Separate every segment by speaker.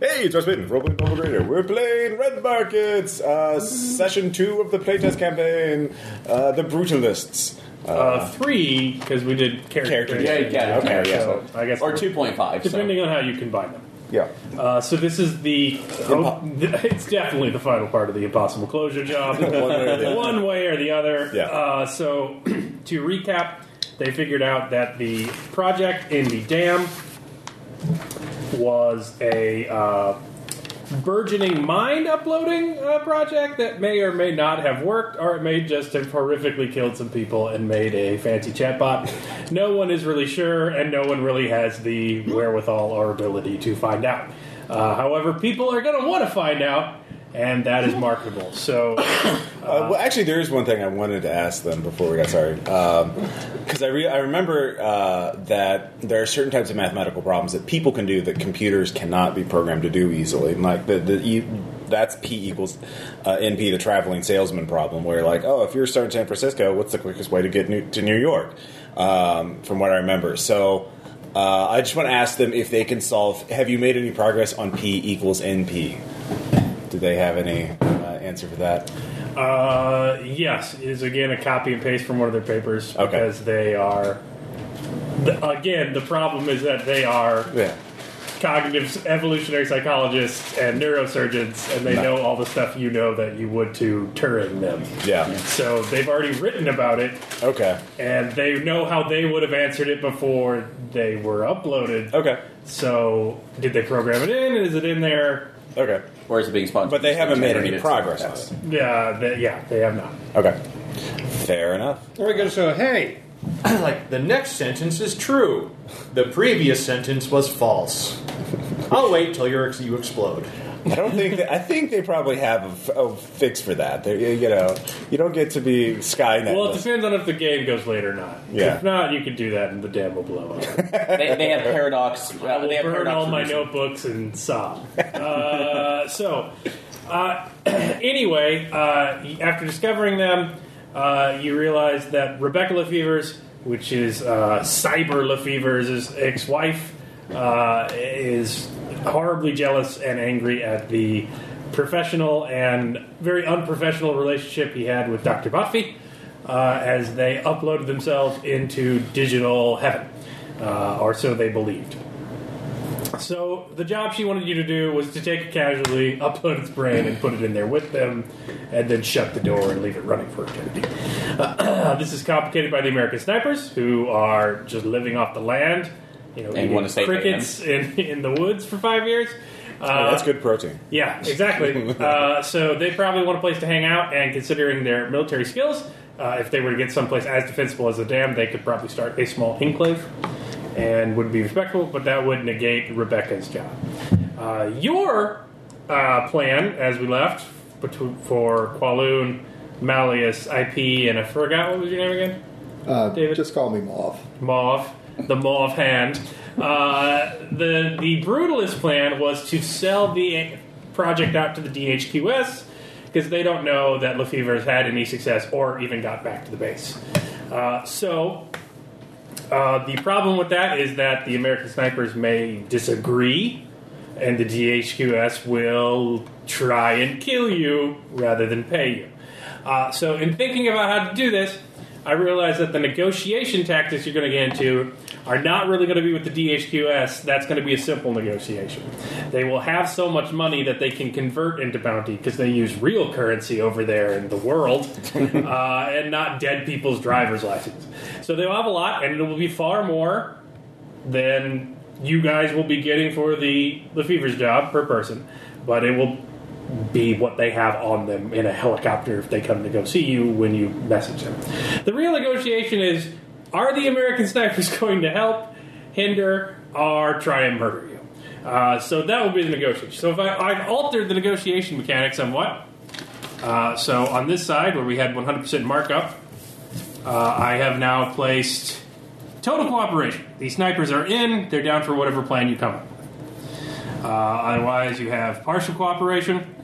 Speaker 1: Hey, it's Russ Payton from Open Global Grader. We're playing Red Markets, uh, session two of the playtest campaign, uh, The Brutalists.
Speaker 2: Uh, three, because we did character.
Speaker 1: Character.
Speaker 3: Yeah, you can.
Speaker 1: Okay,
Speaker 3: Okay,
Speaker 1: yeah.
Speaker 2: So I guess
Speaker 3: Or 2.5. so.
Speaker 2: depending on how you combine them.
Speaker 1: Yeah.
Speaker 2: Uh, so this is the,
Speaker 1: Impo-
Speaker 2: it's definitely the final part of the impossible closure job, one,
Speaker 1: way or the other.
Speaker 2: way or the other.
Speaker 1: Yeah.
Speaker 2: Uh, so to recap, they figured out that the project in the dam was a uh, burgeoning mine uploading uh, project that may or may not have worked, or it may just have horrifically killed some people and made a fancy chatbot. No one is really sure, and no one really has the wherewithal or ability to find out. Uh, however, people are going to want to find out, and that is marketable. So,
Speaker 1: Uh, well, actually, there is one thing I wanted to ask them before we got started, because I, re- I remember uh, that there are certain types of mathematical problems that people can do that computers cannot be programmed to do easily. Like the, the you, that's P equals uh, NP, the traveling salesman problem, where like, oh, if you're starting San Francisco, what's the quickest way to get new- to New York? Um, from what I remember, so. Uh, I just want to ask them if they can solve. Have you made any progress on P equals NP? Do they have any uh, answer for that?
Speaker 2: uh, yes, it is again a copy and paste from one of their papers
Speaker 1: Okay.
Speaker 2: because they are. the- Again, the problem is that they are
Speaker 1: Yeah.
Speaker 2: cognitive evolutionary psychologists and neurosurgeons, and they know all the stuff you know that you would to Turing them.
Speaker 1: Yeah.
Speaker 2: So they've already written about it,
Speaker 1: Okay.
Speaker 2: and they know how they would have answered it before they were uploaded.
Speaker 1: Okay.
Speaker 2: So did they program it in? Is it in there?
Speaker 1: Okay.
Speaker 3: or is it being sponsored?
Speaker 1: But they haven't made any
Speaker 3: Generated
Speaker 1: progress on
Speaker 3: stuff.
Speaker 1: it.
Speaker 2: Yeah, they, yeah, they have not.
Speaker 1: Okay. Fair enough.
Speaker 4: Or we go to show, hey, like the next sentence is true. The previous sentence was false. I'll wait till you're, you explode.
Speaker 1: I don't think that, I think they probably have a f- a, fix for that. They, you know, you don't get to be Skynet.
Speaker 2: Well, it depends on if the game goes late or not.
Speaker 1: Yeah.
Speaker 2: If not, you can do that, and the dam will blow up.
Speaker 3: They, they have paradox.
Speaker 2: I
Speaker 3: Uh,
Speaker 2: will
Speaker 3: they have
Speaker 2: burn
Speaker 3: paradox
Speaker 2: all my
Speaker 3: solutions.
Speaker 2: notebooks and sob. Uh, so, uh, anyway, uh, after discovering them, uh, you realize that Rebecca Lefevre's, which is uh, Cyber Lefevre's ex-wife, uh, is horribly jealous and angry at the professional and very unprofessional relationship he had with Dr. Botfi uh, as they uploaded themselves into digital heaven, uh, or so they believed. So the job she wanted you to do was to take it casually, upload its brain, and put it in there with them, and then shut the door and leave it running for eternity. Uh, this is complicated by the American snipers, who are just living off the land, you know,
Speaker 3: And
Speaker 2: eating
Speaker 3: wanna stay Oh,
Speaker 2: crickets in, in the woods for five years. Uh,
Speaker 1: that's good protein.
Speaker 2: yeah, exactly. uh, so they probably want a place to hang out, and considering their military skills, uh, if they were to get someplace as defensible as the dam, they could probably start a small enclave and would be respectable, but that would negate Rebecca's job. Uh, your uh, plan, as we left, between, for Qualoon, Malleus, IP, and I forgot what was your name again?
Speaker 5: Uh,
Speaker 2: David?
Speaker 5: Just call me Mauve.
Speaker 2: Mauve, the Mauve hand. Uh, the the brutalist plan was to sell the project out to the DHQS because they don't know that Lefevre has had any success or even got back to the base. Uh, so uh, the problem with that is that the American snipers may disagree, and the DHQS will try and kill you rather than pay you. Uh, so, in thinking about how to do this, I realized that the negotiation tactics you're going to get into are not really going to be with the DHQS. That's going to be a simple negotiation. They will have so much money that they can convert into bounty because they use real currency over there in the world uh, and not dead people's driver's license. So, they'll have a lot, and it will be far more then you guys will be getting for the the fever's job per person, but it will be what they have on them in a helicopter if they come to go see you when you message them. The real negotiation is: Are the American snipers going to help, hinder, or try and murder you? Uh, so that will be the negotiation. So if I, I've altered the negotiation mechanic somewhat. Uh, so on this side, where we had 100% markup, uh, I have now placed total cooperation. The snipers are in, they're down for whatever plan you come up with. Uh, otherwise, you have partial cooperation,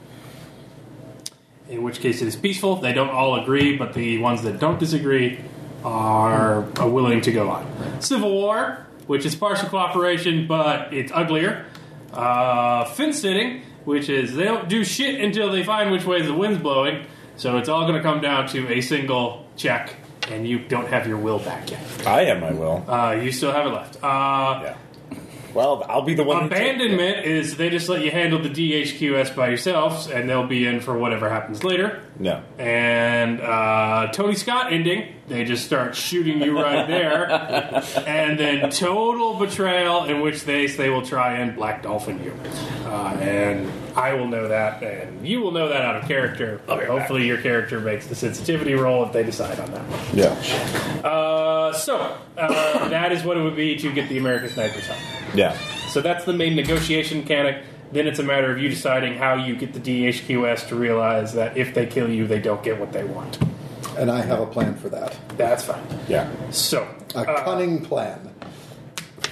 Speaker 2: in which case it is peaceful. They don't all agree, but the ones that don't disagree are, are willing to go on. Civil war, which is partial cooperation, but it's uglier. Uh, fin sitting, which is they don't do shit until they find which way the wind's blowing. So it's all going to come down to a single check, and you don't have your will back yet.
Speaker 1: I am my will.
Speaker 2: Uh, you still have it left. Uh,
Speaker 1: yeah. Well, I'll be the one. who takes it.
Speaker 2: Abandonment is they just let you handle the DHQS by yourselves, and they'll be in for whatever happens later.
Speaker 1: No.
Speaker 2: And uh, Tony Scott ending, they just start shooting you right there. and then total betrayal, in which they they will try and black dolphin you. Uh, and I will know that, and you will know that out of character. Hopefully, your character makes the sensitivity roll if they decide on that. one.
Speaker 1: Yeah.
Speaker 2: Uh, so uh, that is what it would be to get the American Sniper's help.
Speaker 1: Yeah.
Speaker 2: So that's the main negotiation mechanic. Then it's a matter of you deciding how you get the DHQS to realize that if they kill you, they don't get what they want.
Speaker 6: And I have a plan for that.
Speaker 2: That's fine.
Speaker 1: Yeah.
Speaker 2: So,
Speaker 6: A
Speaker 2: uh,
Speaker 6: cunning plan.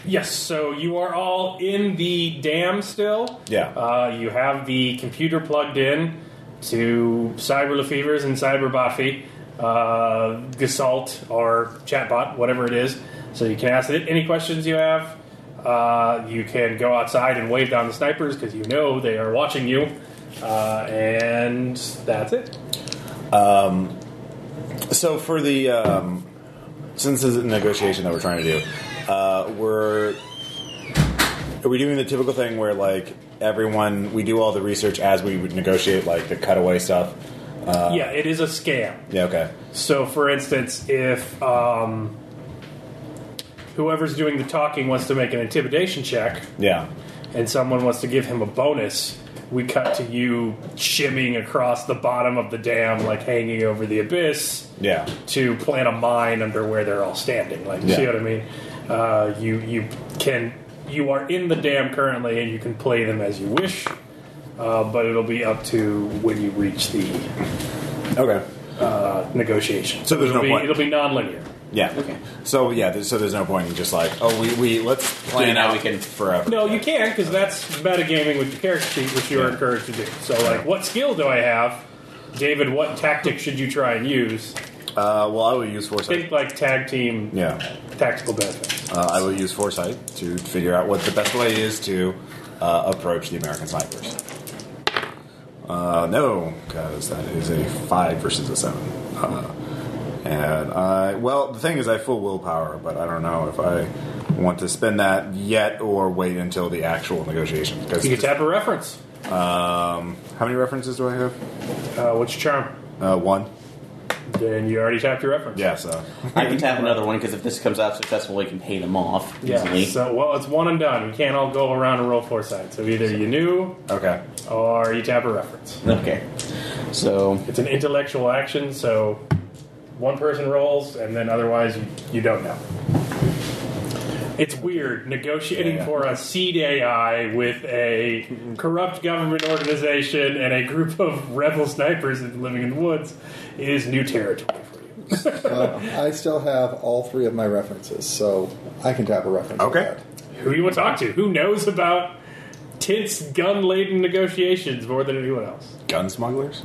Speaker 2: yes, so you are all in the dam still.
Speaker 1: Yeah.
Speaker 2: Uh, you have the computer plugged in to Cyber Lefevers and Cyber Buffy, uh, Gasalt or Chatbot, whatever it is. So you can ask it any questions you have. Uh, you can go outside and wave down the snipers because you know they are watching you. Uh, and that's it.
Speaker 1: So for the um, since this is a negotiation that we're trying to do, uh, we're are we doing the typical thing where like everyone we do all the research as we would negotiate like the cutaway stuff?
Speaker 2: Uh, yeah, it is a scam.
Speaker 1: Yeah. Okay.
Speaker 2: So, for instance, if um, whoever's doing the talking wants to make an intimidation check
Speaker 1: Yeah.
Speaker 2: and someone wants to give him a bonus, we cut to you shimmying across the bottom of the dam, like hanging over the abyss,
Speaker 1: Yeah.
Speaker 2: to plant a mine under where they're all standing. Like, you
Speaker 1: Yeah.
Speaker 2: see what I mean? Uh, you you can you are in the dam currently, and you can play them as you wish. Uh, but it'll be up to when you reach the
Speaker 1: Okay.
Speaker 2: uh, negotiation.
Speaker 1: So there's no
Speaker 2: it'll be,
Speaker 1: point.
Speaker 2: It'll be non-linear.
Speaker 1: Yeah. Okay. So yeah. There's, so there's no point in just like oh we, we let's plan
Speaker 3: now
Speaker 1: out
Speaker 3: we can-
Speaker 1: forever.
Speaker 2: No, you can because that's metagaming with your character sheet, which you are encouraged to do. So, like, what skill do I have, David? What tactic should you try and use?
Speaker 1: Uh, well, I will use foresight.
Speaker 2: Think like tag team
Speaker 1: Yeah.
Speaker 2: tactical benefit.
Speaker 1: Uh, I will use foresight to figure out what the best way is to uh, approach the American snipers. Uh, no, because that is a five versus a seven. Uh, and I, well, the thing is, I have full willpower, but I don't know if I want to spend that yet or wait until the actual negotiation. Because
Speaker 2: You can tap a reference.
Speaker 1: um, how many references do I have?
Speaker 2: Uh, what's your charm?
Speaker 1: Uh, one. uh,
Speaker 2: Then you already tapped your reference.
Speaker 1: Yeah. So
Speaker 3: I can tap another one because if this comes out successful, we can pay them off easily.
Speaker 2: Yeah. So, well, it's one and done. We can't all go around and roll four sides. So either you knew
Speaker 1: okay.
Speaker 2: or you tap a reference.
Speaker 3: okay. So
Speaker 2: It's an intellectual action, so one person rolls, and then otherwise you, you don't know. It's weird negotiating
Speaker 1: Yeah.
Speaker 2: for a seed AI with a corrupt government organization and a group of rebel snipers living in the woods is new territory for you.
Speaker 6: Uh, I still have all three of my references, so I can tap a reference.
Speaker 1: Okay.
Speaker 6: For that.
Speaker 2: Who you want to talk to? Who knows about tense gun laden negotiations more than anyone else?
Speaker 1: Gun smugglers.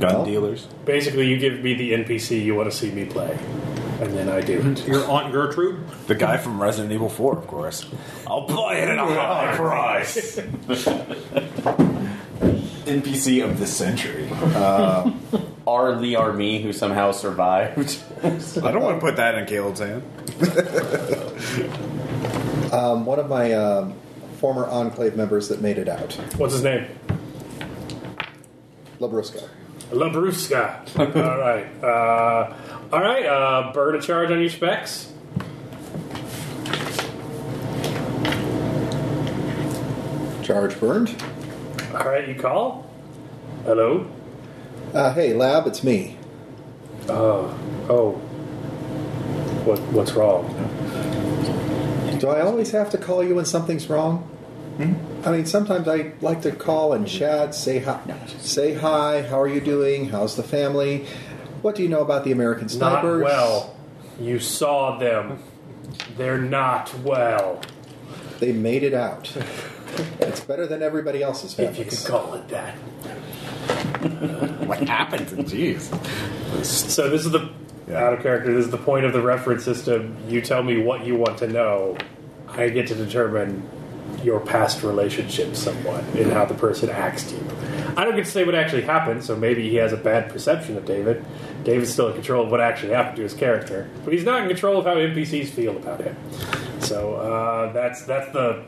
Speaker 1: Gun
Speaker 6: Well.
Speaker 1: dealers.
Speaker 2: Basically, you give me the NPC you want to see me play, and then I do it.
Speaker 4: Your Aunt Gertrude?
Speaker 1: The guy from Resident Evil 4, of course. I'll play it at a high price. NPC of the century.
Speaker 3: R. Lee R. Me, who somehow survived.
Speaker 1: I don't want to put that in Caleb's hand.
Speaker 6: Um, one of my um, former Enclave members that made it out,
Speaker 2: What's his name?
Speaker 6: Labrusca.
Speaker 2: Labruska. all right. Uh, all right. Uh, burn a charge on your specs.
Speaker 6: Charge burned.
Speaker 2: All right. You call. Hello.
Speaker 6: Uh, hey, Lab, it's me.
Speaker 2: Oh. What? What's wrong?
Speaker 6: Do I always have to call you when something's wrong?
Speaker 2: Hmm?
Speaker 6: I mean, sometimes I like to call and chat, say hi, say hi. How are you doing? How's the family? What do you know about the American snipers?
Speaker 2: Not well. You saw them. They're not well.
Speaker 6: They made it out. it's better than everybody else's
Speaker 2: If you could
Speaker 6: families.
Speaker 2: call it that.
Speaker 1: What happened? Jeez.
Speaker 2: So this is the
Speaker 1: Yeah.
Speaker 2: out of character. This is the point of the reference system. You tell me what you want to know. I get to determine your past relationship somewhat and how the person acts to you. I don't get to say what actually happened, so maybe he has a bad perception of David. David's still in control of what actually happened to his character, but he's not in control of how NPCs feel about him. So uh, that's that's the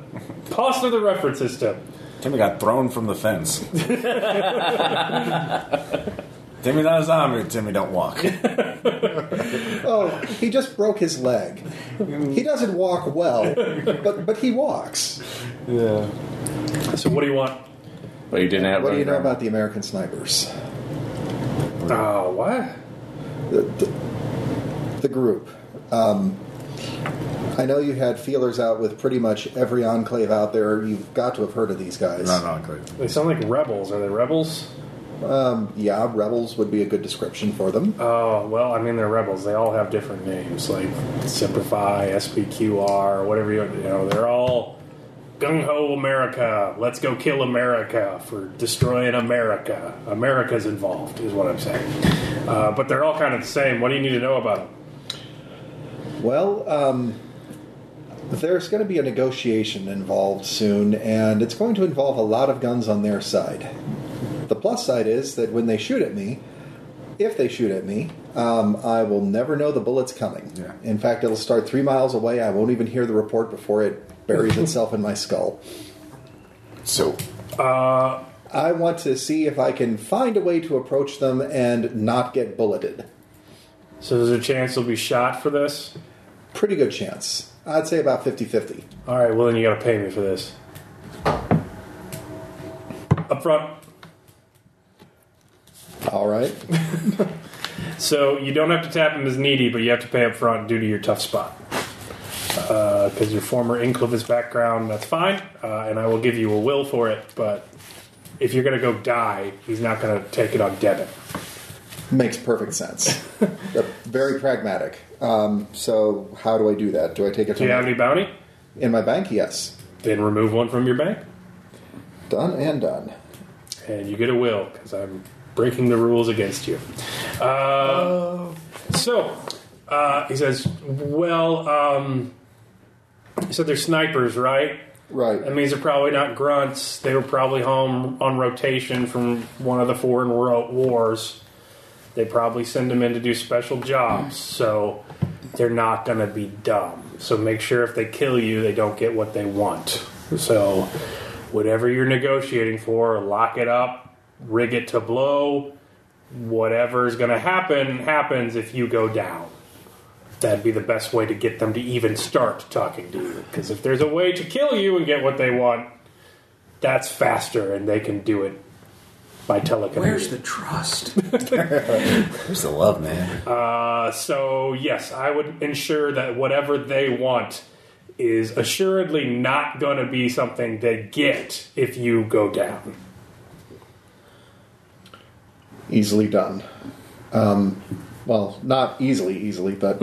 Speaker 2: cost of the reference system.
Speaker 1: Timmy got thrown from the fence. Timmy not a zombie. Timmy don't walk.
Speaker 6: Oh, he just broke his leg. He doesn't walk well, but but he walks.
Speaker 2: So what do you want?
Speaker 3: But you didn't have.
Speaker 6: What do you know about the American snipers?
Speaker 2: Uh, what?
Speaker 6: The, the, the group. Um, I know you had feelers out with pretty much every enclave out there. You've got to have heard of these guys.
Speaker 2: Uh-huh.
Speaker 1: Not on Clayton.
Speaker 2: They sound like rebels. Are they rebels?
Speaker 6: Um, yeah, rebels would be a good description for them.
Speaker 2: Oh, well, I mean, they're rebels. They all have different names, like Simplify, SPQR, whatever you, you know, they're all gung ho America. Let's go kill America for destroying America. America's involved, is what I'm saying. Uh, but they're all kind of the same. What do you need to know about them?
Speaker 6: Well, um, there's going to be a negotiation involved soon, and it's going to involve a lot of guns on their side. The plus side is that when they shoot at me, if they shoot at me, um, I will never know the bullet's coming.
Speaker 1: Yeah.
Speaker 6: In fact, it'll start three miles away. I won't even hear the report before it buries itself in my skull.
Speaker 1: So
Speaker 6: I want to see if I can find a way to approach them and not get bulleted.
Speaker 2: So there's a chance they'll be shot for this?
Speaker 6: Pretty good chance. I'd say about 50 50.
Speaker 2: All right, well, then you got to pay me for this. Up front.
Speaker 6: All right.
Speaker 2: So you don't have to tap him as needy, but you have to pay up front due to your tough spot. Because your former Inclivis background, that's fine, uh, and I will give you a will for it. But if you're going to go die, he's not going to take it on debit.
Speaker 6: Makes perfect sense. Very pragmatic. Um, so, how do I do that? Do I take it
Speaker 2: Do you have
Speaker 6: to
Speaker 2: any bounty?
Speaker 6: in my bank? Yes.
Speaker 2: Then remove one from your bank,
Speaker 6: Done and done.
Speaker 2: and you get a will because I'm breaking the rules against you. Uh, So uh, he says, "Well, um, so they're snipers, right?
Speaker 6: Right.
Speaker 2: That means they're probably not grunts. They were probably home on rotation from one of the foreign ro- wars. They probably send them in to do special jobs, so they're not going to be dumb. So make sure if they kill you, they don't get what they want. So whatever you're negotiating for, lock it up, rig it to blow. Whatever is going to happen happens if you go down that'd be the best way to get them to even start talking to you. Because if there's a way to kill you and get what they want, that's faster, and they can do it by telekinesis.
Speaker 7: Where's the trust?
Speaker 1: where's the love, man?
Speaker 2: Uh, so yes, I would ensure that whatever they want is assuredly not going to be something they get if you go down.
Speaker 6: Easily done. Um, well, not easily, easily, but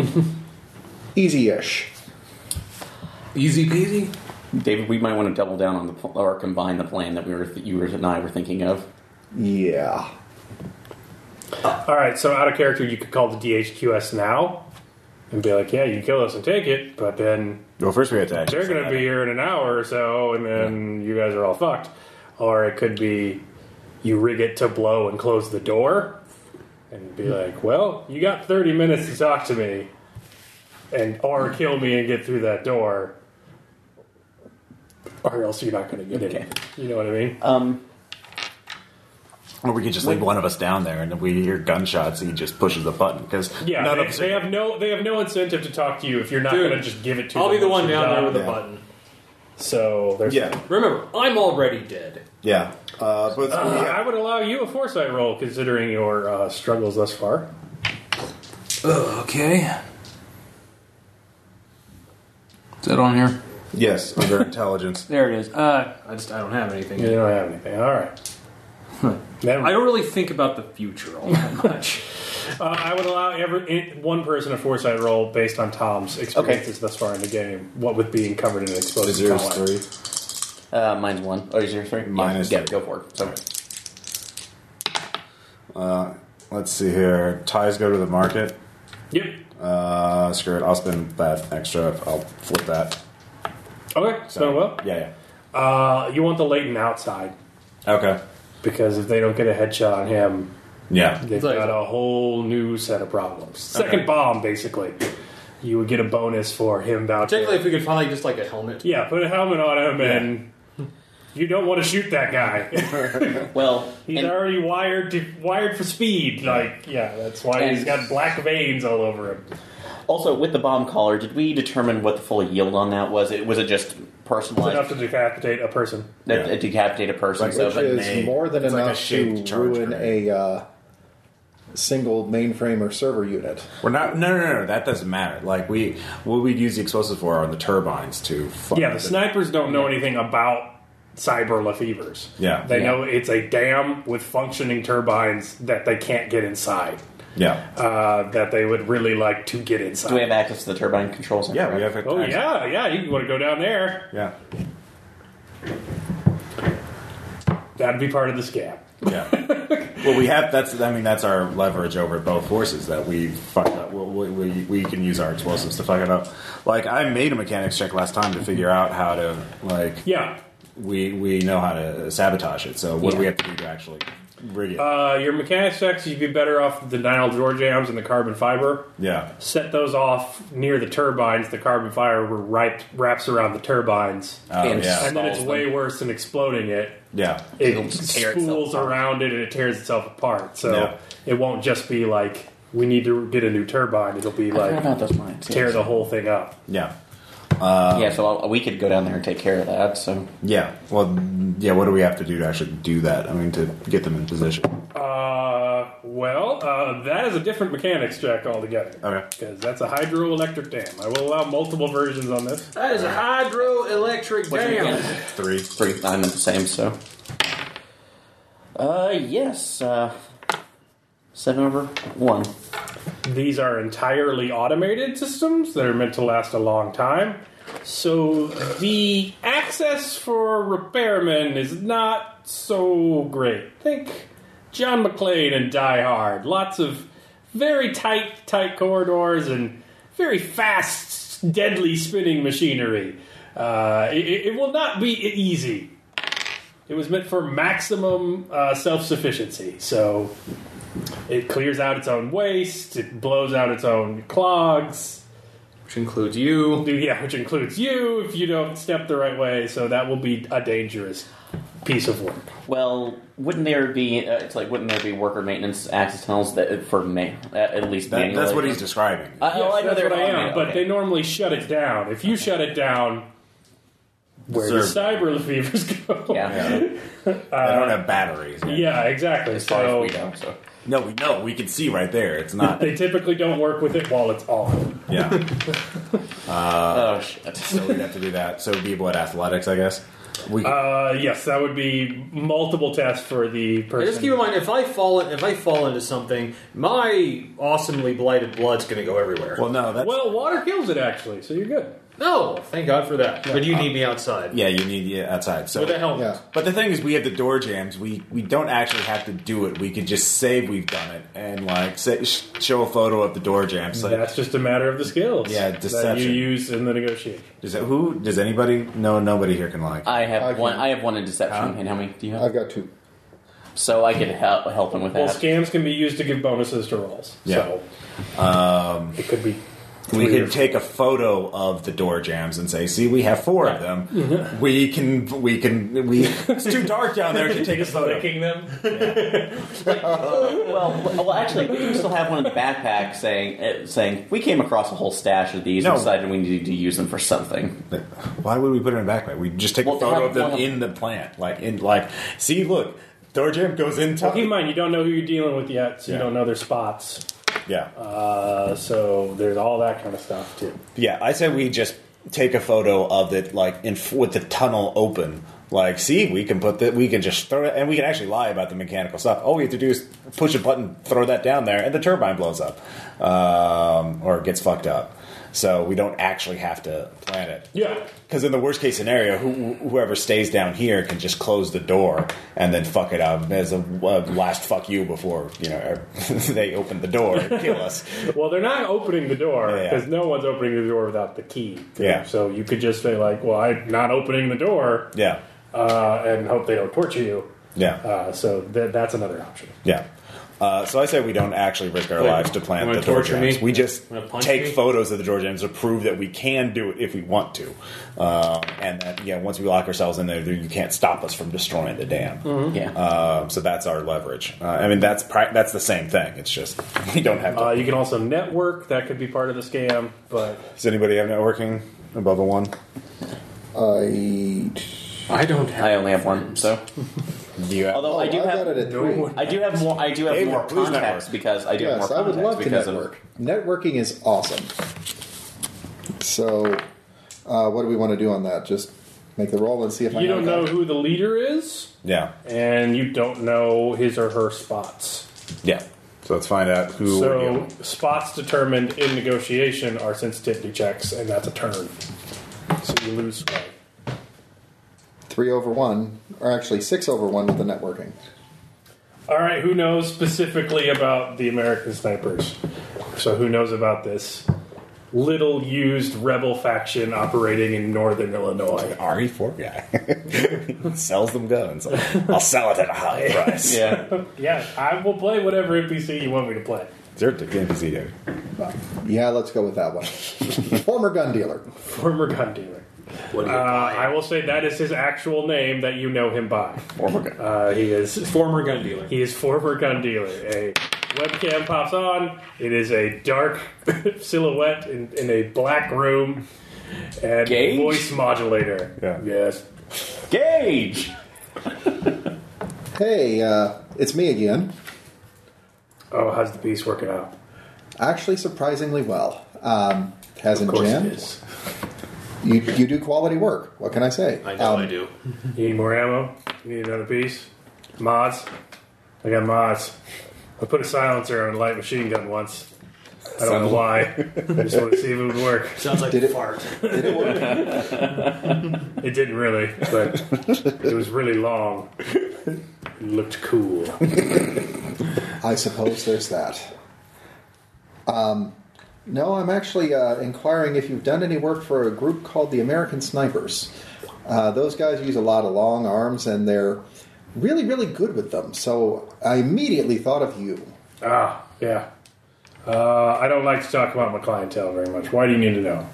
Speaker 6: easy ish.
Speaker 7: Easy peasy.
Speaker 3: David, we might want to double down on the pl- or combine the plan that we were th- you were and I were thinking of.
Speaker 6: Yeah.
Speaker 2: All right, so out of character, you could call the DHQS now and be like, "Yeah, you kill us and take it," but then
Speaker 1: Well, first we have to. actually
Speaker 2: they're going to be here in an hour or so, and then you guys are all fucked. Or it could be you rig it to blow and close the door and
Speaker 7: Hmm.
Speaker 2: be like, well, you got 30 minutes to talk to me, and or
Speaker 7: Hmm.
Speaker 2: kill me and get through that door, or else you're not going to get in.
Speaker 3: Okay.
Speaker 2: You know what I mean?
Speaker 7: Uh,
Speaker 3: Um,
Speaker 1: Or we could just leave one of us down there, and if we hear gunshots, he just pushes the button because
Speaker 2: yeah,
Speaker 1: none
Speaker 2: they,
Speaker 1: of us.
Speaker 2: they have no they have no incentive to talk to you if you're not
Speaker 7: Dude,
Speaker 2: going to just give it to
Speaker 7: I'll
Speaker 2: them.
Speaker 7: be the one
Speaker 2: once you're
Speaker 7: down there with
Speaker 2: done.
Speaker 7: the button.
Speaker 2: So there's
Speaker 1: yeah,
Speaker 7: Remember, I'm already dead.
Speaker 1: yeah. Uh, but
Speaker 2: I would allow you a foresight roll considering your uh, struggles thus far.
Speaker 7: okay.
Speaker 8: Is that on here?
Speaker 1: yes, under intelligence.
Speaker 8: There it is. Uh,
Speaker 7: I just I don't have anything.
Speaker 2: You don't have anything. All right. Never-
Speaker 7: I don't really think about the future all that much.
Speaker 2: uh, I would allow every in- one person a foresight roll based on Tom's experiences thus far in the game. What with being covered in an explosive
Speaker 1: Zero's
Speaker 2: colour.
Speaker 1: three.
Speaker 3: uh, mine's one. Oh, is yours three?
Speaker 1: Minus
Speaker 3: yeah, yeah,
Speaker 1: three.
Speaker 3: go for it. So,
Speaker 1: Let's see here. Ties go to the market.
Speaker 2: Yep.
Speaker 1: Uh, screw it. I'll spend that extra. I'll flip that.
Speaker 2: Okay. So well.
Speaker 1: Yeah, yeah.
Speaker 2: Uh, you want the Leighton outside
Speaker 1: Okay.
Speaker 2: because if they don't get a headshot on him,
Speaker 1: Yeah.
Speaker 2: they've
Speaker 9: Like-
Speaker 2: got a whole new set of problems. Second
Speaker 1: Okay.
Speaker 2: bomb, basically. You would get a bonus for him vouching.
Speaker 7: Particularly if we could find like just like a helmet.
Speaker 2: Yeah, put a helmet on him and. You don't want to shoot that guy.
Speaker 3: Well,
Speaker 2: He's
Speaker 3: and-
Speaker 2: already wired to, wired for speed. Like, yeah, that's why he's
Speaker 3: And-
Speaker 2: got black veins all over him.
Speaker 3: Also, with the bomb collar, did we determine what the full yield on that was? It was it just
Speaker 2: Enough
Speaker 3: personalized
Speaker 2: to decapitate a person.
Speaker 3: that that decapitate a person? so
Speaker 6: Which is
Speaker 1: they-
Speaker 6: more than
Speaker 1: it's like a
Speaker 6: enough
Speaker 1: shaped
Speaker 6: to
Speaker 1: charge
Speaker 6: ruin
Speaker 1: grenade.
Speaker 6: a uh, single mainframe or server unit.
Speaker 1: We're not. No, no, no, no. That doesn't matter. Like we, what we'd use the explosives for are the turbines to. Fly
Speaker 2: Yeah, the snipers don't know anything about cyber lefevers.
Speaker 1: Yeah.
Speaker 2: They
Speaker 1: Yeah.
Speaker 2: know it's a dam with functioning turbines that they can't get inside.
Speaker 1: Yeah.
Speaker 2: Uh, that they would really like to get inside.
Speaker 3: do we have access to the turbine controls?
Speaker 1: Yeah. We have.
Speaker 2: oh yeah, yeah, you want to go down there.
Speaker 1: Yeah.
Speaker 2: That'd be part of the scam.
Speaker 1: Yeah. well, we have. That's. I mean, that's our leverage over both forces that we fuck up. We, we, we- we can use our explosives to fuck it up. Like I made a mechanics check last time to figure out how to. Like
Speaker 2: Yeah.
Speaker 1: we we know how to sabotage it. So what do we
Speaker 3: Yeah.
Speaker 1: have to do to actually rig it?
Speaker 2: Uh, your mechanics checks, you'd be better off with the Nile George jams and the carbon fiber.
Speaker 1: yeah.
Speaker 2: Set those off near the turbines. The carbon fiber wrap- wraps around the turbines.
Speaker 1: Oh,
Speaker 3: And
Speaker 1: yeah.
Speaker 2: and then it's
Speaker 3: Solves
Speaker 2: way worse than exploding it.
Speaker 1: Yeah.
Speaker 2: It
Speaker 3: It'll just tear itself
Speaker 2: spools
Speaker 3: apart.
Speaker 2: around it and it tears itself apart. So
Speaker 1: Yeah.
Speaker 2: it won't just be like we need to get a new turbine. It'll be
Speaker 3: I forgot
Speaker 2: like
Speaker 3: about those lines.
Speaker 2: tear the whole thing up.
Speaker 1: Yeah.
Speaker 3: yeah, so I'll, we could go down there and take care of that. So
Speaker 1: Yeah. Well, yeah. What do we have to do to actually do that? I mean, to get them in position.
Speaker 2: Uh, well, uh, that is a different mechanics check altogether.
Speaker 1: Okay.
Speaker 2: Because that's a hydroelectric dam. I will allow multiple versions on this.
Speaker 7: That is a hydroelectric
Speaker 3: What's your
Speaker 7: dam.
Speaker 3: mechanic?
Speaker 1: Three.
Speaker 3: three, I'm the same. So, uh, yes, uh, seven over one.
Speaker 2: These are entirely automated systems that are meant to last a long time. So the access for repairmen is not so great. Think John McClane and Die Hard. Lots of very tight, tight corridors and very fast, deadly spinning machinery. Uh, it, it will not be easy. It was meant for maximum uh, self sufficiency. So it clears out its own waste. It blows out its own clogs.
Speaker 7: Which includes you.
Speaker 2: Yeah, which includes you if you don't step the right way. So that will be a dangerous piece of work.
Speaker 3: Well, wouldn't there be? Uh, it's like wouldn't there be worker maintenance access tunnels that for ma- uh, at least
Speaker 1: That, that's
Speaker 3: manually?
Speaker 1: what he's describing.
Speaker 3: Uh, oh, I
Speaker 2: Yes,
Speaker 3: know
Speaker 2: that's
Speaker 3: they're
Speaker 2: what I am.
Speaker 3: automated,
Speaker 2: But
Speaker 3: okay.
Speaker 2: they normally shut it down. If you shut it down, where do
Speaker 1: Serve.
Speaker 2: cyber fevers go?
Speaker 3: yeah.
Speaker 1: Yeah. they don't have batteries.
Speaker 2: Yeah, exactly.
Speaker 3: As far as
Speaker 2: So
Speaker 3: we know, so.
Speaker 1: No, we know. We can see right there. It's not.
Speaker 2: they typically don't work with it while it's on.
Speaker 1: yeah.
Speaker 3: oh shit.
Speaker 1: So we'd have to do that. So it'd be what athletics, I guess. We.
Speaker 2: Uh, yes, that would be multiple tests for the person.
Speaker 7: Just keep in mind, if I fall if I fall into something, my awesomely blighted blood's gonna go everywhere.
Speaker 1: well, no. That's.
Speaker 2: well, water kills it actually, so you're good.
Speaker 7: no, thank God for that. But
Speaker 4: Uh,
Speaker 7: you need me outside
Speaker 1: yeah, you need yeah, outside. So.
Speaker 7: with a helmet.
Speaker 6: Yeah.
Speaker 1: But the thing is, we have the door jams. We we don't actually have to do it. We could just say we've done it and like say, sh- show a photo of the door jam. So
Speaker 2: That's just a matter of the skills.
Speaker 1: Yeah,
Speaker 2: That you
Speaker 1: deception.
Speaker 2: use in the negotiation.
Speaker 1: does that, who does anybody? No, nobody here can lie.
Speaker 3: I have
Speaker 6: I can-
Speaker 3: one. I have one in deception. And how many do you have?
Speaker 6: I've got two.
Speaker 3: So I could help, help him with
Speaker 2: Well,
Speaker 3: that.
Speaker 2: scams can be used to give bonuses to rolls.
Speaker 1: Yeah.
Speaker 2: So um, it could be.
Speaker 1: We
Speaker 2: Weird.
Speaker 1: could take a photo of the door jams and say, "See, we have four of
Speaker 2: Mm-hmm.
Speaker 1: them. We can, we can, we." It's too dark down there to take a photo.
Speaker 2: Licking them.
Speaker 3: well, well, actually, we do still have one in the backpack saying uh, saying we came across a whole stash of these
Speaker 1: No.
Speaker 3: and decided we needed to use them for something.
Speaker 1: Why would we put it in a backpack? We just take
Speaker 3: Well,
Speaker 1: a photo
Speaker 3: have
Speaker 1: of them
Speaker 3: one of-
Speaker 1: in the plant, like in like. See, look, door jam goes in top.
Speaker 2: Keep in mind, you don't know who you're dealing with yet, so
Speaker 1: Yeah.
Speaker 2: you don't know their spots.
Speaker 1: yeah,
Speaker 2: Uh, so there's all that kind of stuff too.
Speaker 1: yeah. I said we just take a photo of it, like in f- with the tunnel open. Like, see, we can put that. We can just throw it, and we can actually lie about the mechanical stuff. All we have to do is push a button, throw that down there, and the turbine blows up, um, or gets fucked up. So we don't actually have to plan it.
Speaker 2: Yeah.
Speaker 1: Because in the worst case scenario, who, whoever stays down here can just close the door and then fuck it up as a, a last fuck you before you know er, they open the door and kill us.
Speaker 2: Well, they're not opening the door
Speaker 1: Yeah, yeah.
Speaker 2: because no one's opening the door without the key.
Speaker 1: Yeah.
Speaker 2: So you could just say like, "Well, I'm not opening the door."
Speaker 1: Yeah,
Speaker 2: uh, and hope they don't torture you.
Speaker 1: Yeah.
Speaker 2: Uh, so th- that's another option.
Speaker 1: Yeah. Uh, so I say we don't actually risk our
Speaker 7: Wait,
Speaker 1: lives to plant
Speaker 7: wanna
Speaker 1: the door
Speaker 7: torture me?
Speaker 1: jams. We just
Speaker 7: Wanna punch
Speaker 1: take
Speaker 7: me?
Speaker 1: photos of the door jams to prove that we can do it if we want to. Um, and that, yeah, once we lock ourselves in there, you can't stop us from destroying the dam.
Speaker 7: Mm-hmm.
Speaker 3: Yeah.
Speaker 6: Uh,
Speaker 1: Um, so that's our leverage. Uh, I mean, that's pri- that's the same thing. It's just we don't have. To-
Speaker 2: Uh, you can also network. That could be part of the scam, but
Speaker 1: Does anybody have networking above a one?
Speaker 6: I.
Speaker 7: I don't have.
Speaker 3: I only have one, so.
Speaker 1: Do you have-
Speaker 3: Although I do
Speaker 6: I
Speaker 3: have,
Speaker 6: got it at three.
Speaker 3: I do have more. I do have
Speaker 1: David,
Speaker 3: more
Speaker 1: please network.
Speaker 3: contacts because I do have
Speaker 6: Yes,
Speaker 3: more
Speaker 6: I would
Speaker 3: contacts
Speaker 6: love to
Speaker 3: because of-
Speaker 6: network. Networking is awesome. So, uh, what do we want to do on that? Just make the roll and see if I
Speaker 2: you don't know
Speaker 6: have
Speaker 2: who the leader is,
Speaker 1: yeah,
Speaker 2: and you don't know his or her spots.
Speaker 1: yeah. So let's find out who. we're dealing
Speaker 2: So
Speaker 1: with.
Speaker 2: spots determined in negotiation are sensitivity checks, and that's a turn. So you lose sway.
Speaker 6: three over one, or actually six over one with the networking.
Speaker 2: All right, who knows specifically about the American snipers? So who knows about this little used rebel faction operating in northern Illinois?
Speaker 1: RE4 guy sells them guns. I'll sell it at a high price.
Speaker 3: Yeah.
Speaker 2: Yeah, I will play whatever NPC you want me to play.
Speaker 1: They're the NPC dude.
Speaker 6: Yeah, let's go with that one. Former gun dealer.
Speaker 2: Former gun dealer.
Speaker 7: What do
Speaker 2: Uh, I will say that is his actual name that you know him by.
Speaker 3: Former gun.
Speaker 2: Uh, he is
Speaker 7: Former gun dealer.
Speaker 2: he is former gun dealer. A webcam pops on. It is a dark silhouette in, in a black room and
Speaker 3: Gage?
Speaker 2: voice modulator.
Speaker 1: Yeah.
Speaker 2: Yes.
Speaker 3: Gage.
Speaker 6: Hey, uh, it's me again.
Speaker 2: Oh, how's the piece working out?
Speaker 6: Actually, surprisingly well. Um, hasn't
Speaker 2: Of course it
Speaker 6: jammed.
Speaker 2: is.
Speaker 6: You, you do quality work. What can I say?
Speaker 7: I know
Speaker 6: Um,
Speaker 7: I do.
Speaker 2: You need more ammo? You need another piece? Mods? I got mods. I put a silencer on a light machine gun once. I don't know why. I just want to see if it would work.
Speaker 7: Sounds like
Speaker 6: Did it-
Speaker 7: fart.
Speaker 6: Did it work?
Speaker 2: It didn't really, but it was really long. It looked cool.
Speaker 6: I suppose there's that. Um, no, I'm actually uh, inquiring if you've done any work for a group called the American Snipers. Uh, those guys use a lot of long arms, and they're really, really good with them. So I immediately thought of you.
Speaker 2: Ah, yeah. Uh, I don't like to talk about my clientele very much. Why do you need to know?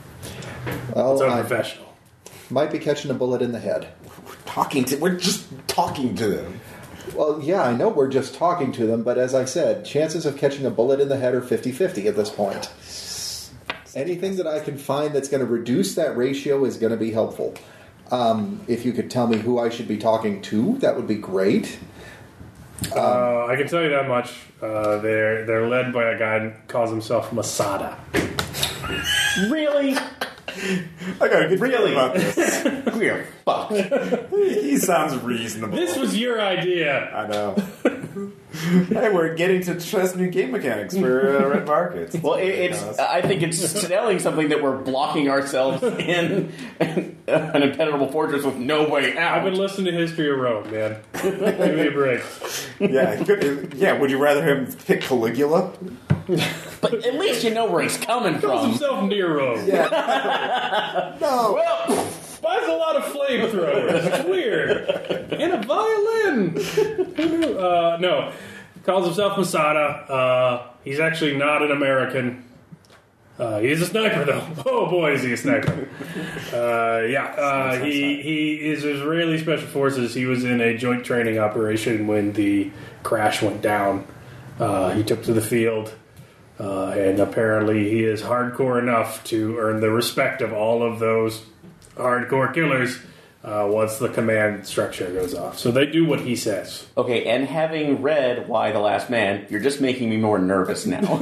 Speaker 2: It's
Speaker 6: Well, I
Speaker 2: unprofessional.
Speaker 6: might be catching a bullet in the head.
Speaker 1: talking to we're just talking to them
Speaker 6: Well, yeah, I know we're just talking to them, but as I said, chances of catching a bullet in the head are 50 50 at this point. Anything that I can find that's going to reduce that ratio is going to be helpful. Um, if you could tell me who I should be talking to, that would be great.
Speaker 2: Uh, I can tell you that much. Uh, they're they're led by a guy who calls himself Masada.
Speaker 3: Really?
Speaker 1: i gotta get really about this we're fuck he sounds reasonable
Speaker 2: This was your idea.
Speaker 1: i know hey we're getting to test new game mechanics for uh, red markets
Speaker 3: Well, it, it's. I think it's telling something that we're blocking ourselves in an impenetrable fortress with no way
Speaker 2: I've
Speaker 3: out.
Speaker 2: been listening to History of Rome, man. Give me a break.
Speaker 1: yeah he could- yeah would you rather him pick caligula
Speaker 3: but at least you know where he's coming
Speaker 2: Calls
Speaker 3: from.
Speaker 2: himself near Rome.
Speaker 1: no
Speaker 3: Well,
Speaker 2: Buys a lot of flamethrowers. It's weird. And a violin. Who knew? uh, no. Calls himself Masada. Uh, he's actually not an American. Uh, he's a sniper, though. Oh boy, is he a sniper! Uh, yeah, uh, he he is Israeli Special Forces. He was in a joint training operation when the crash went down. Uh, he took to the field, uh, and apparently he is hardcore enough to earn the respect of all of those hardcore killers. Uh, once the command structure goes off, so they do what he says.
Speaker 3: okay, and having read Why the Last Man, you're just making me more nervous now.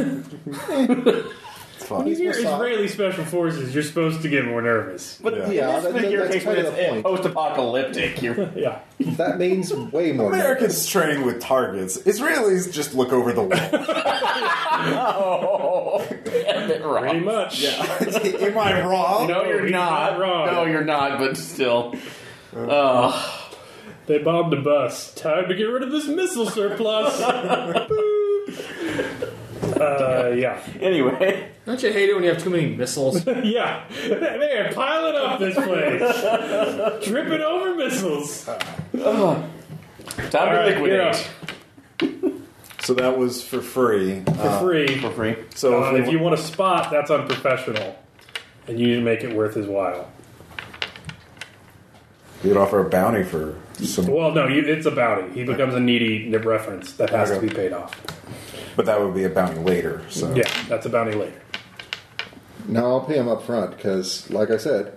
Speaker 2: If you're
Speaker 6: Masada.
Speaker 2: Israeli Special Forces, you're supposed to get more nervous.
Speaker 3: But in
Speaker 6: Yeah,
Speaker 3: this
Speaker 6: that-
Speaker 3: particular
Speaker 6: that's
Speaker 3: case,
Speaker 6: kind
Speaker 3: when
Speaker 6: of
Speaker 3: it's
Speaker 6: the point.
Speaker 3: post-apocalyptic, you're
Speaker 2: Yeah.
Speaker 6: That means way more.
Speaker 1: americans train with targets israelis just look over the wall
Speaker 3: oh, damn it, right.
Speaker 2: Pretty much.
Speaker 1: am i wrong
Speaker 3: No, you're
Speaker 2: he's
Speaker 3: not.
Speaker 2: not wrong.
Speaker 3: No, you're not. But still, Ugh.
Speaker 2: They bombed Uh, a bus. Time to get rid of this missile surplus. Boop. Uh, yeah.
Speaker 3: Anyway,
Speaker 7: Don't you hate it when you have too many missiles?
Speaker 4: Oh,
Speaker 2: Yeah. Man, pile it up this place. Drip it over missiles.
Speaker 3: time to
Speaker 2: All right,
Speaker 3: liquidate
Speaker 1: So that was for free.
Speaker 2: For free.
Speaker 3: for free.
Speaker 1: So
Speaker 2: Uh,
Speaker 1: if,
Speaker 2: if you want a spot, that's unprofessional. And you need to make it worth his while.
Speaker 1: you would offer a bounty for some,
Speaker 2: Well, no, you, it's a bounty. He becomes a needy nib reference that has
Speaker 1: Okay.
Speaker 2: to be paid off.
Speaker 1: but that would be a bounty later. So
Speaker 2: Yeah, that's a bounty later.
Speaker 6: No, I'll pay him up front because, like I said,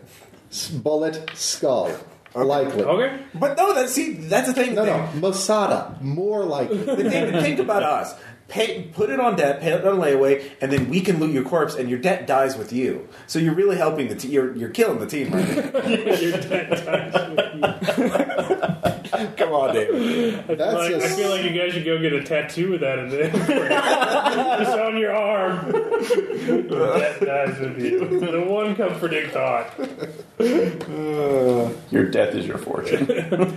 Speaker 6: s- bullet skull. Likely.
Speaker 2: Okay?
Speaker 1: But no, that's see, that's the thing.
Speaker 6: No, no, Masada. More likely.
Speaker 1: The thing think about us. Pay, put it on debt, pay it on layaway, and then we can loot your corpse, and your debt dies with you. So you're really helping the team. You're, you're killing the team right now. Come on, David.
Speaker 6: That's
Speaker 2: Like, I
Speaker 6: just-
Speaker 2: feel like you guys should go get a tattoo of that in the Just on your arm. that dies with you. The one comforting thought.
Speaker 3: Your death is your fortune.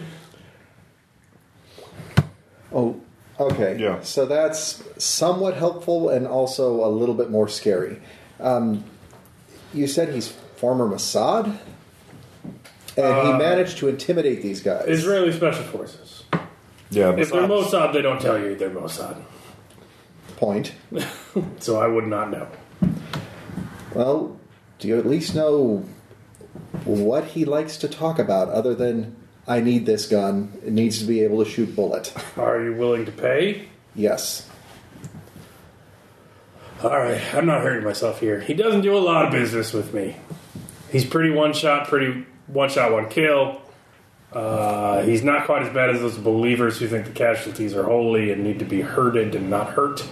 Speaker 6: Oh, okay.
Speaker 1: Yeah.
Speaker 6: So that's somewhat helpful and also a little bit more scary. Um, you said he's former Mossad, and he managed to intimidate these guys.
Speaker 2: Israeli Special Forces.
Speaker 1: Yeah,
Speaker 2: If they're Mossad, they don't tell you they're Mossad.
Speaker 6: Point.
Speaker 2: So I would not know.
Speaker 6: Well, do you at least know what he likes to talk about, other than I need this gun. It needs to be able to shoot bullet.
Speaker 2: Are you willing to pay?
Speaker 6: Yes.
Speaker 2: All right, I'm not hurting myself here. He doesn't do a lot of business with me. He's pretty one shot, pretty one shot, one kill. Uh, he's not quite as bad as those believers who think the casualties are holy and need to be herded and not hurt.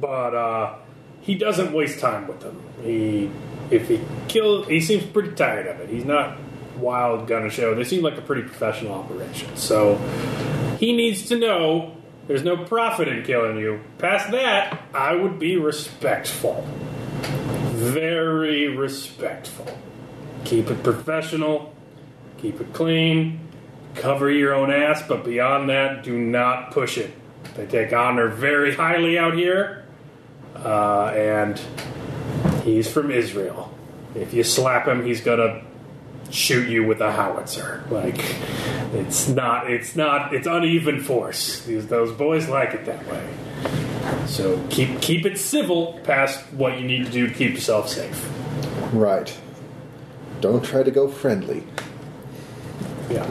Speaker 2: But uh, he doesn't waste time with them. He, if he kills, he seems pretty tired of it. He's not wild gun show. They seem like a pretty professional operation. So he needs to know there's no profit in killing you. Past that, I would be respectful. Very respectful. Keep it professional, keep it clean, cover your own ass, but beyond that, do not push it. They take honor very highly out here, uh, and he's from Israel. If you slap him, he's gonna shoot you with a howitzer. Like it's not it's not it's uneven force. These those boys like it that way. So keep keep it civil past what you need to do to keep yourself safe.
Speaker 6: Right. Don't try to go friendly.
Speaker 2: Yeah.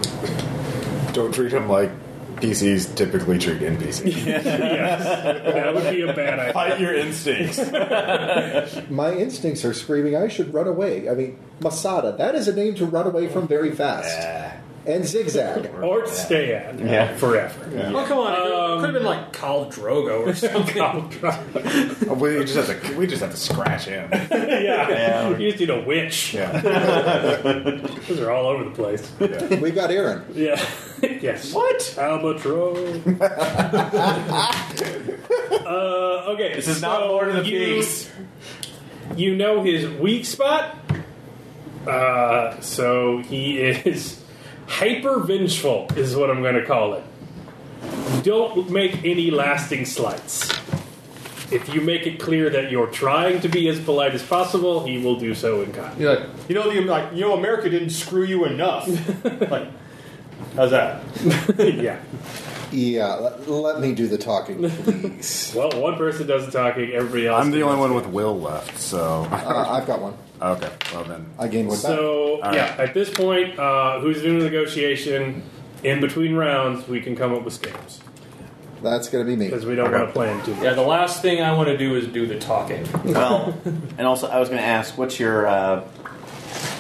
Speaker 1: Don't treat him like PCs typically treat NPCs.
Speaker 2: yes. That would be a bad idea.
Speaker 1: Fight your instincts.
Speaker 6: My instincts are screaming, I should run away. I mean, Masada, that is a name to run away from very fast. And zigzag.
Speaker 2: Or to stay at
Speaker 3: Yeah.
Speaker 2: forever.
Speaker 7: Oh, come on. it could have been like Khal Drogo or something.
Speaker 1: we just have to. We just have to scratch him.
Speaker 2: yeah. You just need a witch.
Speaker 1: Yeah.
Speaker 2: Those are all over the place.
Speaker 6: We've got Aaron.
Speaker 2: Yeah. yes.
Speaker 3: What?
Speaker 2: Albatross. uh, okay.
Speaker 3: This is not
Speaker 2: so
Speaker 3: Lord of the
Speaker 2: you-
Speaker 3: Peaks.
Speaker 2: You know his weak spot. Uh, so he is hyper vengeful, is what I'm going to call it. Don't make any lasting slights. If you make it clear that you're trying to be as polite as possible, he will do so in kind.
Speaker 7: You're like, you know, the, like, you know, America didn't screw you enough. like, how's that?
Speaker 2: yeah.
Speaker 6: Yeah, let, let me do the talking, please.
Speaker 2: Well, one person does the talking, everybody else.
Speaker 1: I'm the
Speaker 2: does.
Speaker 1: only one with will left, so
Speaker 6: Uh, I've got one.
Speaker 1: okay. Well then,
Speaker 6: I gained one back.
Speaker 2: So
Speaker 1: All
Speaker 2: yeah, at this point, uh, who's doing the negotiation? In between rounds, we can come up with scams
Speaker 6: That's going to be me.
Speaker 2: because we don't
Speaker 1: Okay.
Speaker 2: want to play them too.
Speaker 4: Yeah, the last thing I want to do is do the talking.
Speaker 3: Well, and also I was going to ask, what's your uh,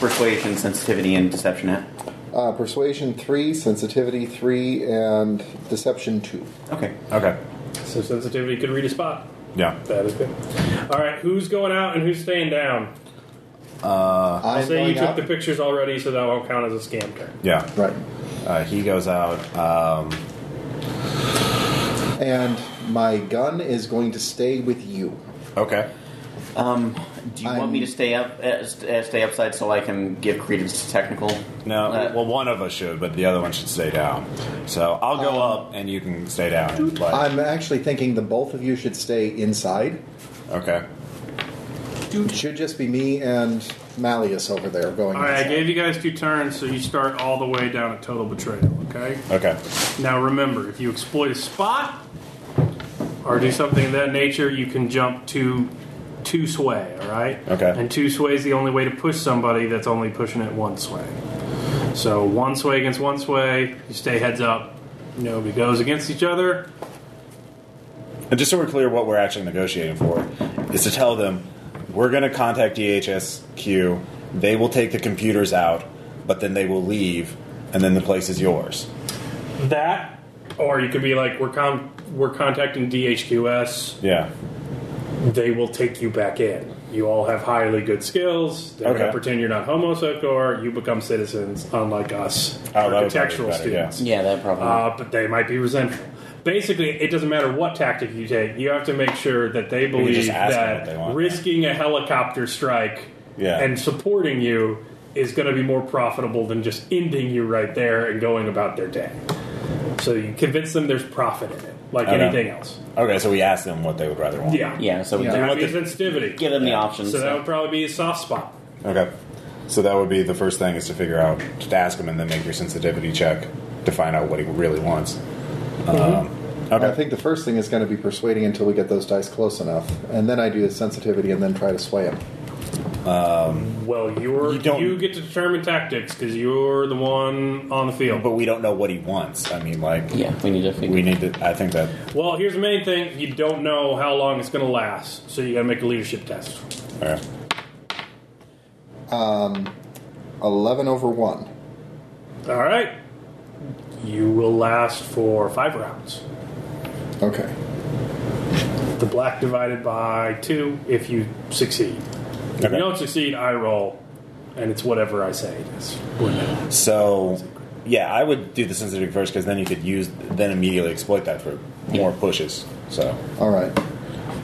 Speaker 3: persuasion, sensitivity, and deception at?
Speaker 6: Uh, persuasion 3, sensitivity 3, and deception 2.
Speaker 3: Okay.
Speaker 1: okay.
Speaker 2: So sensitivity could read a spot.
Speaker 1: Yeah.
Speaker 2: That is good. All right, who's going out and who's staying down?
Speaker 6: I'm
Speaker 2: Say you
Speaker 6: going
Speaker 2: took
Speaker 6: out.
Speaker 2: the pictures already, so that won't count as a scam turn.
Speaker 1: Yeah.
Speaker 6: Right.
Speaker 1: Uh, he goes out. Um,
Speaker 6: And my gun is going to stay with you.
Speaker 1: okay.
Speaker 3: Um, do you want
Speaker 6: I'm-
Speaker 3: me to stay up, uh, st- uh, stay upside, so I can give credence to technical?
Speaker 1: No,
Speaker 3: Uh,
Speaker 1: well, one of us should, but the other one should stay down. So I'll go up, and you can stay down. And play.
Speaker 6: I'm actually thinking the both of you should stay inside.
Speaker 1: okay.
Speaker 6: It should just be me and Malleus over there going.
Speaker 2: All right, I
Speaker 6: inside.
Speaker 2: gave you guys two turns, so you start all the way down at total betrayal. Okay.
Speaker 1: Okay.
Speaker 2: Now remember, if you exploit a spot or do something of that nature, you can jump to two sway. All right.
Speaker 1: Okay.
Speaker 2: And two sway is the only way to push somebody that's only pushing it one sway. So one sway against one sway, you stay heads up. Nobody goes against each other.
Speaker 1: And just so we're clear, what we're actually negotiating for is to tell them we're going to contact DHSQ. They will take the computers out, but then they will leave, and then the place is yours.
Speaker 2: That, or you could be like, we're con- we're contacting DHQS.
Speaker 1: Yeah.
Speaker 2: they will take you back in. You all have highly good skills. They're
Speaker 1: Okay.
Speaker 2: going to pretend you're not Homo Secor. You become citizens, unlike us,
Speaker 1: Oh, that would probably be
Speaker 2: architectural
Speaker 1: better,
Speaker 2: students.
Speaker 3: Yeah, that probably.
Speaker 2: Uh, but they might be resentful. Basically, it doesn't matter what tactic you take. You have to make sure that they
Speaker 1: can
Speaker 2: believe
Speaker 1: just ask them what they
Speaker 2: that
Speaker 1: want.
Speaker 2: risking a helicopter strike
Speaker 1: Yeah.
Speaker 2: and supporting you is going to be more profitable than just ending you right there and going about their day. So you convince them there's profit in it, like
Speaker 1: Okay.
Speaker 2: anything else.
Speaker 1: Okay, so we asked them what they would rather want.
Speaker 2: Yeah.
Speaker 3: yeah, so we
Speaker 6: Yeah.
Speaker 3: give-
Speaker 2: Happy sensitivity.
Speaker 3: give them the options.
Speaker 2: So that would probably be a soft spot.
Speaker 1: Okay. So that would be the first thing is to figure out, to ask him, and then make your sensitivity check to find out what he really wants.
Speaker 2: Mm-hmm.
Speaker 1: Um,
Speaker 6: I
Speaker 1: okay.
Speaker 6: think the first thing is going to be persuading until we get those dice close enough, and then I do the sensitivity and then try to sway him.
Speaker 2: Well, you're
Speaker 1: You
Speaker 2: you,
Speaker 1: don't-
Speaker 2: get to determine tactics because you're the one on the field.
Speaker 1: But we don't know what he wants. I mean, like,
Speaker 3: yeah, we need to figure.
Speaker 1: we need to. I think that.
Speaker 2: Well, here's the main thing: you don't know how long it's going to last, so you got to make a leadership test.
Speaker 1: all right.
Speaker 6: 11 over 1.
Speaker 2: All right, you will last for five rounds.
Speaker 6: Okay.
Speaker 2: The black divided by two if you succeed. If
Speaker 1: Okay.
Speaker 2: you don't succeed, I roll, and it's whatever I say it is.
Speaker 1: So, yeah, I would do the sensitivity first because then you could use, then immediately exploit that for more pushes. So
Speaker 6: All right.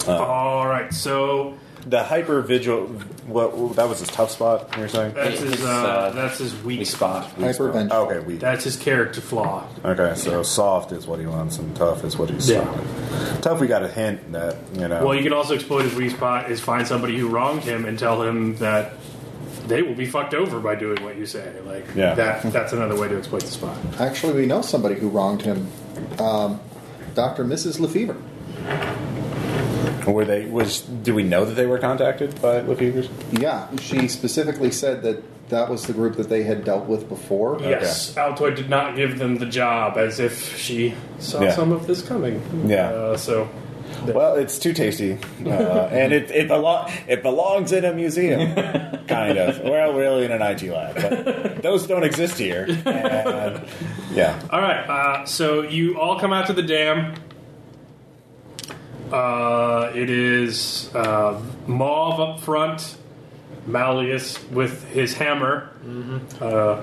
Speaker 2: All right, so
Speaker 1: the hyper vigil, what that was his tough spot. You're saying?
Speaker 2: that's his
Speaker 3: It's,
Speaker 2: uh,
Speaker 3: uh,
Speaker 2: that's his weak
Speaker 3: Weak
Speaker 2: spot.
Speaker 3: spot.
Speaker 6: Hyper vengeful.
Speaker 1: Oh, okay, we.
Speaker 2: That's his character flaw.
Speaker 1: Okay, so soft is what he wants, and tough is what he's.
Speaker 2: Yeah.
Speaker 1: struggling. Tough, we got a hint that you know.
Speaker 2: Well, you can also exploit his weak spot is find somebody who wronged him and tell him that they will be fucked over by doing what you say. Like
Speaker 1: Yeah.
Speaker 2: that that's another way to exploit the spot.
Speaker 6: Actually, we know somebody who wronged him. Um, Dr. and Mrs. Lefevre.
Speaker 1: were they was? Do we know that they were contacted by Lefevers?
Speaker 6: Yeah, she specifically said that that was the group that they had dealt with before.
Speaker 2: Yes, Altoid did not give them the job as if she saw
Speaker 1: Yeah.
Speaker 2: some of this coming.
Speaker 1: Yeah.
Speaker 2: Uh, so
Speaker 1: Well, it's too tasty, uh, and it it, belo- it belongs in a museum, kind of. Well, really, in an IG lab, but those don't exist here. And, yeah,
Speaker 2: all right. Uh, so you all come out to the dam. Uh, it is uh, Mauve up front, Malleus with his hammer.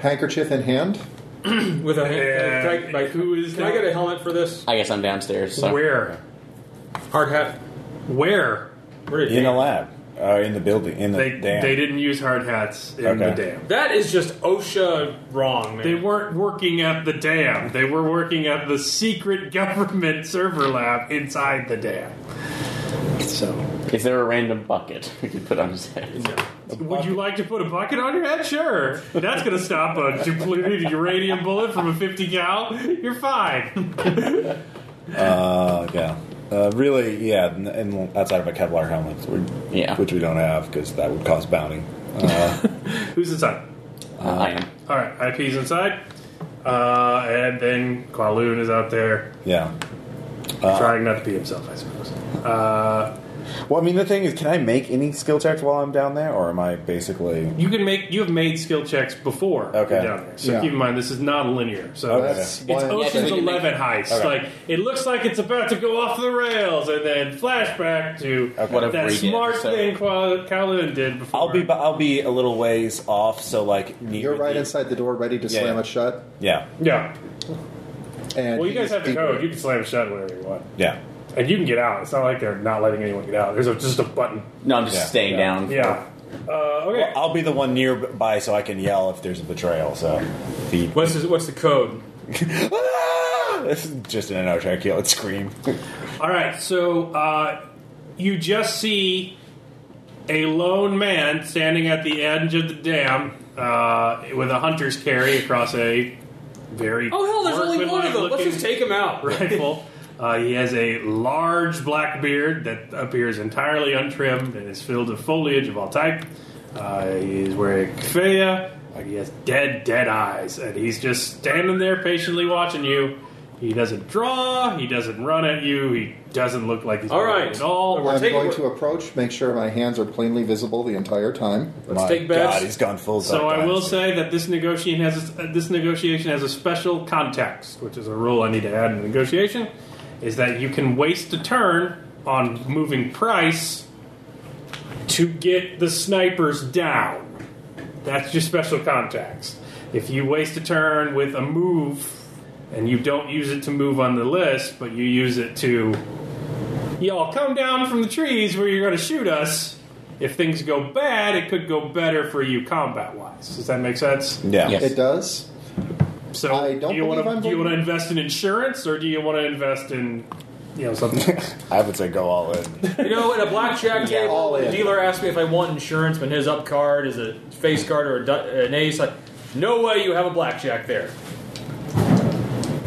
Speaker 6: Handkerchief in hand.
Speaker 4: With a
Speaker 2: Yeah.
Speaker 4: hand. uh, Can I, like,
Speaker 2: Who is
Speaker 4: Can I
Speaker 2: that?
Speaker 4: get a helmet for this?
Speaker 3: I guess I'm downstairs. So.
Speaker 2: Where?
Speaker 4: Hard hat.
Speaker 2: Where?
Speaker 4: Where is
Speaker 1: in the
Speaker 4: it?
Speaker 1: lab, uh, in the building, in the
Speaker 2: They,
Speaker 1: dam.
Speaker 2: they didn't use hard hats in
Speaker 1: Okay.
Speaker 2: the dam.
Speaker 4: That is just OSHA wrong, man.
Speaker 2: They weren't working at the dam. They were working at the secret government server lab inside the dam. So,
Speaker 3: Is there a random bucket we could put on his head?
Speaker 2: would you like to put a bucket on your head? Sure. That's going to stop a depleted uranium bullet from a 50 cal. You're fine.
Speaker 1: Uh, yeah. Uh, really, yeah, n- and outside of a Kevlar helmet, we-
Speaker 3: Yeah.
Speaker 1: which we don't have because that would cause bounty. Uh,
Speaker 2: Who's inside?
Speaker 3: Uh, I am.
Speaker 2: All right, IP's inside. Uh, and then Kualoon is out there
Speaker 1: Yeah.
Speaker 2: trying not to be himself, I suppose.
Speaker 1: Well, I mean, the thing is, can I make any skill checks while I'm down there, or am I basically?
Speaker 2: You can make. You have made skill checks before.
Speaker 1: Okay.
Speaker 2: you're Down there. So
Speaker 6: Yeah.
Speaker 2: keep in mind this is not linear. So
Speaker 1: Okay.
Speaker 6: That's
Speaker 2: it's
Speaker 6: why-
Speaker 3: Yeah, 'cause we
Speaker 2: Ocean's
Speaker 3: can make-
Speaker 2: Eleven heist.
Speaker 1: Okay.
Speaker 2: Like it looks like it's about to go off the rails, and then flashback to
Speaker 1: Okay.
Speaker 3: Whatever
Speaker 2: that
Speaker 3: we did,
Speaker 2: smart
Speaker 3: so-
Speaker 2: thing Qua- Kowloon did before.
Speaker 1: I'll be I'll be a little ways off, so like meet
Speaker 6: You're
Speaker 1: with
Speaker 6: right
Speaker 1: you.
Speaker 6: inside the door, ready to
Speaker 1: Yeah,
Speaker 6: slam
Speaker 1: yeah.
Speaker 6: it shut.
Speaker 1: Yeah,
Speaker 2: Yeah.
Speaker 6: And
Speaker 2: Well, you guys
Speaker 6: he's
Speaker 2: have the
Speaker 6: deeper.
Speaker 2: code. You can slam shut whatever you want.
Speaker 1: yeah.
Speaker 2: And you can get out. It's not like they're not letting anyone get out. There's a, just a button.
Speaker 3: No, I'm just
Speaker 1: Yeah,
Speaker 3: staying
Speaker 1: yeah.
Speaker 3: down.
Speaker 2: Yeah. Uh, okay.
Speaker 1: I'll be the one nearby so I can yell if there's a betrayal. So, if he-
Speaker 4: What's his, what's the code?
Speaker 1: Ah! This is just in an articulate scream.
Speaker 2: All right. So uh, you just see a lone man standing at the edge of the dam uh, with a hunter's carry across a very
Speaker 4: Oh hell, there's only one of them. Let's
Speaker 2: workmanlike-looking-
Speaker 4: just take him out.
Speaker 2: rifle. Uh, he has a large black beard that appears entirely untrimmed and is filled with foliage of all type. Uh, he's wearing kafaya. Like he has dead, dead eyes, and he's just standing there patiently watching you. He doesn't draw. He doesn't run at you. He doesn't look like he's
Speaker 4: All
Speaker 2: moving
Speaker 4: right.
Speaker 2: at all.
Speaker 4: We're
Speaker 6: I'm
Speaker 4: taking-
Speaker 6: going to approach, make sure my hands are plainly visible the entire time.
Speaker 4: Let's
Speaker 1: My
Speaker 4: take
Speaker 1: God,
Speaker 4: bets.
Speaker 1: he's gone full.
Speaker 2: So
Speaker 1: Zuck
Speaker 2: I will
Speaker 1: Dynasty.
Speaker 2: say that this negotiation has a, uh, this negotiation has a special context, which is a rule I need to add in the negotiation, is that you can waste a turn on moving price to get the snipers down. That's your special context. If you waste a turn with a move and you don't use it to move on the list, but you use it to y'all come down from the trees where you're going to shoot us. If things go bad, it could go better for you combat wise. Does that make sense?
Speaker 1: yeah.
Speaker 6: It does.
Speaker 2: So
Speaker 6: I don't
Speaker 2: do you want
Speaker 6: believe
Speaker 2: to
Speaker 6: I'm
Speaker 2: do you
Speaker 6: going-
Speaker 2: want to invest in insurance or do you want to invest in you know something? else?
Speaker 1: I would say go all in.
Speaker 4: You know, at a blackjack
Speaker 6: Yeah, all
Speaker 4: table,
Speaker 6: in.
Speaker 4: the dealer asked me if I want insurance, but his up card is a face card or a, du- an ace. Like, no way you have a blackjack there.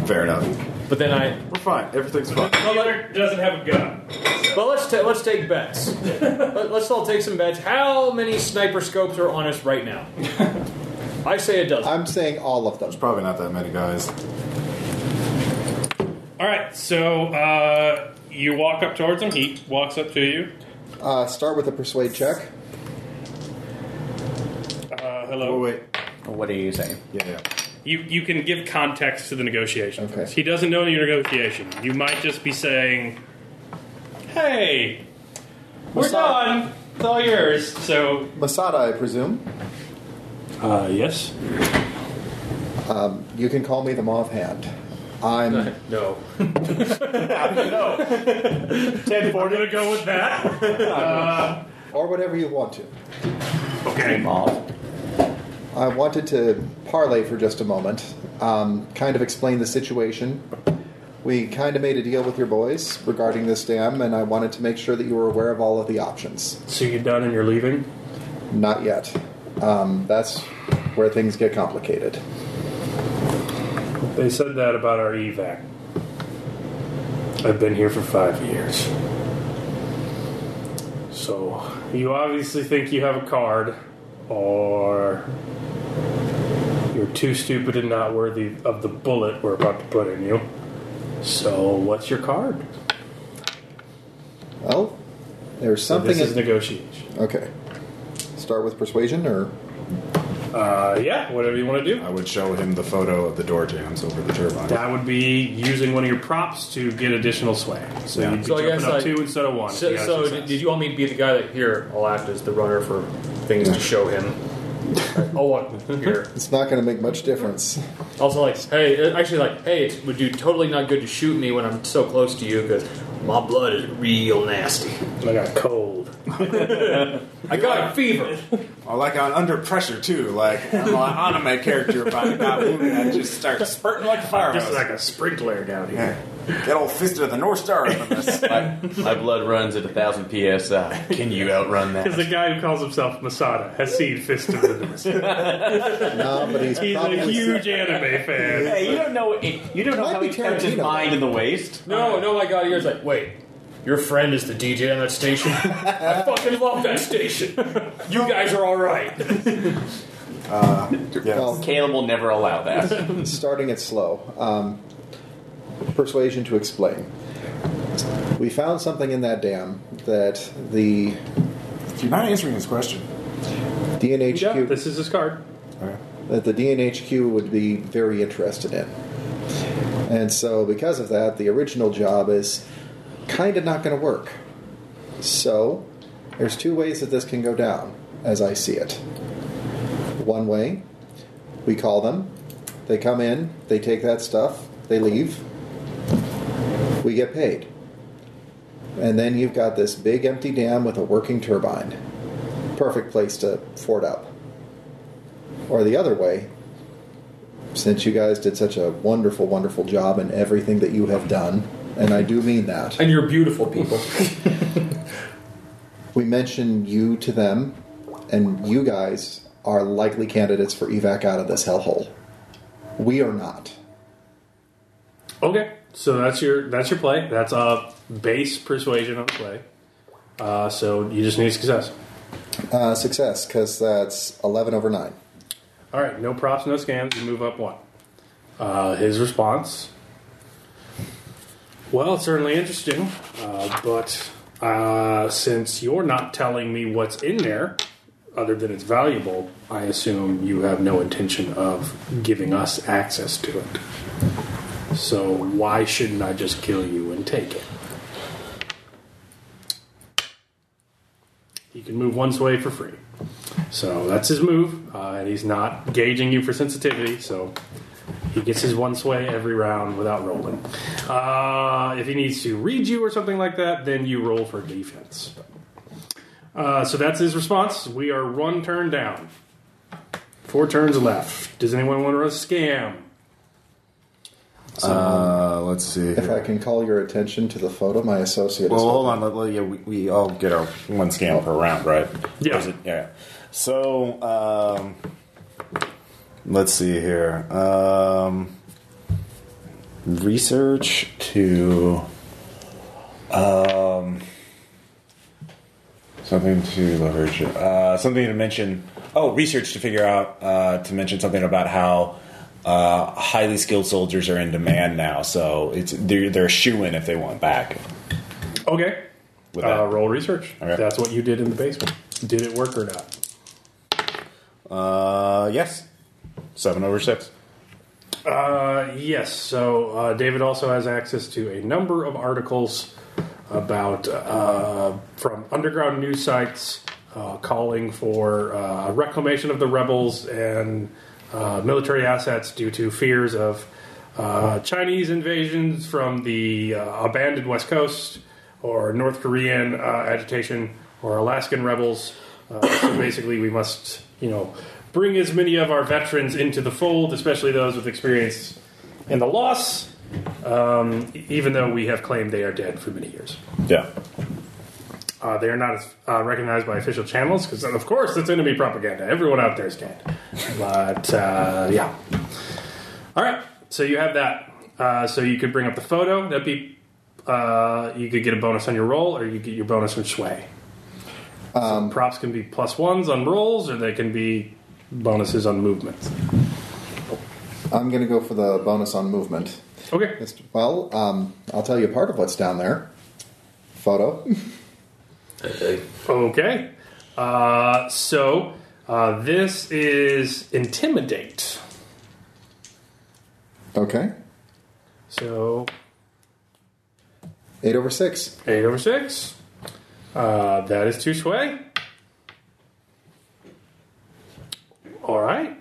Speaker 1: Fair enough.
Speaker 4: But then I,
Speaker 10: We're fine. Everything's fine.
Speaker 2: Dealer doesn't have a gun.
Speaker 4: but let's ta- let's take bets. Let- let's all take some bets. How many sniper scopes are on us right now? I say a dozen.
Speaker 6: I'm saying all of them.
Speaker 10: Probably not that many guys.
Speaker 2: All right, so uh, you walk up towards him. He walks up to you.
Speaker 6: Uh, start with a persuade check.
Speaker 2: Uh,
Speaker 10: Oh
Speaker 2: hello.
Speaker 10: wait,
Speaker 3: What are you saying?
Speaker 10: yeah, yeah.
Speaker 2: You you can give context to the negotiation.
Speaker 6: Okay.
Speaker 2: He doesn't know your negotiation. You might just be saying, "Hey, we're
Speaker 6: What's up?"
Speaker 2: done. It's all yours." So
Speaker 6: Masada, I presume.
Speaker 2: Uh, yes.
Speaker 6: Um, you can call me the Mauve Hand. I'm
Speaker 4: no.
Speaker 2: We're gonna go with that.
Speaker 6: or whatever you want to.
Speaker 2: Okay.
Speaker 3: Off.
Speaker 6: I wanted to parlay for just a moment, um, kind of explain the situation. We kind of made a deal with your boys regarding this dam, and I wanted to make sure that you were aware of all of the options.
Speaker 2: So you're done and you're leaving.
Speaker 6: Not yet. Um, that's where things get complicated.
Speaker 2: They said that about our evac. I've been here for five years. So you obviously think you have a card, or you're too stupid and not worthy of the bullet we're about to put in you. So what's your card?
Speaker 6: Well, there's
Speaker 2: So
Speaker 6: something.
Speaker 2: this is
Speaker 6: in-
Speaker 2: negotiation.
Speaker 6: okay. Start with persuasion, or
Speaker 2: Uh, yeah, whatever you want to do.
Speaker 10: I would show him the photo of the door jams over the turbine.
Speaker 2: That would be using one of your props to get additional sway. So
Speaker 10: Yeah.
Speaker 2: you'd be
Speaker 4: So I
Speaker 2: jumping
Speaker 4: guess,
Speaker 2: up
Speaker 4: like,
Speaker 2: two instead of one. if
Speaker 4: So,
Speaker 2: you got a
Speaker 4: so
Speaker 2: success.
Speaker 4: did, did you want me to be the guy that here? I'll act as the runner for things to show him. I'll walk here.
Speaker 6: it's not going to make much difference.
Speaker 4: Also, like, hey, uh, actually, like, hey, it would do totally not good to shoot me when I'm so close to you because my blood is real nasty.
Speaker 2: I got cold.
Speaker 4: I got a fever.
Speaker 1: Oh,
Speaker 10: Or like I'm under pressure too. Like I'm an anime character, if I got wounded, I just start spurting like a fire
Speaker 2: Just
Speaker 10: hose.
Speaker 2: like a sprinkler down here.
Speaker 10: Yeah. Get old fist of the North Star up in this.
Speaker 3: My, my blood runs at a thousand psi. Can you outrun
Speaker 2: Because the guy who calls himself Masada has seen Fist of the North.
Speaker 6: No, but he's,
Speaker 2: He's
Speaker 6: probably
Speaker 2: a huge anime fan.
Speaker 3: Hey, you don't know it, you don't know
Speaker 6: Might
Speaker 3: how
Speaker 6: be
Speaker 3: he kept his
Speaker 6: Tarantino.
Speaker 3: mind in the waist.
Speaker 4: No, no, I got ears like, wait, your friend is the DJ on that station? I fucking love that station. You guys are alright.
Speaker 10: Yeah.
Speaker 6: well,
Speaker 3: Caleb will never allow that.
Speaker 6: starting it slow. Um, persuasion to explain. We found something in that dam that the
Speaker 10: You're not answering his question.
Speaker 6: DNHQ
Speaker 2: Yeah, this is his card.
Speaker 6: that the DNHQ would be very interested in. And so, because of that, the original job is kind of not going to work. So, there's two ways that this can go down, as I see it. One way, we call them, they come in, they take that stuff, they leave, we get paid. and then you've got this big empty dam with a working turbine. Perfect place to fort up. Or the other way, since you guys did such a wonderful, wonderful job in everything that you have done, and I do mean that.
Speaker 4: And you're beautiful people.
Speaker 6: We mention you to them, and you guys are likely candidates for evac out of this hellhole. We are not.
Speaker 2: Okay, so that's your that's your play. That's a uh, base persuasion on play. Uh, so you just need success.
Speaker 6: Uh, success, because that's 11 over 9.
Speaker 2: All right, no props, no scams. You move up one. Uh, his response. Well, it's certainly interesting, uh, but uh, since you're not telling me what's in there, other than it's valuable, I assume you have no intention of giving us access to it. So why shouldn't I just kill you and take it? He can move one sway for free. So that's his move, uh, and he's not gauging you for sensitivity, so he gets his one sway every round without rolling. Uh, if he needs to read you or something like that, then you roll for defense. Uh, so that's his response. We are one turn down. Four turns left. Does anyone want to run a scam?
Speaker 10: Uh, let's see.
Speaker 6: If I can call your attention to the photo, my associate
Speaker 10: Well,
Speaker 6: is.
Speaker 10: hold on. Let, let- yeah, we, we all get our one scam per round, right?
Speaker 2: Yeah.
Speaker 10: Or is it- yeah. So, um, let's see here. Um, research to. Um,
Speaker 1: Something to leverage. Uh, something to mention. Oh, research to figure out uh, to mention something about how uh, highly skilled soldiers are in demand now. So it's they're, they're a shoe in if they want back.
Speaker 2: Okay.
Speaker 1: With that.
Speaker 2: Uh, roll research.
Speaker 1: Okay.
Speaker 2: That's what you did in the basement. Did it work or not?
Speaker 10: uh, yes.
Speaker 1: Seven over six.
Speaker 2: Uh, yes. So uh, David also has access to a number of articles about uh, from underground news sites uh, calling for uh, reclamation of the rebels and uh, military assets due to fears of uh, Chinese invasions from the uh, abandoned West Coast or North Korean uh, agitation or Alaskan rebels. Uh, so basically, we must, you know, bring as many of our veterans into the fold, especially those with experience in the loss, um, e- even though we have claimed they are dead for many years.
Speaker 1: Yeah.
Speaker 2: Uh, they are not uh, recognized by official channels because, of course, it's enemy propaganda. Everyone out there is dead. But uh, yeah. All right. So you have that. Uh, so you could bring up the photo. That'd be. Uh, you could get a bonus on your roll, or you get your bonus from sway. Um, props can be plus ones on rolls, or they can be bonuses on movements.
Speaker 6: I'm going to go for the bonus on movement.
Speaker 2: Okay.
Speaker 6: It's- Well, um, I'll tell you part of what's down there. Photo.
Speaker 2: Okay. Uh, so uh, this is intimidate.
Speaker 6: Okay.
Speaker 2: So
Speaker 6: 8 over 6.
Speaker 2: Eight over six. Uh, that is two sway. All right.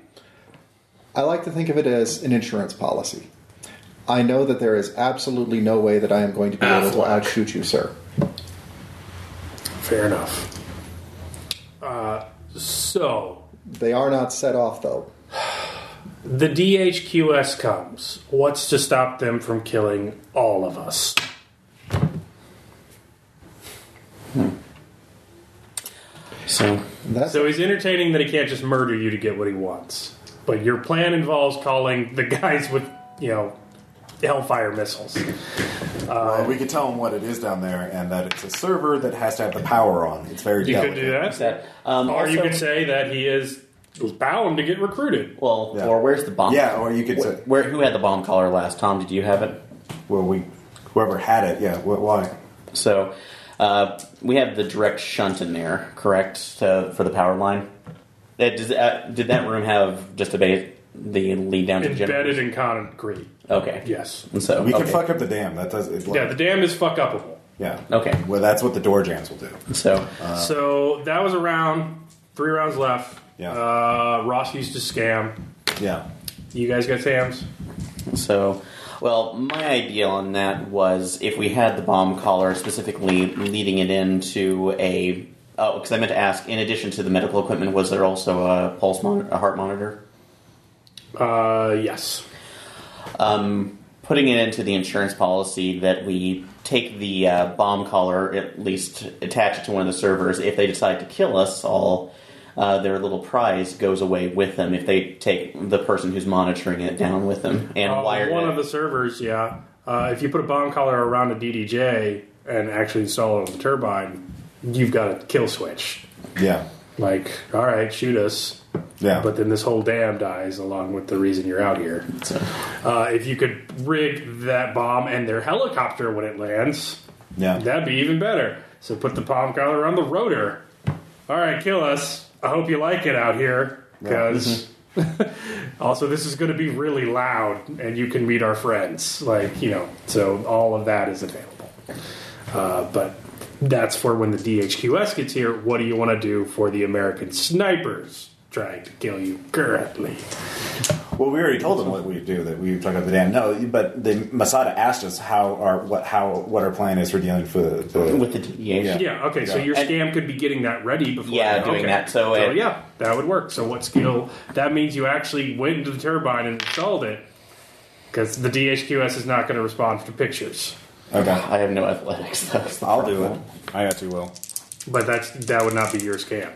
Speaker 6: I like to think of it as an insurance policy. I know that there is absolutely no way that I am going to be able to outshoot you, sir.
Speaker 2: Fair enough. Uh, so
Speaker 6: They are not set off, though.
Speaker 2: the DHQS comes. What's to stop them from killing all of us?
Speaker 10: So,
Speaker 6: That's
Speaker 2: So he's entertaining that he can't just murder you to get what he wants. But your plan involves calling the guys with, you know, hellfire missiles.
Speaker 10: well, we could tell them what it is down there and that it's a server that has to have the power on. It's very
Speaker 2: You
Speaker 10: delicate.
Speaker 2: could do that.
Speaker 3: That, um,
Speaker 2: Or you
Speaker 3: also-
Speaker 2: could say that he is bound to get recruited.
Speaker 3: well,
Speaker 10: Yeah.
Speaker 3: or where's the bomb?
Speaker 10: Yeah, or you could
Speaker 3: Where,
Speaker 10: say,
Speaker 3: where- who had the bomb collar last? Tom, did you have it?
Speaker 10: well, we, whoever had it, yeah, wh- why?
Speaker 3: So uh, we have the direct shunt in there, correct, to, for the power line. That does, uh, did that room have just a ba- the lead down to the
Speaker 2: Embedded
Speaker 3: generator?
Speaker 2: in concrete.
Speaker 3: Okay.
Speaker 2: Yes.
Speaker 3: And so
Speaker 10: We
Speaker 3: okay.
Speaker 10: can fuck up the dam. That does. It's like,
Speaker 2: Yeah, the dam is fuck upable.
Speaker 10: yeah.
Speaker 3: Okay.
Speaker 10: Well, that's what the door jams will do.
Speaker 3: So
Speaker 2: so that was a round. Three rounds left.
Speaker 10: Yeah.
Speaker 2: Uh, Ross used to scam.
Speaker 10: Yeah.
Speaker 2: You guys got Sam's?
Speaker 3: so Well, my idea on that was if we had the bomb collar specifically leading it into a. Oh, because I meant to ask. In addition to the medical equipment, was there also a pulse monitor, a heart monitor?
Speaker 2: Uh, yes.
Speaker 3: Um, putting it into the insurance policy that we take the uh, bomb collar, at least attach it to one of the servers. If they decide to kill us all, uh, their little prize goes away with them. If they take the person who's monitoring it down with them and
Speaker 2: Uh,
Speaker 3: wire
Speaker 2: one
Speaker 3: it.
Speaker 2: of the servers, yeah. Uh, if you put a bomb collar around a DDJ and actually install it on the turbine, you've got a kill switch.
Speaker 1: Yeah.
Speaker 2: Like, all right, shoot us.
Speaker 1: Yeah.
Speaker 2: But then this whole dam dies along with the reason you're out here. Uh, if you could rig that bomb and their helicopter when it lands,
Speaker 1: Yeah.
Speaker 2: that'd be even better. So put the bomb collar around the rotor. All right, kill us. I hope you like it out here because also this is going to be really loud and you can meet our friends. Like, you know, so all of that is available. Uh, but that's for when the DHQS gets here. What do you want to do for the American snipers trying to kill you currently?
Speaker 1: Well, we already told them what we do. That we talk about the dam. No, but the Masada asked us how our what how what our plan is for dealing with the. the
Speaker 3: with the DDH.
Speaker 1: Yeah.
Speaker 2: Yeah, okay, so
Speaker 1: Yeah.
Speaker 2: your
Speaker 3: And-
Speaker 2: scam could be getting that ready before.
Speaker 3: Yeah,
Speaker 2: okay.
Speaker 3: doing that, so it-
Speaker 2: yeah, that would work. So what skill? That means you actually went into the turbine and installed it because the DHQS is not going to respond to pictures.
Speaker 1: okay,
Speaker 3: I have no athletics. That's the
Speaker 1: I'll do it.
Speaker 3: problem.
Speaker 1: I got two will.
Speaker 2: But that's that would not be your scam.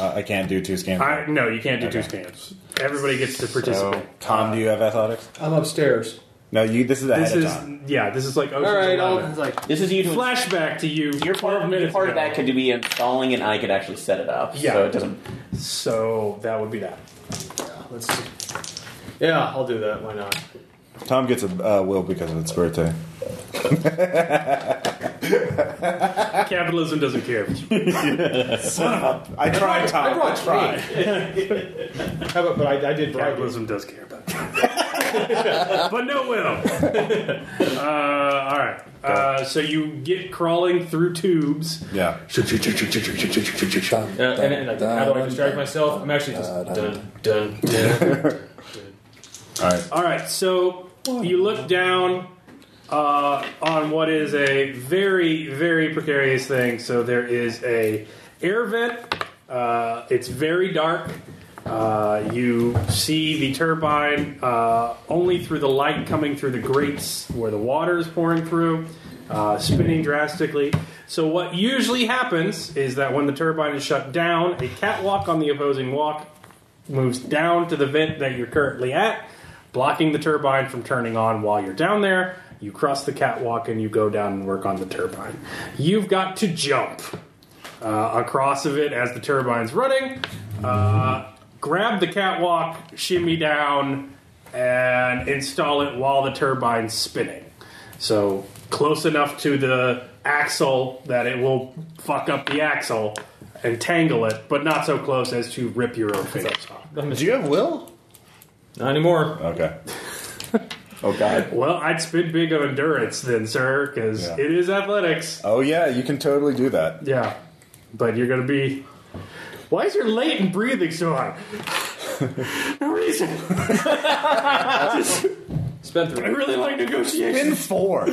Speaker 1: Uh, I can't do two scams.
Speaker 2: I, no, you can't do two scams. Everybody gets to participate.
Speaker 1: Tom, do you have athletics?
Speaker 7: I'm upstairs.
Speaker 1: No, you. This is ahead
Speaker 2: this
Speaker 1: of
Speaker 2: is
Speaker 1: time.
Speaker 2: yeah, this is like Ocean's
Speaker 7: All right, I'll,
Speaker 2: Eleven.
Speaker 7: like,
Speaker 3: This is you. doing-
Speaker 2: Flashback to you.
Speaker 3: Your
Speaker 2: 12
Speaker 3: part, your
Speaker 2: minutes
Speaker 3: part of
Speaker 2: ago.
Speaker 3: that could be installing, and I could actually set it up.
Speaker 2: Yeah.
Speaker 3: So it doesn't.
Speaker 2: So that would be that.
Speaker 7: let's see. Yeah, I'll do that. Why not?
Speaker 1: Tom gets a uh, will because of its birthday.
Speaker 2: Capitalism doesn't care.
Speaker 1: I tried, Tom. I,
Speaker 7: brought
Speaker 1: tried.
Speaker 7: How about, but I, I did bribe you.
Speaker 2: Capitalism does care about you. but no will. Uh, all right. Uh, so you get crawling through tubes.
Speaker 1: Yeah.
Speaker 4: Uh, and, and like, how do I distract myself? I'm actually just dun dun. dun.
Speaker 1: All right.
Speaker 2: All right. So you look down uh, on what is a very, very precarious thing. So there is a air vent. Uh, it's very dark. Uh, you see the turbine uh, only through the light coming through the grates where the water is pouring through, uh, spinning drastically. So, what usually happens is that when the turbine is shut down, a catwalk on the opposing walk moves down to the vent that you're currently at, blocking the turbine from turning on while you're down there. You cross the catwalk and you go down and work on the turbine. You've got to jump uh, across of it as the turbine's running. Uh, grab the catwalk, shimmy down, and install it while the turbine's spinning. So close enough to the axle that it will fuck up the axle and tangle it, but not so close as to rip your own fingers off.
Speaker 6: Do you have will?
Speaker 4: Not anymore.
Speaker 1: Okay. oh God.
Speaker 2: Well, I'd spin big on endurance then, sir, because
Speaker 1: Yeah.
Speaker 2: it is athletics.
Speaker 1: Oh yeah, you can totally do that.
Speaker 2: Yeah, but you're gonna be. Why is your latent breathing so hard? no reason.
Speaker 4: Spent
Speaker 2: I
Speaker 4: through.
Speaker 2: really like
Speaker 1: Spin
Speaker 2: negotiation.
Speaker 1: four.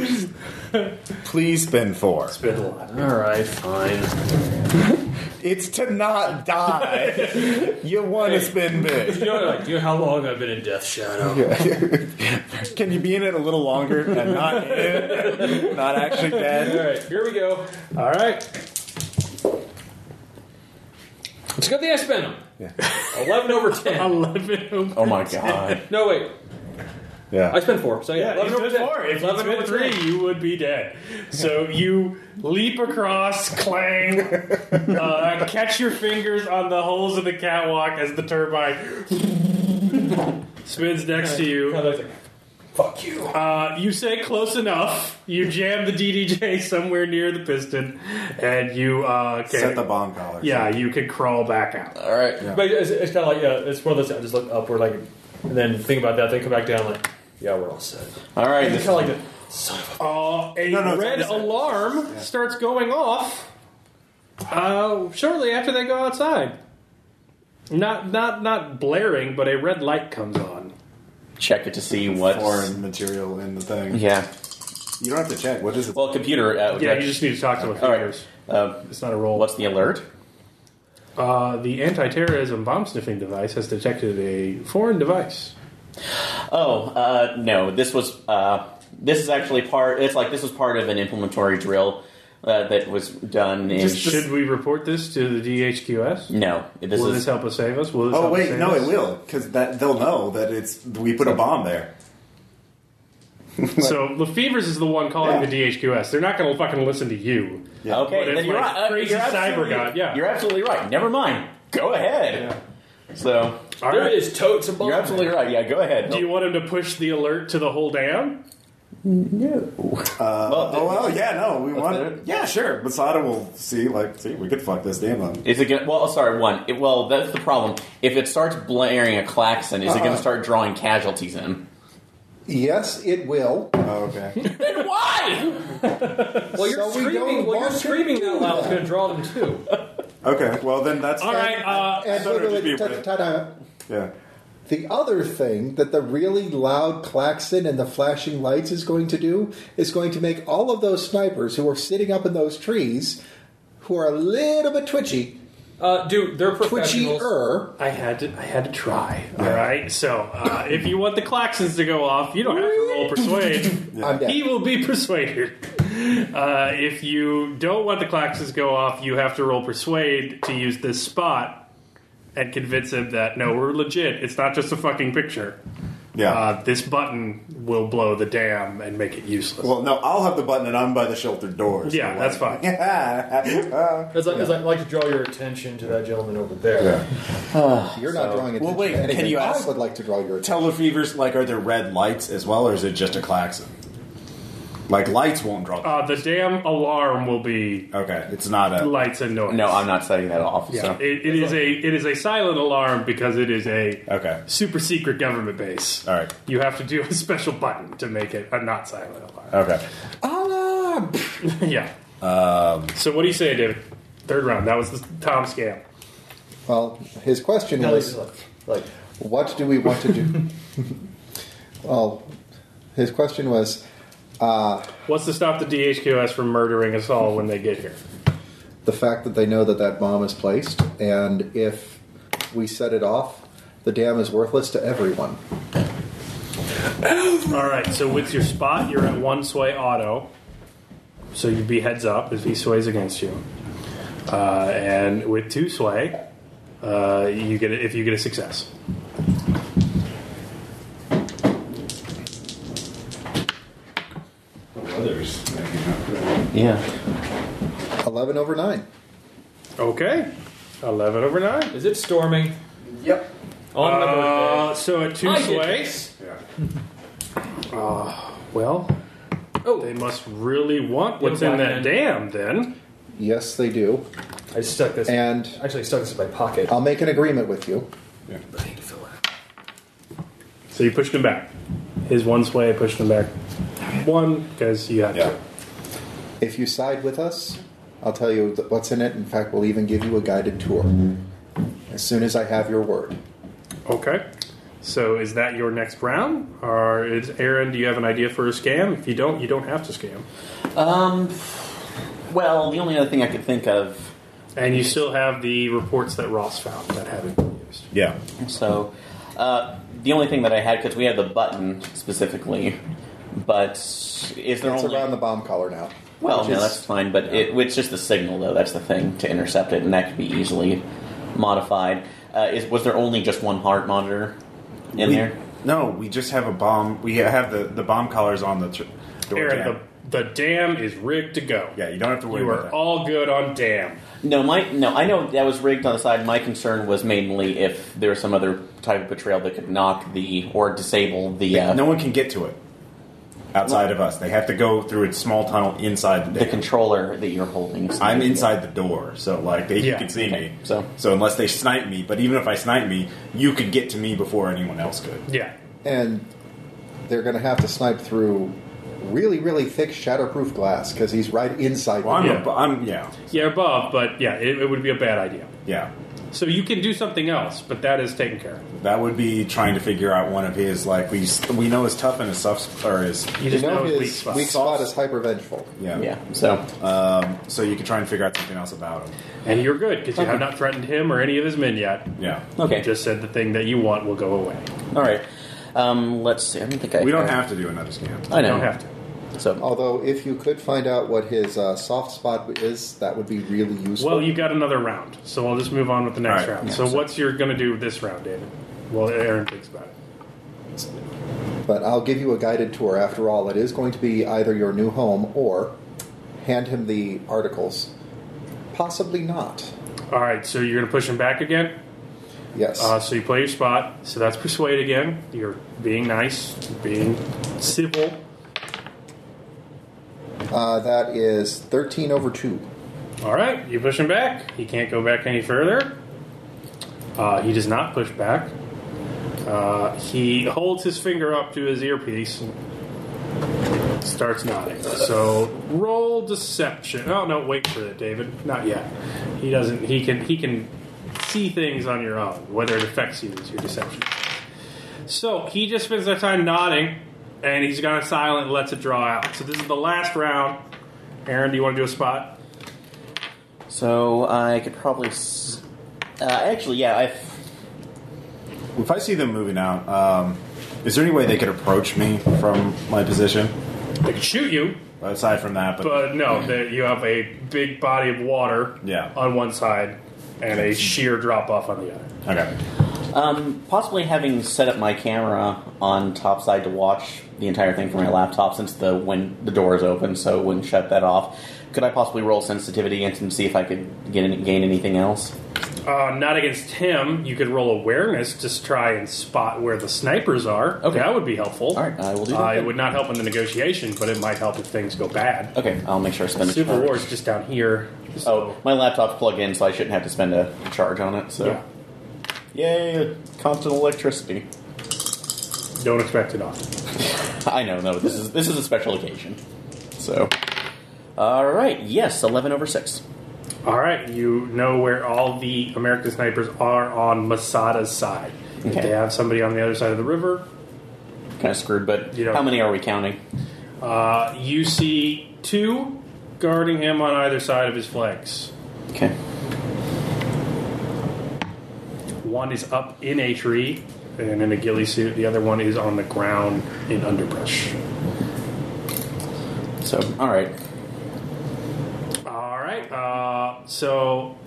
Speaker 1: Please spin four.
Speaker 4: All right, fine.
Speaker 1: It's to not die. you want to spin big.
Speaker 4: You know, like, do you know how long I've been in Death Shadow?
Speaker 1: Can you be in it a little longer and not in it? not actually
Speaker 4: All
Speaker 1: dead?
Speaker 4: right, here we go.
Speaker 2: All right.
Speaker 4: It's a good thing I spent them. Eleven over ten.
Speaker 2: Eleven.
Speaker 10: Oh my god.
Speaker 4: No wait, I
Speaker 1: Yeah.
Speaker 4: spent four. So yeah,
Speaker 2: Yeah,
Speaker 4: eleven
Speaker 2: you
Speaker 4: over
Speaker 2: did
Speaker 4: ten.
Speaker 2: four. If you
Speaker 4: eleven
Speaker 2: spin
Speaker 4: over
Speaker 2: three,
Speaker 4: ten.
Speaker 2: you would be dead. So you leap across, clang, uh, catch your fingers on the holes of the catwalk as the turbine spins next to you.
Speaker 4: I was like, Fuck you.
Speaker 2: Uh, you say close enough. You jam the DDJ somewhere near the piston, and you uh, can,
Speaker 1: Set the bomb collar.
Speaker 2: Yeah, you could crawl back out.
Speaker 10: All right.
Speaker 4: But it's, it's kind of like yeah, it's one of those. I just look upward, like, and then think about that. Then come back down, like, yeah, we're all set.
Speaker 10: All right.
Speaker 4: It's
Speaker 10: This,
Speaker 4: kind of like the son of
Speaker 2: Uh, a
Speaker 1: no, it's-
Speaker 2: red
Speaker 1: it's-
Speaker 2: alarm starts going off uh, shortly after they go outside. Not not not blaring, but a red light comes on.
Speaker 3: check it to see what.
Speaker 1: foreign material in the thing.
Speaker 3: Yeah.
Speaker 1: You don't have to check. What is it?
Speaker 3: Well, computer. Uh,
Speaker 2: Yeah, you just need to talk to the
Speaker 3: All right.
Speaker 2: figures.
Speaker 3: uh,
Speaker 2: It's not a roll.
Speaker 3: what's the alert?
Speaker 2: Uh, the anti-terrorism bomb-sniffing device has detected a foreign device.
Speaker 3: Oh uh, no, this was uh, this is actually part. It's like this was part of an implementary drill uh, that was done in.
Speaker 2: Just- should we report this to the DHQS?
Speaker 3: no, this
Speaker 2: Will
Speaker 3: is
Speaker 2: this help us save us? Will this
Speaker 1: Oh
Speaker 2: help us
Speaker 1: wait,
Speaker 2: save
Speaker 1: no,
Speaker 2: us?
Speaker 1: it will because that they'll know that it's we put a bomb there.
Speaker 2: So Lefevre's is the one calling
Speaker 1: Yeah.
Speaker 2: the DHQS. They're not going to fucking listen to you.
Speaker 3: okay.
Speaker 2: But
Speaker 3: Then
Speaker 2: it's
Speaker 3: you're
Speaker 2: like
Speaker 3: right. Uh,
Speaker 2: crazy
Speaker 3: you're
Speaker 2: cyber
Speaker 3: absolutely-
Speaker 2: god. Yeah.
Speaker 3: You're absolutely right. Never mind. Go ahead. So
Speaker 2: All
Speaker 11: There
Speaker 2: right.
Speaker 11: is totes of
Speaker 3: you're absolutely right. Yeah, go ahead.
Speaker 2: Do you want him to push the alert to the whole dam?
Speaker 1: Uh,
Speaker 3: Well,
Speaker 1: oh well, yeah, no, we
Speaker 3: do
Speaker 1: want. Yeah, sure. Masada will see. Like, see, we could fuck this damn up.
Speaker 3: Is it gonna? Well, oh, sorry, one. It, well, that's the problem. If it starts blaring a klaxon, is it going
Speaker 1: Uh-uh.
Speaker 3: to start drawing casualties in?
Speaker 6: Yes, it will.
Speaker 1: Oh, okay.
Speaker 3: Then why?
Speaker 11: Well, you're
Speaker 6: So we
Speaker 11: screaming.
Speaker 6: don't
Speaker 11: Well, you're
Speaker 6: want to
Speaker 11: screaming
Speaker 6: do
Speaker 11: that loud. It's
Speaker 6: that.
Speaker 11: going to draw them too.
Speaker 1: Okay. Well, then that's
Speaker 2: All right. Uh,
Speaker 6: And
Speaker 1: thought it would
Speaker 6: literally,
Speaker 1: be
Speaker 6: ta-
Speaker 1: red.
Speaker 6: ta- ta-
Speaker 1: Yeah.
Speaker 6: the other thing that the really loud klaxon and the flashing lights is going to do is going to make all of those snipers who are sitting up in those trees, who are a little bit twitchy,
Speaker 11: Uh, dude, they're professionals.
Speaker 6: twitchier.
Speaker 2: I had to. I had to try. All right. So uh, if you want the claxons to go off, you don't have to roll persuade.
Speaker 6: I'm dead.
Speaker 2: He will be persuaded. Uh, if you don't want the claxons to go off, you have to roll persuade to use this spot and convince him that no, we're legit. It's not just a fucking picture.
Speaker 1: Yeah.
Speaker 2: Uh, this button will blow the dam and make it useless.
Speaker 1: well, no, I'll have the button, and I'm by the shelter doors.
Speaker 2: yeah, that's fine.
Speaker 1: Yeah.
Speaker 4: As, I, as I'd like to draw your attention to that gentleman over there.
Speaker 6: You're not drawing attention
Speaker 1: Well, wait,
Speaker 6: to
Speaker 1: can
Speaker 6: anything.
Speaker 1: you
Speaker 6: I
Speaker 1: ask-
Speaker 6: would like to draw your attention.
Speaker 1: Telefevers, like, are there red lights as well, or is it just a klaxon? Like, lights won't draw.
Speaker 2: Uh, the damn alarm will be
Speaker 1: okay, it's not a.
Speaker 2: lights and noise.
Speaker 3: No, I'm not setting that off.
Speaker 2: Yeah.
Speaker 3: So.
Speaker 2: It, it is a it is a silent alarm because it is a
Speaker 1: Okay.
Speaker 2: super secret government base.
Speaker 1: All right.
Speaker 2: You have to do a special button to make it a not silent alarm.
Speaker 1: Okay.
Speaker 6: Alarm!
Speaker 2: yeah. Um, so what do you say, David? Third round. That was the Tom scam.
Speaker 6: Well, his question
Speaker 4: No,
Speaker 6: was,
Speaker 4: he's like, like,
Speaker 6: what do we want to do? well, his question was,
Speaker 2: What's to stop the DHQS from murdering us all when they get here?
Speaker 6: the fact that they know that that bomb is placed, and if we set it off, the dam is worthless to everyone.
Speaker 2: All right. So with your spot, you're at one sway auto. So you'd be heads up if he sways against you, uh, and with two sway, uh, you get a, if you get a success.
Speaker 1: Others.
Speaker 3: Yeah.
Speaker 6: 11 over 9.
Speaker 2: Okay. 11 over 9.
Speaker 11: Is it storming?
Speaker 1: Yep.
Speaker 11: On my
Speaker 2: Uh, so at two
Speaker 11: birthday. I did
Speaker 2: sways.
Speaker 11: this.
Speaker 2: Uh, Well,
Speaker 11: Oh.
Speaker 2: they must really want what's
Speaker 11: Little
Speaker 2: in
Speaker 11: black
Speaker 2: that
Speaker 11: man.
Speaker 2: dam then.
Speaker 6: Yes, they do.
Speaker 4: I stuck this.
Speaker 6: And
Speaker 4: actually, I stuck this in my pocket.
Speaker 6: I'll make an agreement with you.
Speaker 2: So you pushed him back. His one sway pushed him back. One, because you had
Speaker 1: Yeah.
Speaker 2: to.
Speaker 6: If you side with us, I'll tell you th- what's in it. In fact, we'll even give you a guided tour as soon as I have your word.
Speaker 2: Okay. So is that your next round? Or is Aaron, do you have an idea for a scam? If you don't, you don't have to scam.
Speaker 3: Um. Well, the only other thing I could think of.
Speaker 2: And you still have the reports that Ross found that haven't been used.
Speaker 1: Yeah.
Speaker 3: So, uh, the only thing that I had because we had the button specifically, but is there
Speaker 6: It's
Speaker 3: only
Speaker 6: around the bomb collar now.
Speaker 3: well?
Speaker 6: which
Speaker 3: No,
Speaker 6: is-
Speaker 3: that's fine. But it, it's just the signal though. That's the thing to intercept it, and that could be easily modified. Uh, is was there only just one heart monitor in
Speaker 1: We-
Speaker 3: there?
Speaker 1: No, we just have a bomb. We have the, the bomb collars on the tr- door.
Speaker 2: Aaron,
Speaker 1: jam.
Speaker 2: the, the dam is rigged to go.
Speaker 1: yeah, you don't have to worry
Speaker 2: You
Speaker 1: about
Speaker 2: are
Speaker 1: that.
Speaker 2: all good on dam.
Speaker 3: No, my no. I know that was rigged on the side. My concern was mainly if there was some other type of betrayal that could knock the or disable the uh,
Speaker 1: no one can get to it outside of us. They have to go through a small tunnel inside the
Speaker 3: the
Speaker 1: dam.
Speaker 3: controller that you're holding.
Speaker 1: I'm inside the door, so like they
Speaker 2: Yeah,
Speaker 1: you can see
Speaker 3: okay,
Speaker 1: me.
Speaker 3: so-
Speaker 1: so unless they snipe me, but even if I snipe me, you could get to me before anyone else could.
Speaker 2: Yeah.
Speaker 6: and they're going to have to snipe through really, really thick shatterproof glass because he's right inside.
Speaker 1: Well, I'm,
Speaker 2: Yeah.
Speaker 1: yeah. I'm yeah,
Speaker 2: Yeah, above, but yeah, it, it would be a bad idea.
Speaker 1: yeah.
Speaker 2: So you can do something else, but that is taken care of.
Speaker 1: That would be trying to figure out one of his like we we know his tough and his soft or his
Speaker 2: You just
Speaker 6: you know,
Speaker 2: know,
Speaker 6: his
Speaker 2: it's weak spot.
Speaker 6: weak spot is hyper vengeful.
Speaker 1: yeah.
Speaker 3: Yeah. So
Speaker 1: Um, so you could try and figure out something else about him.
Speaker 2: And you're good because you have not threatened him or any of his men yet.
Speaker 1: Yeah.
Speaker 3: okay.
Speaker 2: You just said the thing that you want will go away.
Speaker 3: All right. Um, let's see. I don't think I.
Speaker 1: We don't have to do another scan.
Speaker 3: I
Speaker 2: You
Speaker 3: know.
Speaker 2: don't have to.
Speaker 3: So
Speaker 6: Although, if you could find out what his uh, soft spot is, that would be really useful.
Speaker 2: Well, you got another round, so we'll just move on with the next
Speaker 1: All right.
Speaker 2: round. so, what's you're going to do this round, David? Well, Aaron thinks about it.
Speaker 6: But I'll give you a guided tour. After all, it is going to be either your new home or hand him the articles. Possibly not.
Speaker 2: All right, so you're going to push him back again.
Speaker 6: Yes.
Speaker 2: Uh, so you play your spot. So that's persuade again. You're being nice, being civil.
Speaker 6: Uh, that is 13 over 2.
Speaker 2: All right, you push him back. He can't go back any further. Uh, he does not push back. Uh, he holds his finger up to his earpiece and starts nodding. So roll deception. Oh no, wait for it, David. Not yet. He doesn't. He can. He can see things on your own. Whether it affects you is your deception. So he just spends that time nodding, and he's gone silent. and Lets it draw out. So this is the last round. Aaron, do you want to do a spot?
Speaker 3: so I could probably. S- uh, actually, yeah. I've
Speaker 1: If I see them moving out, um, is there any way they could approach me from my position?
Speaker 2: They can shoot you,
Speaker 1: Aside from that, but,
Speaker 2: but no, they, you have a big body of water
Speaker 1: Yeah.
Speaker 2: on one side and a sheer drop off on the other.
Speaker 1: okay.
Speaker 3: Um, possibly having set up my camera on top side to watch the entire thing from my laptop since the when the door is open, so it wouldn't shut that off. Could I possibly roll sensitivity and to see if I could get any, gain anything else?
Speaker 2: Uh, not against him. You could roll awareness to try and spot where the snipers are.
Speaker 3: Okay.
Speaker 2: That would be helpful.
Speaker 3: All right, I will do
Speaker 2: Uh,
Speaker 3: that
Speaker 2: it
Speaker 3: then.
Speaker 2: would not help in the negotiation, but it might help if things go bad.
Speaker 3: Okay, I'll make sure I spend. a
Speaker 2: Super
Speaker 3: charge.
Speaker 2: War is just down here.
Speaker 3: Oh,
Speaker 2: So,
Speaker 3: my laptop's plugged in, so I shouldn't have to spend a charge on it. So, yay, constant electricity.
Speaker 2: yeah, don't expect it off.
Speaker 3: I know, no, this is this is a special occasion. So, all right, yes, eleven over six.
Speaker 2: All right, you know where all the American snipers are on Masada's side. If
Speaker 3: Okay.
Speaker 2: they have somebody on the other side of the river,
Speaker 3: Kind of screwed, but
Speaker 2: You don't-
Speaker 3: how many are we counting?
Speaker 2: Uh, you see two guarding him on either side of his flanks.
Speaker 3: Okay.
Speaker 2: One is up in a tree and in a ghillie suit. The other one is on the ground in underbrush.
Speaker 3: So, all right.
Speaker 2: All right. Uh, so,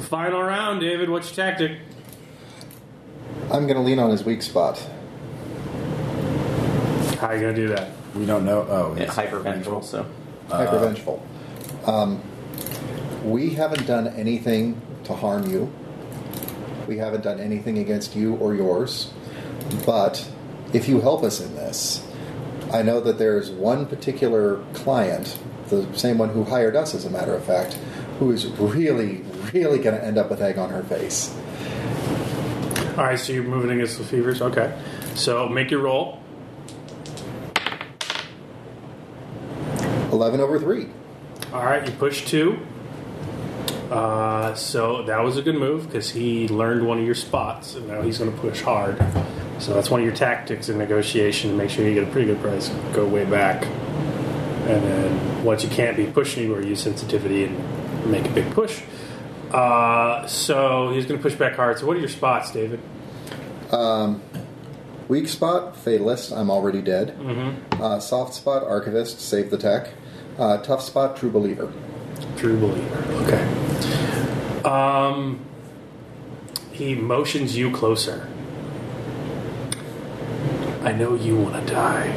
Speaker 2: final round, David. What's your tactic?
Speaker 6: I'm going to lean on his weak spot.
Speaker 2: How are you gonna do that?
Speaker 1: We don't know. Oh,
Speaker 3: It's hyper vengeful, so.
Speaker 6: Hyper vengeful. Um, we haven't done anything to harm you. We haven't done anything against you or yours. But if you help us in this, I know that there's one particular client, the same one who hired us, as a matter of fact, who is really, really going to end up with egg on her face.
Speaker 2: All right. So you're moving against the fevers. Okay. So make your roll.
Speaker 6: 11 over 3.
Speaker 2: All right. You push two. Uh, so that was a good move because he learned one of your spots, and now he's going to push hard. So that's one of your tactics in negotiation to make sure you get a pretty good price. Go way back, and then once you can't be pushed anywhere, use sensitivity and make a big push. Uh, so he's going to push back hard. So what are your spots, David?
Speaker 6: Weak spot, Fatalist, I'm already dead. Uh, soft spot, Archivist, save the tech. Uh, tough spot, True Believer.
Speaker 2: True believer. Okay. Um, he motions you closer. I know you want to die,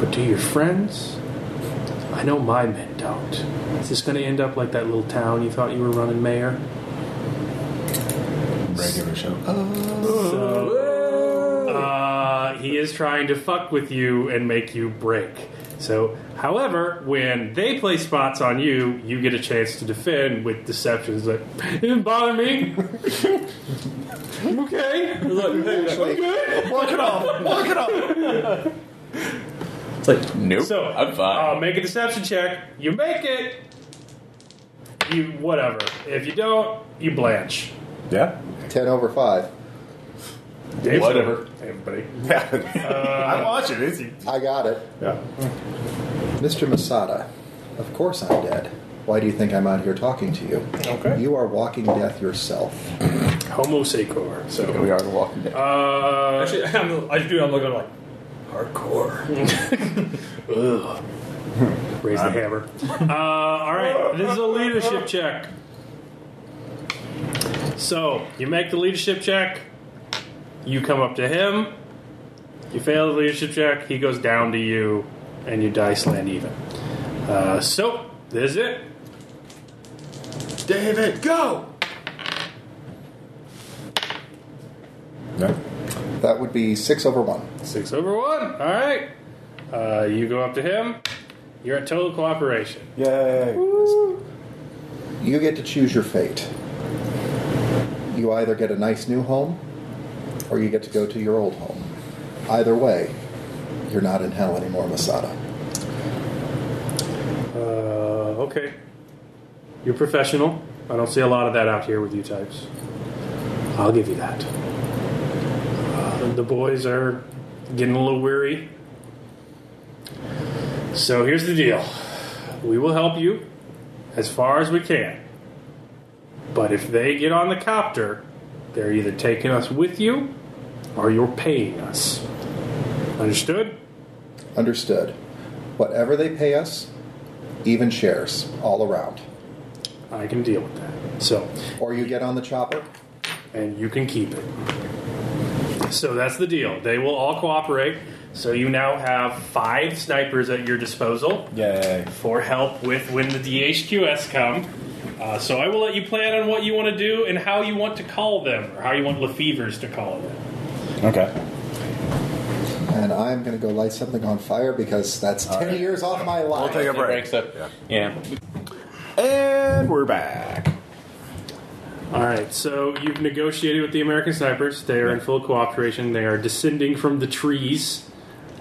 Speaker 2: but do your friends? I know my men don't. Is this going to end up like that little town you thought you were running, Mayor?
Speaker 1: Regular show.
Speaker 2: Uh, he is trying to fuck with you and make you break. So, however, when they play spots on you, you get a chance to defend with deceptions like, it didn't bother me. I'm okay.
Speaker 3: Walk it off! Walk it off! it's like, nope.
Speaker 2: So, um,
Speaker 3: I'm fine.
Speaker 2: Uh, make a deception check. You make it. you whatever. If you don't, you blanch.
Speaker 1: Yeah.
Speaker 6: 10 over 5.
Speaker 2: Dave's-
Speaker 12: Whatever.
Speaker 2: Hey, everybody.
Speaker 12: I watch it. It's
Speaker 6: I got it.
Speaker 12: yeah.
Speaker 6: Mr. Masada, of course I'm dead. Why do you think I'm out here talking to you?
Speaker 2: Okay.
Speaker 6: You are walking death yourself.
Speaker 2: Homo secor. So
Speaker 3: We are the Walking Dead.
Speaker 2: uh,
Speaker 4: Actually, I'm, I do. I'm looking like hardcore.
Speaker 2: raise the hammer. Uh, all right, this is a leadership check. So you make the leadership check. You come up to him. You fail the leadership check. He goes down to you, and you die slant even. Uh, so this is it.
Speaker 13: David, go!
Speaker 1: No.
Speaker 6: That would be 6 over 1.
Speaker 2: Six over one. All right. Uh, you go up to him. You're at total cooperation.
Speaker 1: Yay.
Speaker 6: You get to choose your fate. You either get a nice new home or you get to go to your old home. Either way, you're not in hell anymore, Masada.
Speaker 2: Uh, okay. You're professional. I don't see a lot of that out here with you types. I'll give you that. Uh, the boys are getting a little weary. So here's the deal we will help you as far as we can. But if they get on the copter, they're either taking us with you or you're paying us. Understood?
Speaker 6: Understood. Whatever they pay us, even shares all around.
Speaker 2: I can deal with that. So
Speaker 6: Or you get on the chopper.
Speaker 2: and you can keep it. So that's the deal. They will all cooperate. So you now have five snipers at your disposal
Speaker 1: Yay.
Speaker 2: for help with when the DHQS come. Uh, so I will let you plan on what you want to do and how you want to call them, or how you want Lefevers to call them.
Speaker 1: Okay.
Speaker 6: And I'm going to go light something on fire because that's 10 years off my
Speaker 12: We'll
Speaker 6: life.
Speaker 12: take a break.
Speaker 3: Breaks up.
Speaker 12: Yeah.
Speaker 3: Yeah.
Speaker 12: And we're back.
Speaker 2: All right. So you've negotiated with the American snipers. They are in full cooperation. They are descending from the trees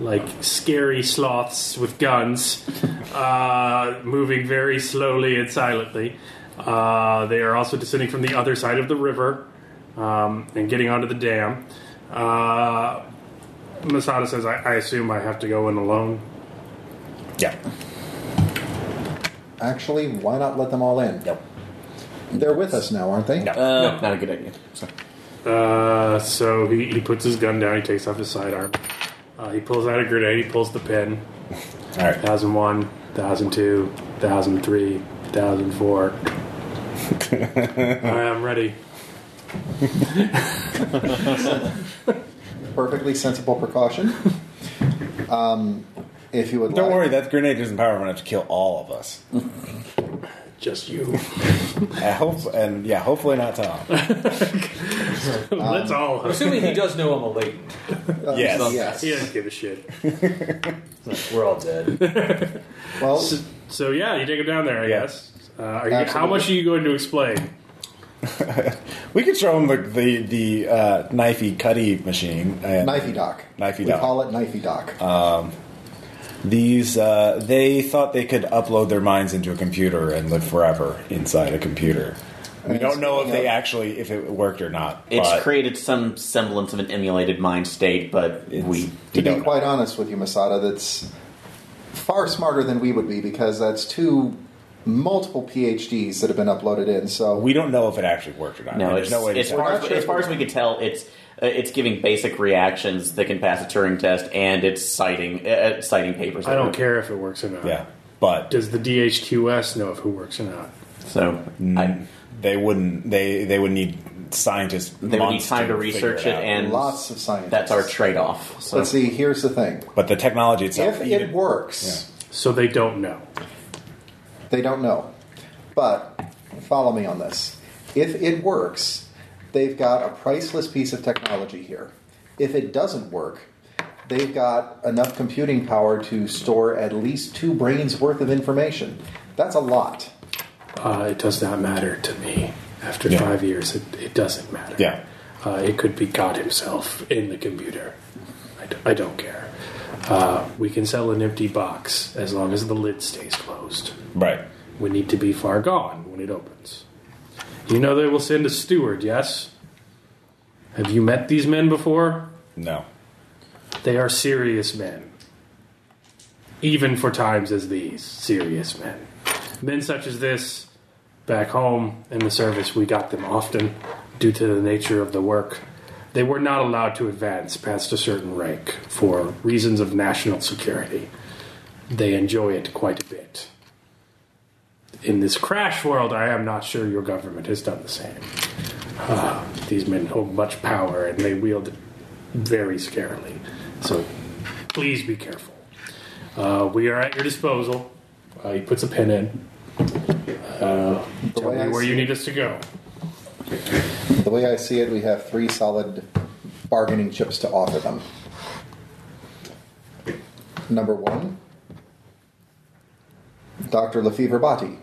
Speaker 2: like scary sloths with guns, uh, moving very slowly and silently. Uh, they are also descending from the other side of the river um, and getting onto the dam. Uh, Masada says, I, I assume I have to go in alone.
Speaker 1: Yeah.
Speaker 6: Actually, why not let them all in?
Speaker 3: Nope.
Speaker 6: They're with us now, aren't they?
Speaker 1: No.
Speaker 3: Uh, Not a good idea. So,
Speaker 2: Uh, so he, he puts his gun down, he takes off his sidearm. Uh, he pulls out a grenade, he pulls the pin,
Speaker 1: All right.
Speaker 2: 1001, 1002, 1003, 1004. Alright, I'm ready.
Speaker 6: Perfectly sensible precaution. um, if you would
Speaker 1: Don't
Speaker 6: like.
Speaker 1: worry, that grenade doesn't power enough to kill all of us.
Speaker 2: Just you.
Speaker 1: I hope, and yeah, hopefully not Tom. Um,
Speaker 2: Let's all.
Speaker 4: I'm assuming he does know I'm a latent.
Speaker 6: Uh,
Speaker 1: Yes.
Speaker 6: yes.
Speaker 2: He doesn't give a shit.
Speaker 4: We're all dead.
Speaker 6: Well,
Speaker 2: So yeah, you take him down there, I
Speaker 1: Yeah.
Speaker 2: guess. Uh, are you, how
Speaker 6: Absolutely.
Speaker 2: much are you going to explain?
Speaker 1: We could show him the the, the uh, knifey cutty machine. And
Speaker 6: knifey dock.
Speaker 1: Knifey
Speaker 6: we
Speaker 1: dock. Uh,
Speaker 6: call it knifey dock.
Speaker 1: These uh, they thought they could upload their minds into a computer and live forever inside a computer. We don't know if they actually if it worked or not.
Speaker 3: it's
Speaker 1: but
Speaker 3: created some semblance of an emulated mind state, but we.
Speaker 6: to
Speaker 1: you
Speaker 6: be
Speaker 1: don't know.
Speaker 6: quite honest with you, Masada, that's far smarter than we would be because that's two multiple PhDs that have been uploaded in. So
Speaker 1: We don't know if it actually worked or not.
Speaker 3: No,
Speaker 1: There's
Speaker 3: it's,
Speaker 1: no way to
Speaker 3: it's
Speaker 1: tell.
Speaker 3: far, as, as far as we can tell, it's uh, it's giving basic reactions that can pass a Turing test, and it's citing uh, citing papers.
Speaker 2: I don't care if it works or not.
Speaker 1: Yeah, but
Speaker 2: Does the DHQS know if who works or not?
Speaker 3: So I,
Speaker 1: they wouldn't. They they would need scientists.
Speaker 3: they would need
Speaker 1: months
Speaker 3: time to
Speaker 1: figure
Speaker 3: research it,
Speaker 1: out.
Speaker 3: and
Speaker 6: lots of scientists.
Speaker 3: that's our trade-off. So
Speaker 6: Let's see. Here's the thing:
Speaker 1: but the technology itself.
Speaker 6: if
Speaker 1: even-
Speaker 6: it works,
Speaker 2: So they don't know.
Speaker 6: they don't know. But follow me on this: if it works, they've got a priceless piece of technology here. If it doesn't work, they've got enough computing power to store at least two brains worth of information. That's a lot.
Speaker 2: Uh, it does not matter to me. After
Speaker 1: Yeah.
Speaker 2: five years, it, it doesn't matter.
Speaker 1: Yeah.
Speaker 2: Uh, it could be God himself in the computer. I, d- I don't care. Uh, we can sell an empty box as long as the lid stays closed.
Speaker 1: Right.
Speaker 2: We need to be far gone when it opens. You know they will send a steward, yes? Have you met these men before?
Speaker 1: No.
Speaker 2: They are serious men. Even for times as these, serious men. Men such as this, back home in the service, we got them often due to the nature of the work. They were not allowed to advance past a certain rank for reasons of national security. They enjoy it quite a bit. In this crash world, I am not sure your government has done the same. Ah, these men hold much power and they wield it very scarily. So please be careful. Uh, we are at your disposal. Uh, he puts a pin in. Uh, tell
Speaker 6: way
Speaker 2: me
Speaker 6: I
Speaker 2: where you
Speaker 6: see
Speaker 2: need us to go.
Speaker 6: The way I see it, we have three solid bargaining chips to offer them. Number one, Dr. Lefevre Bati.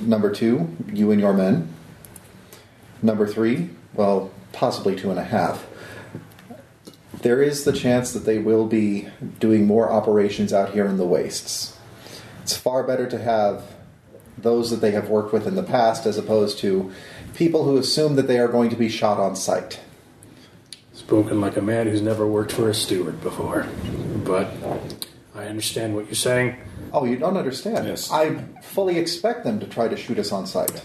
Speaker 6: Number two, you and your men. Number three, well, possibly two and a half. There is the chance that they will be doing more operations out here in the wastes. It's far better to have those that they have worked with in the past as opposed to people who assume that they are going to be shot on sight.
Speaker 2: Spoken like a man who's never worked for a steward before. But I understand what you're saying.
Speaker 6: Oh, you don't understand.
Speaker 1: Yes.
Speaker 6: I fully expect them to try to shoot us on sight.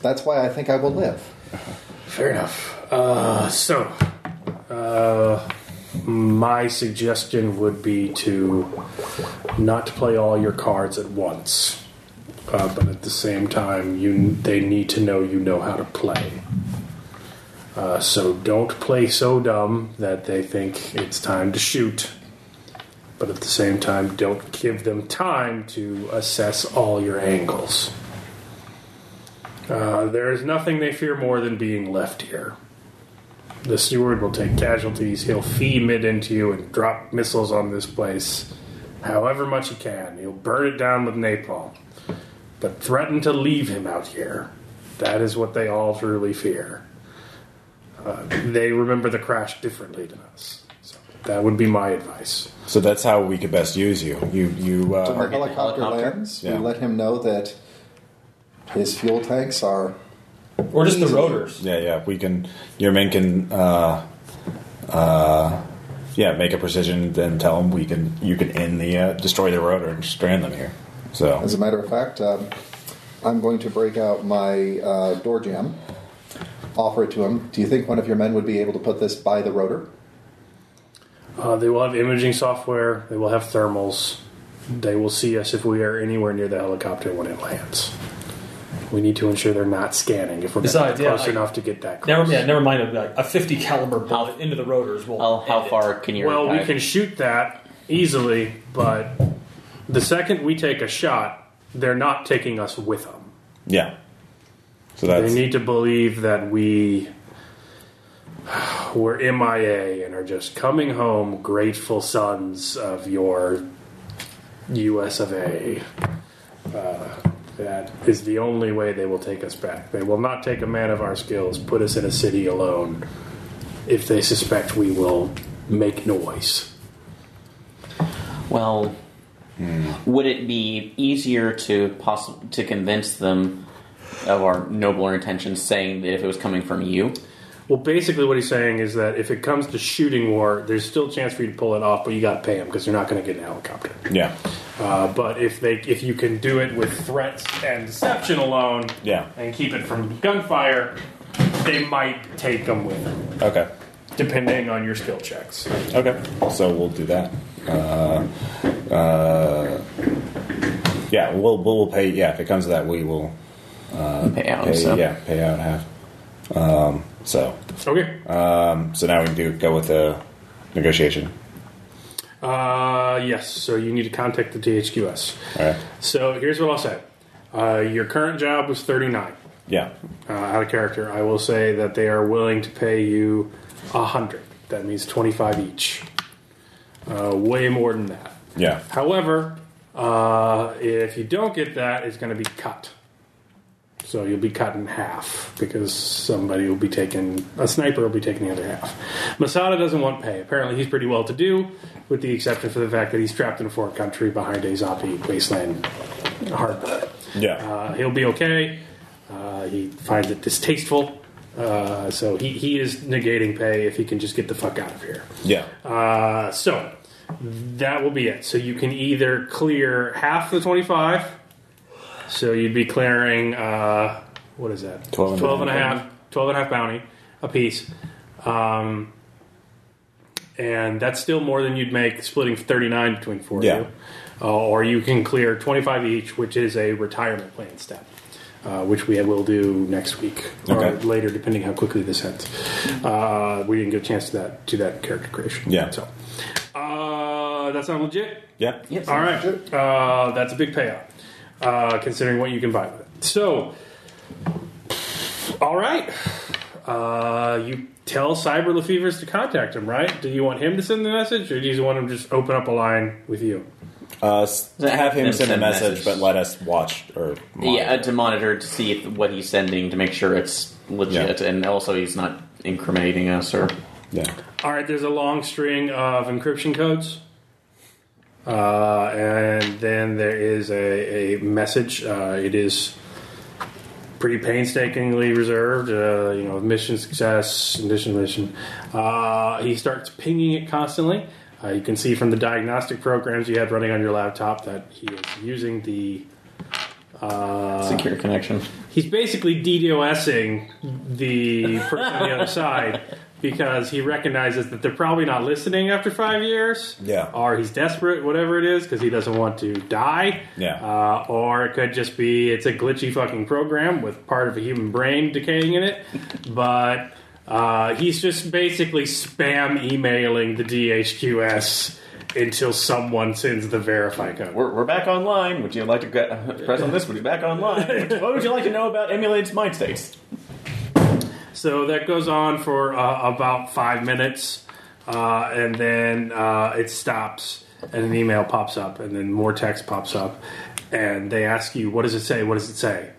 Speaker 6: That's why I think I will live.
Speaker 2: Fair enough. Uh, so, uh, my suggestion would be to not play all your cards at once, uh, but at the same time, you they need to know you know how to play. Uh, so don't play so dumb that they think it's time to shoot. But at the same time, don't give them time to assess all your angles. Uh, there is nothing they fear more than being left here. The steward will take casualties. He'll fee mid into you and drop missiles on this place however much he can. He'll burn it down with napalm. But threaten to leave him out here. That is what they all truly fear. Uh, they remember the crash differently than us. So that would be my advice.
Speaker 1: So that's how we could best use you. You you
Speaker 6: When the
Speaker 1: uh,
Speaker 6: helicopter,
Speaker 3: helicopter?
Speaker 6: lands,
Speaker 1: Yeah.
Speaker 6: we let him know that his fuel tanks are
Speaker 4: Or just the rotors.
Speaker 1: yeah yeah we can your men can uh, uh, yeah make a precision and tell them we can you can end the uh, destroy the rotor and strand them here. So
Speaker 6: As a matter of fact, um, I'm going to break out my uh, door jam, offer it to him. Do you think one of your men would be able to put this by the rotor?
Speaker 2: Uh, they will have imaging software. They will have thermals. They will see us if we are anywhere near the helicopter when it lands. We need to ensure they're not scanning if we're
Speaker 4: Besides,
Speaker 2: not
Speaker 4: yeah,
Speaker 2: close
Speaker 4: I-
Speaker 2: enough to get that close.
Speaker 4: Never, yeah, never mind. A, like, a 50 caliber bullet into the rotors will.
Speaker 3: How, how
Speaker 4: end it.
Speaker 3: far can you?
Speaker 2: well, we
Speaker 3: dive?
Speaker 2: can shoot that easily, but the second we take a shot, they're not taking us with them.
Speaker 1: yeah. So that's
Speaker 2: They need to believe that we were MIA and are just coming home grateful sons of your US of A. Uh, that is the only way they will take us back. They will not take a man of our skills, put us in a city alone if they suspect we will make noise.
Speaker 3: Well, would it be easier to poss- to convince them of our nobler intentions, saying that if it was coming from you?
Speaker 2: Well, basically, what he's saying is that if it comes to shooting war, there's still a chance for you to pull it off, but you got to pay them because they're not going to get in a helicopter.
Speaker 1: yeah
Speaker 2: Uh, but if they if you can do it with threats and deception alone,
Speaker 1: yeah
Speaker 2: and keep it from gunfire, they might take them with them,
Speaker 1: okay
Speaker 2: depending on your skill checks.
Speaker 1: okay. So we'll do that. Uh, uh, yeah, we'll we'll pay. Yeah, if it comes to that, we will
Speaker 3: pay out.
Speaker 1: pay.
Speaker 3: so.
Speaker 1: Yeah, pay out half. Um, so
Speaker 2: Okay.
Speaker 1: So now we can do go with the negotiation.
Speaker 2: Uh, yes. So you need to contact the THQS.
Speaker 1: All right.
Speaker 2: So here's what I'll say. Uh, your current job was 39.
Speaker 1: Yeah.
Speaker 2: Uh, out of character, I will say that they are willing to pay you 100. That means 25 each. Uh, way more than that.
Speaker 1: Yeah.
Speaker 2: However, uh, if you don't get that, it's going to be cut. So you'll be cut in half because somebody will be taking a sniper will be taking the other half. Masada doesn't want pay. Apparently, he's pretty well to do, with the exception for the fact that he's trapped in a foreign country behind a zombie wasteland harbor.
Speaker 1: Yeah.
Speaker 2: Uh, he'll be okay. Uh, he finds it distasteful. Uh, so he, he is negating pay if he can just get the fuck out of here.
Speaker 1: Yeah.
Speaker 2: Uh, so that will be it. So you can either clear half the 25. So you'd be clearing, uh, what is that?
Speaker 1: 12 and a
Speaker 2: 12 and a half. 12 and a half bounty a piece. Um, and that's still more than you'd make splitting 39 between four
Speaker 1: Yeah.
Speaker 2: of you. Uh, or you can clear 25 each, which is a retirement plan step, uh, which we will do next week or
Speaker 1: Okay.
Speaker 2: later, depending how quickly this ends. Uh, we didn't get a chance to that to that character creation.
Speaker 1: Yeah.
Speaker 2: So uh, that sounds legit.
Speaker 1: Yeah.
Speaker 3: Yep.
Speaker 2: All right. Uh, that's a big payout, uh, considering what you can buy with it. So, all right. Uh, you tell Cyber Lefevers to contact him, right? Do you want him to send the message, or do you want him to just open up a line with you?
Speaker 1: Uh, s- have him send a
Speaker 3: Then send a
Speaker 1: message,
Speaker 3: message.
Speaker 1: but let us watch or
Speaker 3: Yeah, uh,
Speaker 1: monitor.
Speaker 3: to monitor to see if, what he's sending to make sure it's legit, and also he's not incriminating us or
Speaker 1: yeah.
Speaker 2: All right, there's a long string of encryption codes. Uh, and then there is a, a message. Uh, it is pretty painstakingly reserved. Uh, you know, mission success, mission mission. Uh, he starts pinging it constantly. Uh, you can see from the diagnostic programs you had running on your laptop that he is using the. Uh,
Speaker 3: secure connection.
Speaker 2: he's basically DDoSing the person on the other side because he recognizes that they're probably not listening after five years.
Speaker 1: Yeah.
Speaker 2: Or he's desperate, whatever it is, because he doesn't want to die.
Speaker 1: Yeah.
Speaker 2: Uh, or it could just be it's a glitchy fucking program with part of a human brain decaying in it. but uh, he's just basically spam emailing the DHQS until someone sends the verify code.
Speaker 3: We're, we're back online. Would you like to get, uh, press on this? Would you back online? Would- what would you like to know about emulates mind states?
Speaker 2: So that goes on for uh, about five minutes, uh, and then uh, it stops, and an email pops up, and then more text pops up, and they ask you, "What does it say? What does it say?"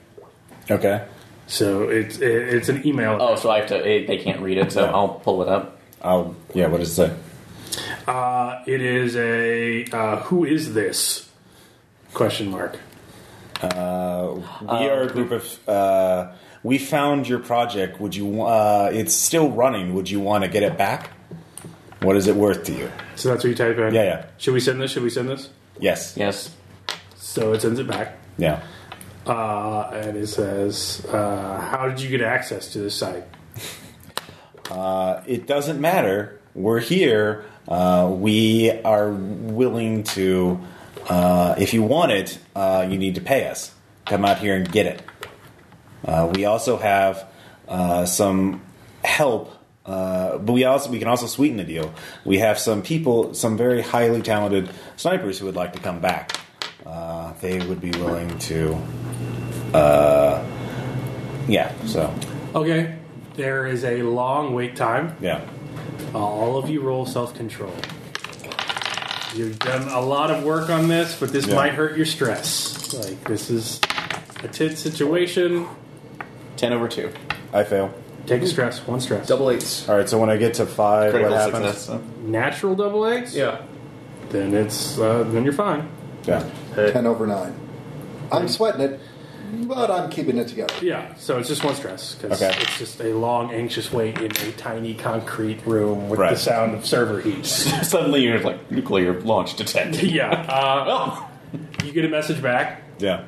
Speaker 1: Okay.
Speaker 2: So it's it, it's an email.
Speaker 3: Oh, so I have to. It, they can't read it, so I'll pull it up.
Speaker 1: I'll, yeah. What does it say?
Speaker 2: Uh, it is a uh, "Who is this?" question mark.
Speaker 1: Uh, we are a group of. Uh, we found your project. Would you? wa- Uh, it's still running. Would you want to get it back? What is it worth to you?
Speaker 2: So that's what you type in.
Speaker 1: Yeah, yeah.
Speaker 2: Should we send this? Should we send this?
Speaker 1: Yes.
Speaker 3: Yes.
Speaker 2: So it sends it back.
Speaker 1: Yeah.
Speaker 2: Uh, and it says, uh, "How did you get access to this site?"
Speaker 1: Uh, it doesn't matter. We're here. Uh, we are willing to. Uh, if you want it, uh, you need to pay us. Come out here and get it. Uh, we also have uh, some help, uh, but we also we can also sweeten the deal. We have some people, some very highly talented snipers who would like to come back. Uh, they would be willing to. Uh, yeah. So
Speaker 2: Okay. There is a long wait time.
Speaker 1: yeah.
Speaker 2: All of you roll self control. You've done a lot of work on this, but this
Speaker 1: Yeah.
Speaker 2: might hurt your stress. Like, this is a tit situation.
Speaker 3: Ten over two.
Speaker 1: I fail.
Speaker 2: Take a stress, one stress.
Speaker 7: Double eights.
Speaker 1: All right, so when I get to five,
Speaker 3: Critical
Speaker 1: what happens?
Speaker 3: success. so.
Speaker 2: Natural double eights?
Speaker 7: Yeah.
Speaker 2: Then it's, uh, then you're fine.
Speaker 1: Yeah.
Speaker 6: 10 over 9. I'm sweating it, but I'm keeping it together.
Speaker 2: Yeah, so it's just one stress. 'cause
Speaker 1: Okay.
Speaker 2: It's just a long, anxious wait in a tiny concrete room with the
Speaker 1: Right.
Speaker 2: sound of server heat.
Speaker 3: Suddenly you're like nuclear launch detected.
Speaker 2: yeah. Uh, You get a message back.
Speaker 1: Yeah.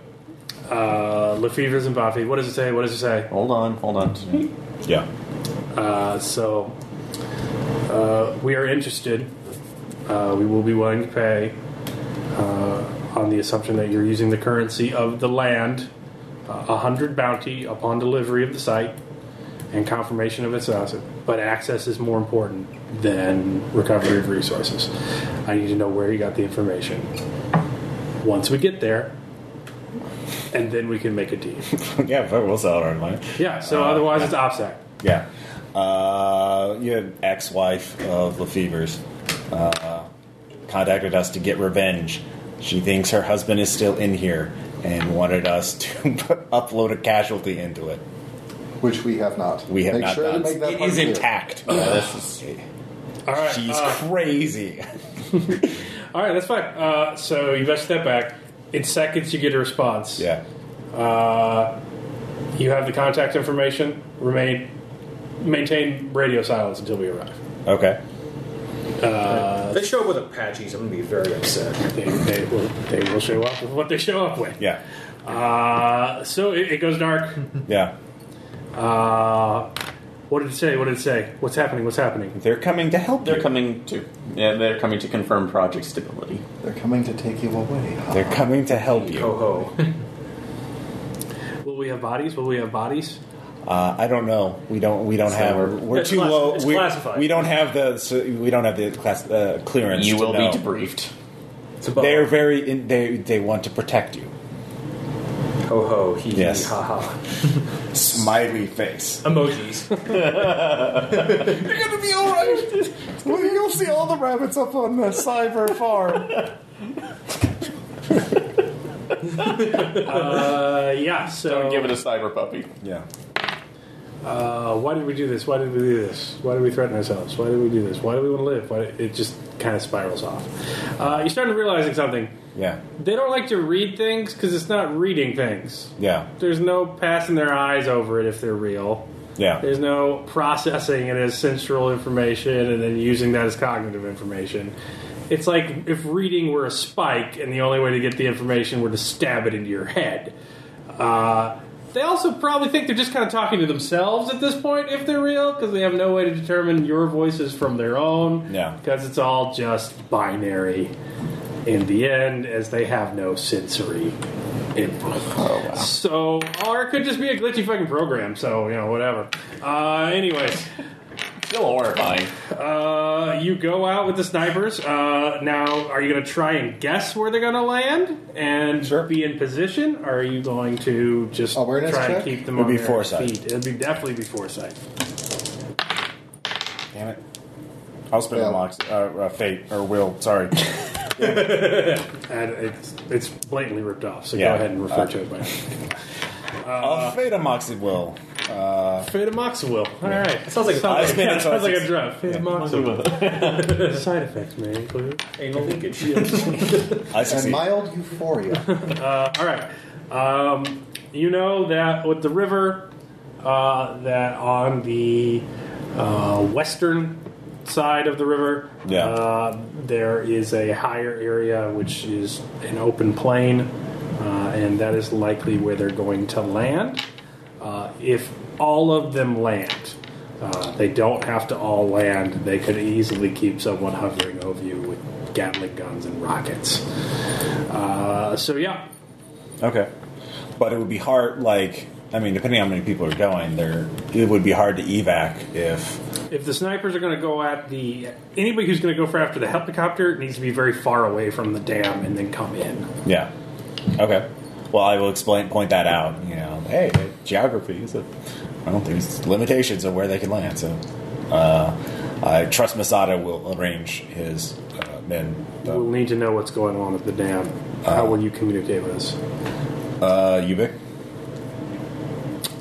Speaker 2: Uh, Lefevre's and Buffy. What does it say? What does it say?
Speaker 3: Hold on, hold on.
Speaker 1: Yeah.
Speaker 2: Uh, so uh, we are interested. Uh, we will be willing to pay uh, on the assumption that you're using the currency of the land, uh, a hundred bounty upon delivery of the site, and confirmation of its asset. But access is more important than recovery of resources. I need to know where you got the information. Once we get there, and then we can make a deal.
Speaker 1: yeah, but we'll sell it online.
Speaker 2: Yeah. So otherwise, it's OPSAC.
Speaker 1: Yeah. Uh, your ex wife of Lefevre's uh, contacted us to get revenge. She thinks her husband is still in here and wanted us to upload a casualty into it.
Speaker 6: which we have not.
Speaker 1: We have
Speaker 6: make
Speaker 1: not
Speaker 6: sure
Speaker 1: done.
Speaker 6: to make that
Speaker 1: it
Speaker 6: part
Speaker 1: is
Speaker 6: clear.
Speaker 1: intact.
Speaker 2: All right.
Speaker 1: She's
Speaker 2: uh,
Speaker 1: crazy.
Speaker 2: all right, that's fine. Uh, so you guys step back. In seconds, you get a response.
Speaker 1: Yeah.
Speaker 2: Uh, you have the contact information. Remain, maintain radio silence until we arrive.
Speaker 1: Okay.
Speaker 2: Uh,
Speaker 4: They show up with Apaches. I'm gonna be very upset.
Speaker 2: they, they will, they will show up with what they show up with.
Speaker 1: Yeah.
Speaker 2: Uh, so it, it goes dark.
Speaker 1: Yeah.
Speaker 2: Uh, what did it say? What did it say? What's happening? What's happening?
Speaker 1: They're coming to help.
Speaker 3: They're
Speaker 1: you.
Speaker 3: coming to yeah, they're coming to confirm project stability.
Speaker 6: They're coming to take you away.
Speaker 1: They're coming to help you.
Speaker 4: Ho ho.
Speaker 2: Will we have bodies? Will we have bodies?
Speaker 1: Uh, I don't know. We don't. We don't
Speaker 3: So
Speaker 1: have. We're,
Speaker 3: we're-
Speaker 4: It's
Speaker 1: too
Speaker 4: classi-
Speaker 1: low.
Speaker 4: it's
Speaker 1: we're-
Speaker 4: classified.
Speaker 1: We don't have the. So we don't have the class uh, clearance.
Speaker 3: You
Speaker 1: to
Speaker 3: will
Speaker 1: know.
Speaker 3: be debriefed.
Speaker 4: It's a bug.
Speaker 1: They are very. In, they they want to protect you.
Speaker 4: ho ho. He
Speaker 1: Yes.
Speaker 4: he, ha ha.
Speaker 14: Smiley face.
Speaker 4: Emojis.
Speaker 14: You're gonna be alright. Well, you'll see all the rabbits up on the cyber farm.
Speaker 2: Uh, yeah. So
Speaker 3: Don't give it a cyber puppy.
Speaker 1: Yeah.
Speaker 2: Uh, why did we do this? Why did we do this? Why did we threaten ourselves? Why did we do this? Why do we want to live? Why it just kind of spirals off. Uh, you're starting to realizing something.
Speaker 1: Yeah.
Speaker 2: They don't like to read things because it's not reading things.
Speaker 1: Yeah.
Speaker 2: There's no passing their eyes over it if they're real.
Speaker 1: Yeah.
Speaker 2: There's no processing it as sensory information and then using that as cognitive information. It's like if reading were a spike and the only way to get the information were to stab it into your head. Uh, they also probably think they're just kind of talking to themselves at this point if they're real because they have no way to determine your voices from their own.
Speaker 1: Yeah.
Speaker 2: Because it's all just binary in the end as they have no sensory input. So, or it could just be a glitchy fucking program. So, you know, whatever. Uh, anyways,
Speaker 3: Still horrifying.
Speaker 2: uh, you go out with the snipers. Uh, now, are you going to try and guess where they're going to land and be in position? Or are you going to just
Speaker 6: Awareness
Speaker 2: try
Speaker 6: check?
Speaker 2: and keep them
Speaker 1: Would
Speaker 2: on
Speaker 1: be
Speaker 2: their
Speaker 1: foresight.
Speaker 2: feet? It'd be definitely be foresight.
Speaker 1: Damn it. I'll spend
Speaker 6: Yeah.
Speaker 1: the locks. Uh, uh, fate or will. Sorry.
Speaker 2: And it's it's blatantly ripped off. So
Speaker 1: Yeah.
Speaker 2: go ahead and refer
Speaker 1: Uh,
Speaker 2: to it by name.
Speaker 1: I'll fate amoxi will. Uh,
Speaker 2: Fetamoxawil. All right. That
Speaker 4: sounds like a-
Speaker 1: I spin it
Speaker 2: sounds,
Speaker 1: so
Speaker 2: like
Speaker 1: it's-
Speaker 2: a drug. Fetamoxawil. Side effects may include.
Speaker 4: Anal leakage.
Speaker 1: I
Speaker 6: And
Speaker 1: succeed.
Speaker 6: mild euphoria.
Speaker 2: Uh, all right. Um, you know that with the river, uh, that on the uh, western side of the river,
Speaker 1: Yeah.
Speaker 2: uh, there is a higher area which is an open plain, uh, and that is likely where they're going to land. Uh, if all of them land, uh, they don't have to all land. They could easily keep someone hovering over you with Gatling guns and rockets. Uh, so yeah,
Speaker 1: okay. But it would be hard. Like I mean, depending on how many people are going, there it would be hard to evac if.
Speaker 2: if the snipers are going to go at the anybody who's going to go for after the helicopter needs to be very far away from the dam and then come in.
Speaker 1: Yeah. Okay. Well, I will explain, point that out. You know, hey, geography is a. Well, there's limitations of where they can land. So, uh, I trust Masada will arrange his uh, men.
Speaker 2: We'll need to know what's going on at the dam. How will you communicate with us?
Speaker 1: Uh, Ubik.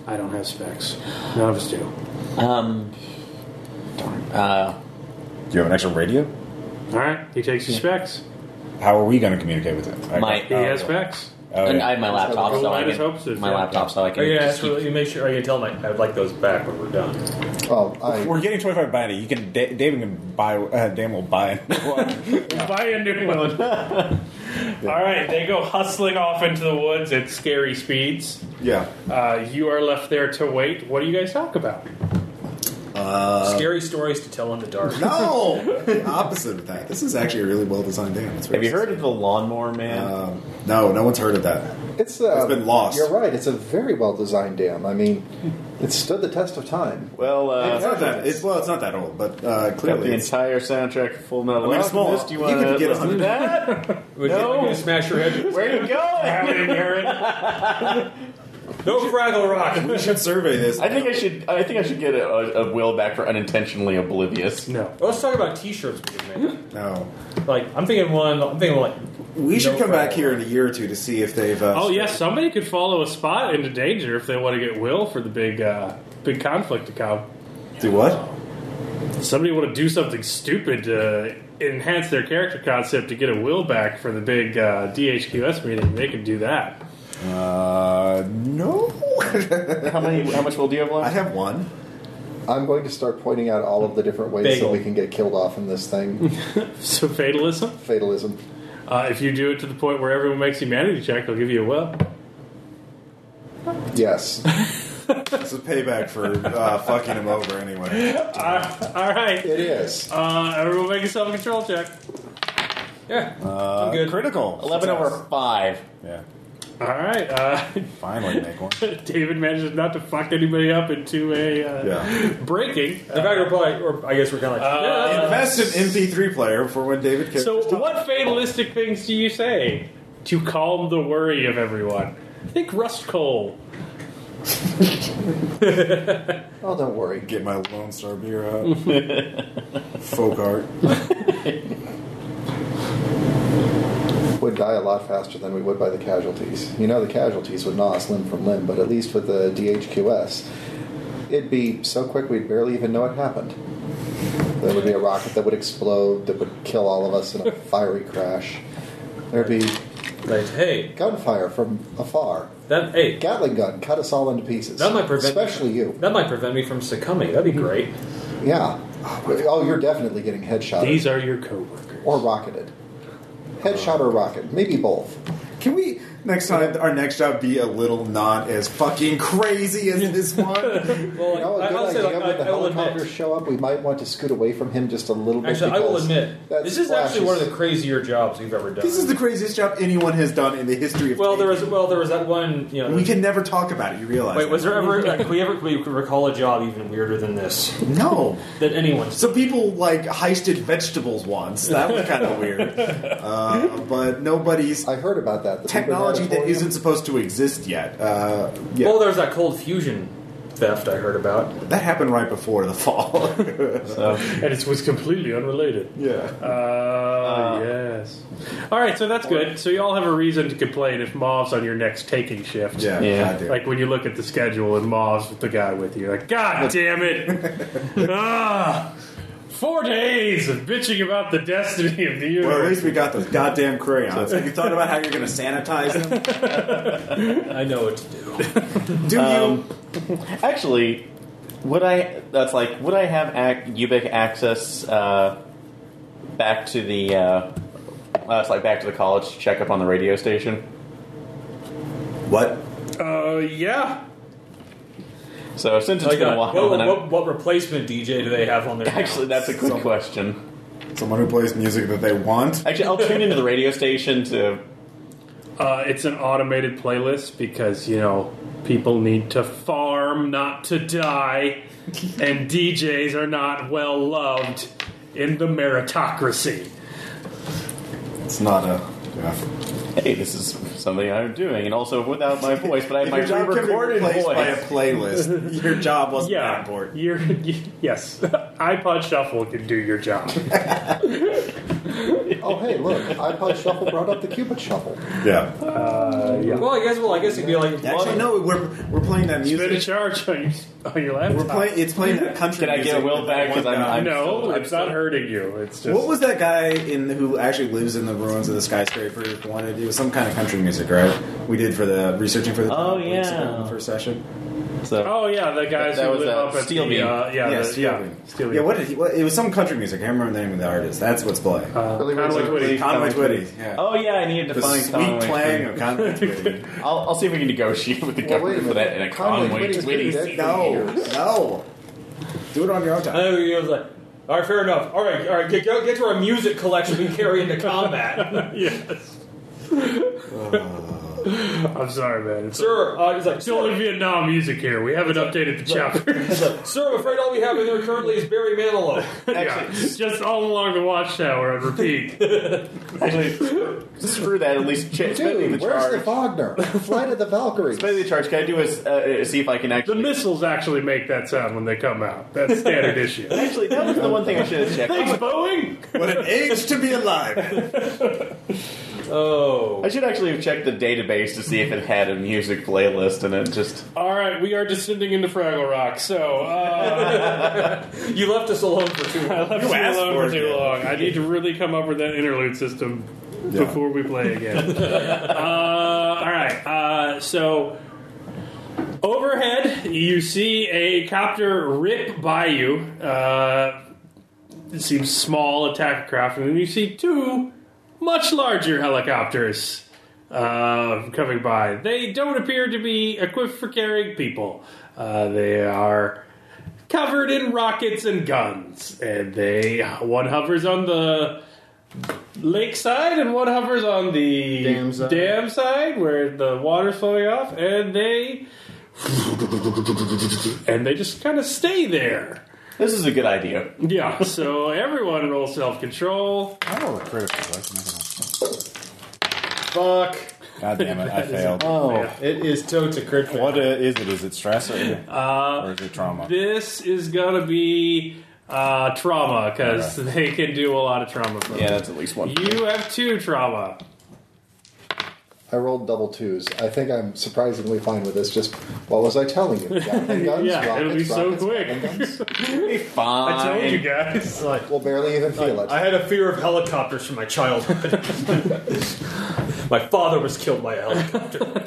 Speaker 2: I don't have specs. None of us do.
Speaker 3: Um uh,
Speaker 1: Do you have an extra radio?
Speaker 2: All right, he takes his specs.
Speaker 1: How are we going to communicate with it? I-
Speaker 3: My-
Speaker 2: He has specs.
Speaker 1: Oh,
Speaker 3: and
Speaker 1: yeah.
Speaker 3: I have my laptop,
Speaker 2: Well,
Speaker 3: so I
Speaker 2: I just
Speaker 3: can,
Speaker 2: hope so,
Speaker 3: my
Speaker 2: yeah.
Speaker 3: laptop, so I can.
Speaker 4: Are you gonna
Speaker 3: just
Speaker 4: ask?
Speaker 3: keep-
Speaker 4: Oh, You make sure. Are you gonna tell them? I would like those back when we're done.
Speaker 6: Oh, I.
Speaker 1: We're getting twenty five binding. You can da- David can buy. Uh, Dan will buy. one.
Speaker 2: Buy a new one. All right, they go hustling off into the woods at scary speeds.
Speaker 6: Yeah.
Speaker 2: Uh, you are left there to wait. What do you guys talk about?
Speaker 4: Scary stories to tell in the dark.
Speaker 14: No, The opposite of that. This is actually a really well designed game. It's
Speaker 3: have
Speaker 14: very-
Speaker 3: you heard of the Lawnmower Man?
Speaker 1: Uh,
Speaker 14: Um, no, no one's heard of that.
Speaker 6: It's, uh,
Speaker 14: It's been lost.
Speaker 6: You're right. It's a very well designed dam. I mean, it stood the test of time.
Speaker 3: well, uh,
Speaker 14: it's not that. It's well, it's not that old, but uh,
Speaker 3: got the
Speaker 14: clearly. It's,
Speaker 3: entire soundtrack of Full Metal
Speaker 14: I mean, it's small.
Speaker 3: Alchemist. Do you
Speaker 14: You
Speaker 3: want to
Speaker 14: could get
Speaker 3: listen to
Speaker 14: 100.
Speaker 3: that?
Speaker 4: Would you-
Speaker 3: No.
Speaker 4: would you smash your head?
Speaker 3: Where are you going?
Speaker 4: No Fraggle Rock.
Speaker 14: we should survey this.
Speaker 3: I think I should. I think I should get a, a, a will back for unintentionally oblivious.
Speaker 2: No.
Speaker 4: Let's talk about T-shirts we could make.
Speaker 14: no.
Speaker 4: Like I'm thinking one. I'm thinking like
Speaker 1: We should
Speaker 2: No
Speaker 1: come back
Speaker 2: problem.
Speaker 1: here in a year or two to see if they've. Uh,
Speaker 2: Oh yes, somebody could follow a spot into danger if they want to get Will for the big uh, big conflict to come.
Speaker 1: Do what?
Speaker 2: Somebody want to do something stupid to enhance their character concept to get a Will back for the big uh, DHQS meeting. They could do that.
Speaker 1: Uh, no.
Speaker 3: How many? How much will do you have
Speaker 1: I
Speaker 3: left?
Speaker 1: have one.
Speaker 6: I'm going to start pointing out all of the different ways
Speaker 4: Bagel.
Speaker 6: that we can get killed off in this thing.
Speaker 2: So fatalism.
Speaker 6: Fatalism.
Speaker 2: Uh, if you do it to the point where everyone makes humanity check, they'll give you a Will.
Speaker 6: Yes.
Speaker 1: It's a payback for uh, fucking him over anyway.
Speaker 2: Uh, all right.
Speaker 6: It is.
Speaker 2: Uh, everyone make a self control check.
Speaker 4: Yeah.
Speaker 1: Uh,
Speaker 4: good.
Speaker 1: Critical.
Speaker 3: Eleven
Speaker 1: Success.
Speaker 3: over five.
Speaker 1: Yeah.
Speaker 2: All right. Uh,
Speaker 1: Finally make one.
Speaker 2: David manages not to fuck anybody up into a uh,
Speaker 1: Yeah.
Speaker 2: breaking.
Speaker 6: Uh,
Speaker 4: In fact, we're probably, or I guess we're kind of like,
Speaker 2: Uh,
Speaker 1: Invest in MP3 player for when David. Carries
Speaker 2: So, what fatalistic things do you say to calm the worry of everyone? Think rust coal.
Speaker 6: Oh, don't worry.
Speaker 1: Get my Lone Star beer out. Folk art.
Speaker 6: would die a lot faster than we would by the casualties. You know, the casualties would gnaw us limb from limb, but at least with the DHQS, it'd be so quick we'd barely even know it happened. There would be a rocket that would explode, that would kill all of us in a fiery crash. There'd be
Speaker 4: like, hey,
Speaker 6: gunfire from afar.
Speaker 4: that, hey,
Speaker 6: Gatling gun cut us all into pieces.
Speaker 4: That might prevent-
Speaker 6: Especially you.
Speaker 4: that might prevent me from succumbing. That'd
Speaker 1: Hmm.
Speaker 4: be great.
Speaker 6: Yeah. Oh, you're definitely getting headshot.
Speaker 2: These are your coworkers.
Speaker 6: Or rocketed. Headshot or rocket. Maybe both.
Speaker 1: Can we next time our next job be a little not as fucking crazy as this one?
Speaker 4: Well,
Speaker 6: You know, a
Speaker 4: I,
Speaker 6: good
Speaker 4: I'll say,
Speaker 6: idea
Speaker 4: like,
Speaker 6: when
Speaker 4: I,
Speaker 6: the
Speaker 4: I will
Speaker 6: helicopters
Speaker 4: admit.
Speaker 6: show up, we might want to scoot away from him just a little bit.
Speaker 4: Actually, I will
Speaker 6: because
Speaker 4: admit,
Speaker 6: that
Speaker 4: this is actually
Speaker 6: splashes-
Speaker 4: one of the crazier jobs we've ever done.
Speaker 1: this is the craziest job anyone has done in the history of.
Speaker 4: well, there was well, there was that one. You know,
Speaker 1: We can never talk about it. You realize?
Speaker 4: wait, was
Speaker 1: that?
Speaker 4: there ever? Like, could we ever? Could we recall a job even weirder than this?
Speaker 1: no?
Speaker 4: That anyone's.
Speaker 1: So people like heisted vegetables once. That was kind of weird. Uh, but nobody's uh,
Speaker 6: I heard about that. The
Speaker 1: technology that
Speaker 6: Vibranatorium.
Speaker 1: isn't supposed to exist yet. Uh, yeah,
Speaker 4: Well, there was that cold fusion theft I heard about.
Speaker 1: that happened right before the fall.
Speaker 2: And it was completely unrelated.
Speaker 1: yeah. Ah.
Speaker 2: Uh, yes. All right, so that's good. So you all have a reason to complain if Mav's on your next taking shift.
Speaker 1: Yeah,
Speaker 3: Yeah.
Speaker 1: I do.
Speaker 2: Like when you look at the schedule and Mav's with the guy with you, like, God damn it! ah, four days of bitching about the destiny of the universe.
Speaker 1: well, at least we got those goddamn crayons. Have you thought about how you're going to sanitize them?
Speaker 4: I know what to do.
Speaker 1: Do
Speaker 3: Um, Actually, would I? That's like, would I have ac- Ubik access uh, back to the? Uh, that's like back to the college to check up on the radio station.
Speaker 1: you? What?
Speaker 2: Uh, yeah.
Speaker 3: So since it's
Speaker 4: Like,
Speaker 3: been
Speaker 4: uh,
Speaker 3: a while,
Speaker 4: what,
Speaker 3: then I'm-
Speaker 4: what, what replacement DJ do they have on their?
Speaker 3: actually that's a good question.
Speaker 1: Someone who plays music that they want?
Speaker 3: Actually, I'll tune into the radio station to.
Speaker 2: Uh, it's an automated playlist because, you know, people need to farm, not to die, and DJs are not well loved in the meritocracy.
Speaker 1: It's not a. Yeah.
Speaker 3: Hey, this is something I'm doing, and also without my voice, but I have my
Speaker 1: Your job can be
Speaker 3: re-recorded
Speaker 1: replaced by a
Speaker 3: voice.
Speaker 1: playlist. Your job wasn't that
Speaker 2: Yeah,
Speaker 1: important.
Speaker 2: you're, y yes, iPod Shuffle can do your job.
Speaker 6: Oh, hey, look. iPod Shuffle brought up the Cupid Shuffle.
Speaker 1: Yeah.
Speaker 4: Well, I guess. Well, I guess it'd be like.
Speaker 1: Actually, no. We're we're playing that
Speaker 2: Bit of
Speaker 1: music.
Speaker 2: charge on your, on your laptop.
Speaker 1: We're playing. It's playing that country.
Speaker 3: Can I get
Speaker 1: music
Speaker 3: a
Speaker 1: that
Speaker 3: Will back?
Speaker 1: one
Speaker 3: 'Cause I'm-
Speaker 1: guy-
Speaker 3: I'm-
Speaker 2: no,
Speaker 3: I'm
Speaker 2: it's
Speaker 3: so-
Speaker 2: not hurting you. It's just
Speaker 1: What was that guy in who actually lives in the ruins of the skyscraper wanted? It was some kind of country music, right? We did for the researching for the
Speaker 3: Oh,
Speaker 1: weeks ago,
Speaker 3: yeah.
Speaker 1: the first session.
Speaker 3: So
Speaker 2: Oh yeah, the guys
Speaker 3: That- that
Speaker 2: who
Speaker 3: was,
Speaker 2: live
Speaker 3: uh,
Speaker 2: up at
Speaker 3: Steel
Speaker 2: the
Speaker 3: Beam.
Speaker 2: uh, yeah,
Speaker 1: yeah,
Speaker 2: the,
Speaker 1: Steel
Speaker 2: yeah,
Speaker 1: Bean.
Speaker 2: Steel
Speaker 1: Yeah,
Speaker 2: Beam.
Speaker 1: what did he? What, it was some country music. I can't remember the name of the artist. That's what's playing.
Speaker 6: Really
Speaker 2: Conway
Speaker 6: was a-
Speaker 2: Twitty.
Speaker 1: Conway Twitty. Yeah.
Speaker 3: Oh yeah, I needed to
Speaker 1: the
Speaker 3: find
Speaker 1: sweet
Speaker 3: Conway.
Speaker 1: twang of Conway Twitty.
Speaker 3: I'll, I'll see if we can negotiate with the
Speaker 6: Well, wait a
Speaker 3: government for that.
Speaker 6: minute.
Speaker 3: And a
Speaker 6: Conway
Speaker 3: Conway
Speaker 6: Twitty's been dead
Speaker 3: Twitty.
Speaker 6: for
Speaker 1: No,
Speaker 6: years.
Speaker 1: no. Do it on your own
Speaker 4: I
Speaker 1: time.
Speaker 4: know he was like, all right, fair enough. All right, all right, get, go- get to our music collection we carry into combat.
Speaker 2: Yes.
Speaker 1: Uh.
Speaker 2: I'm sorry, man. It's
Speaker 4: sir, uh, he's like,
Speaker 2: it's only
Speaker 4: sir,
Speaker 2: Vietnam music here. We haven't updated the chapter.
Speaker 4: he's like, sir, I'm afraid all we have in there currently is Barry Manilow.
Speaker 2: yeah. Just all along the watchtower on repeat.
Speaker 3: Actually, screw that. At least ch- spend me the
Speaker 6: Dude, where's the
Speaker 3: charge.
Speaker 6: Wagner? Flight of the Valkyries.
Speaker 3: Spend me the charge. Can I do is uh, uh, see if I can
Speaker 2: The
Speaker 3: actually?
Speaker 2: missiles actually make that sound when they come out. That's standard issue.
Speaker 3: actually, that was the one thing I should have checked.
Speaker 2: Thanks, Boeing.
Speaker 1: What an age to be alive.
Speaker 4: Oh.
Speaker 3: I should actually have checked the database to see if it had a music playlist, and it just
Speaker 2: All right, we are descending into Fraggle Rock. So uh,
Speaker 4: You left us alone for too
Speaker 2: I
Speaker 4: long.
Speaker 2: left you
Speaker 1: asked
Speaker 2: alone for
Speaker 1: for it,
Speaker 2: too
Speaker 1: yeah.
Speaker 2: long. I need to really come up with that interlude system before we play again. uh, all right, uh, so overhead, you see a copter rip by you. Uh, it seems small attack craft, and then you see two much larger helicopters uh, coming by. They don't appear to be equipped for carrying people. Uh, they are covered in rockets and guns, and they one hovers on the lake side and one hovers on the
Speaker 15: Dam side.
Speaker 2: dam side where the water's flowing off, and they and they just kind of stay there.
Speaker 3: this is a good idea.
Speaker 2: Yeah, so everyone roll self control.
Speaker 16: I rolled a critical. so that's not
Speaker 4: Fuck.
Speaker 16: gonna- God damn it! I failed.
Speaker 4: Oh, it is totes a crit fail.
Speaker 16: What uh, is it? Is it stress or, or is it trauma?
Speaker 2: This is gonna be uh, trauma because they can do a lot of trauma. For
Speaker 3: Yeah, that's at least one.
Speaker 2: You have two trauma.
Speaker 6: I rolled double twos. I think I'm surprisingly fine with this. Just what was I telling you? Guns, guns,
Speaker 2: Yeah,
Speaker 6: rockets,
Speaker 2: it'll be so
Speaker 6: rockets,
Speaker 2: quick.
Speaker 6: guns.
Speaker 3: Fine.
Speaker 2: I told you guys.
Speaker 6: We'll barely even feel it.
Speaker 4: I had a fear of helicopters from my childhood. my father was killed by a helicopter.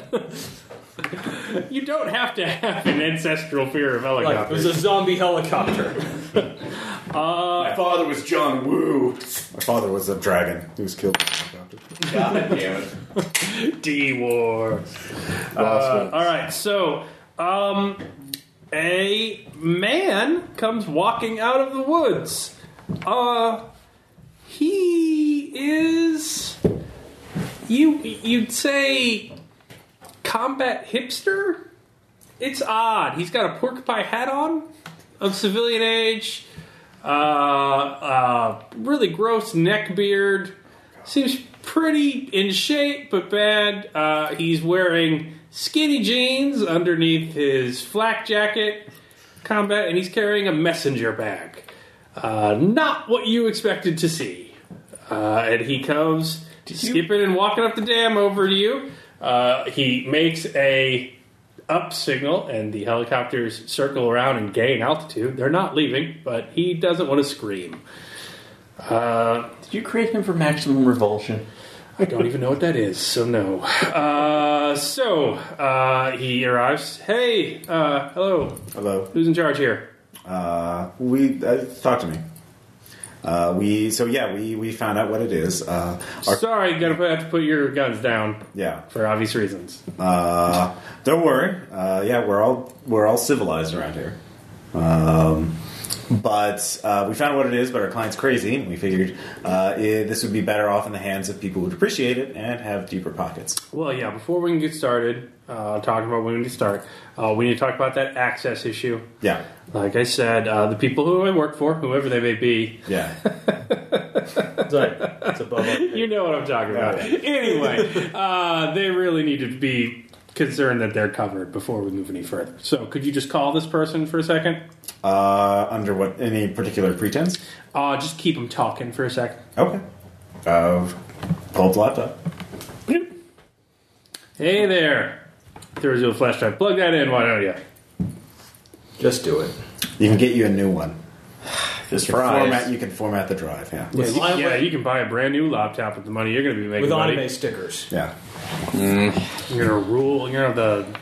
Speaker 2: You don't have to have an ancestral fear of
Speaker 4: Like, it was
Speaker 2: helicopters.
Speaker 4: a zombie helicopter.
Speaker 1: My father was John Woo. My father was a dragon. He was killed. by a helicopter.
Speaker 3: God damn it.
Speaker 2: D War. Uh, all right, so um, a man comes walking out of the woods. Uh, he is you. You'd say combat hipster. It's odd. He's got a porcupine hat on of civilian age. Uh, uh, really gross neck beard. Seems pretty in shape, but bad. Uh, he's wearing skinny jeans underneath his flak jacket, combat, and he's carrying a messenger bag. Uh, not what you expected to see. Uh, and he comes skipping and walking up the dam over to you. Uh, he makes a up signal, and the helicopters circle around and gain altitude. They're not leaving, but he doesn't want to scream.
Speaker 3: Did you create him for maximum revulsion?
Speaker 2: I don't even know what that is, so no. Uh, so uh, he arrives. Hey, uh, hello.
Speaker 1: Hello.
Speaker 2: Who's in charge here?
Speaker 1: Uh, we uh, talk to me. Uh, we so yeah we we found out what it is. Uh, our,
Speaker 2: Sorry, gonna have to put your guns down
Speaker 1: yeah.
Speaker 2: for obvious reasons.
Speaker 1: Uh, don't worry. Uh, yeah, we're all we're all civilized around here. Um, but uh, we found out what it is. But our client's crazy. and We figured uh, it, this would be better off in the hands of people who would appreciate it and have deeper pockets.
Speaker 2: Well, yeah. Before we can get started, uh, talking about when we need to start, uh, we need to talk about that access issue.
Speaker 1: Yeah,
Speaker 2: Like I said, uh, the people who I work for, whoever they may be,
Speaker 1: yeah.
Speaker 4: It's like, it's above our pay.
Speaker 2: you know what I'm talking about. Anyway, uh, they really need to be concerned that they're covered before we move any further. So, could you just call this person for a second?
Speaker 1: uh, under what any particular pretense?
Speaker 2: Uh, just keep them talking for a second.
Speaker 1: Okay. Uh, pull up the laptop.
Speaker 2: Hey there. There's a flash drive. Plug that in, why don't you?
Speaker 4: Just do it.
Speaker 1: You can get you a new one.
Speaker 3: This
Speaker 1: Format.
Speaker 3: fries.
Speaker 1: You can format the drive. Yeah.
Speaker 2: Yeah, you,
Speaker 4: Lime-
Speaker 2: yeah, you can buy a brand new laptop with the money you're going to be making.
Speaker 4: With
Speaker 2: buddy.
Speaker 4: anime stickers.
Speaker 1: Yeah.
Speaker 2: You're going to rule. You're going to have the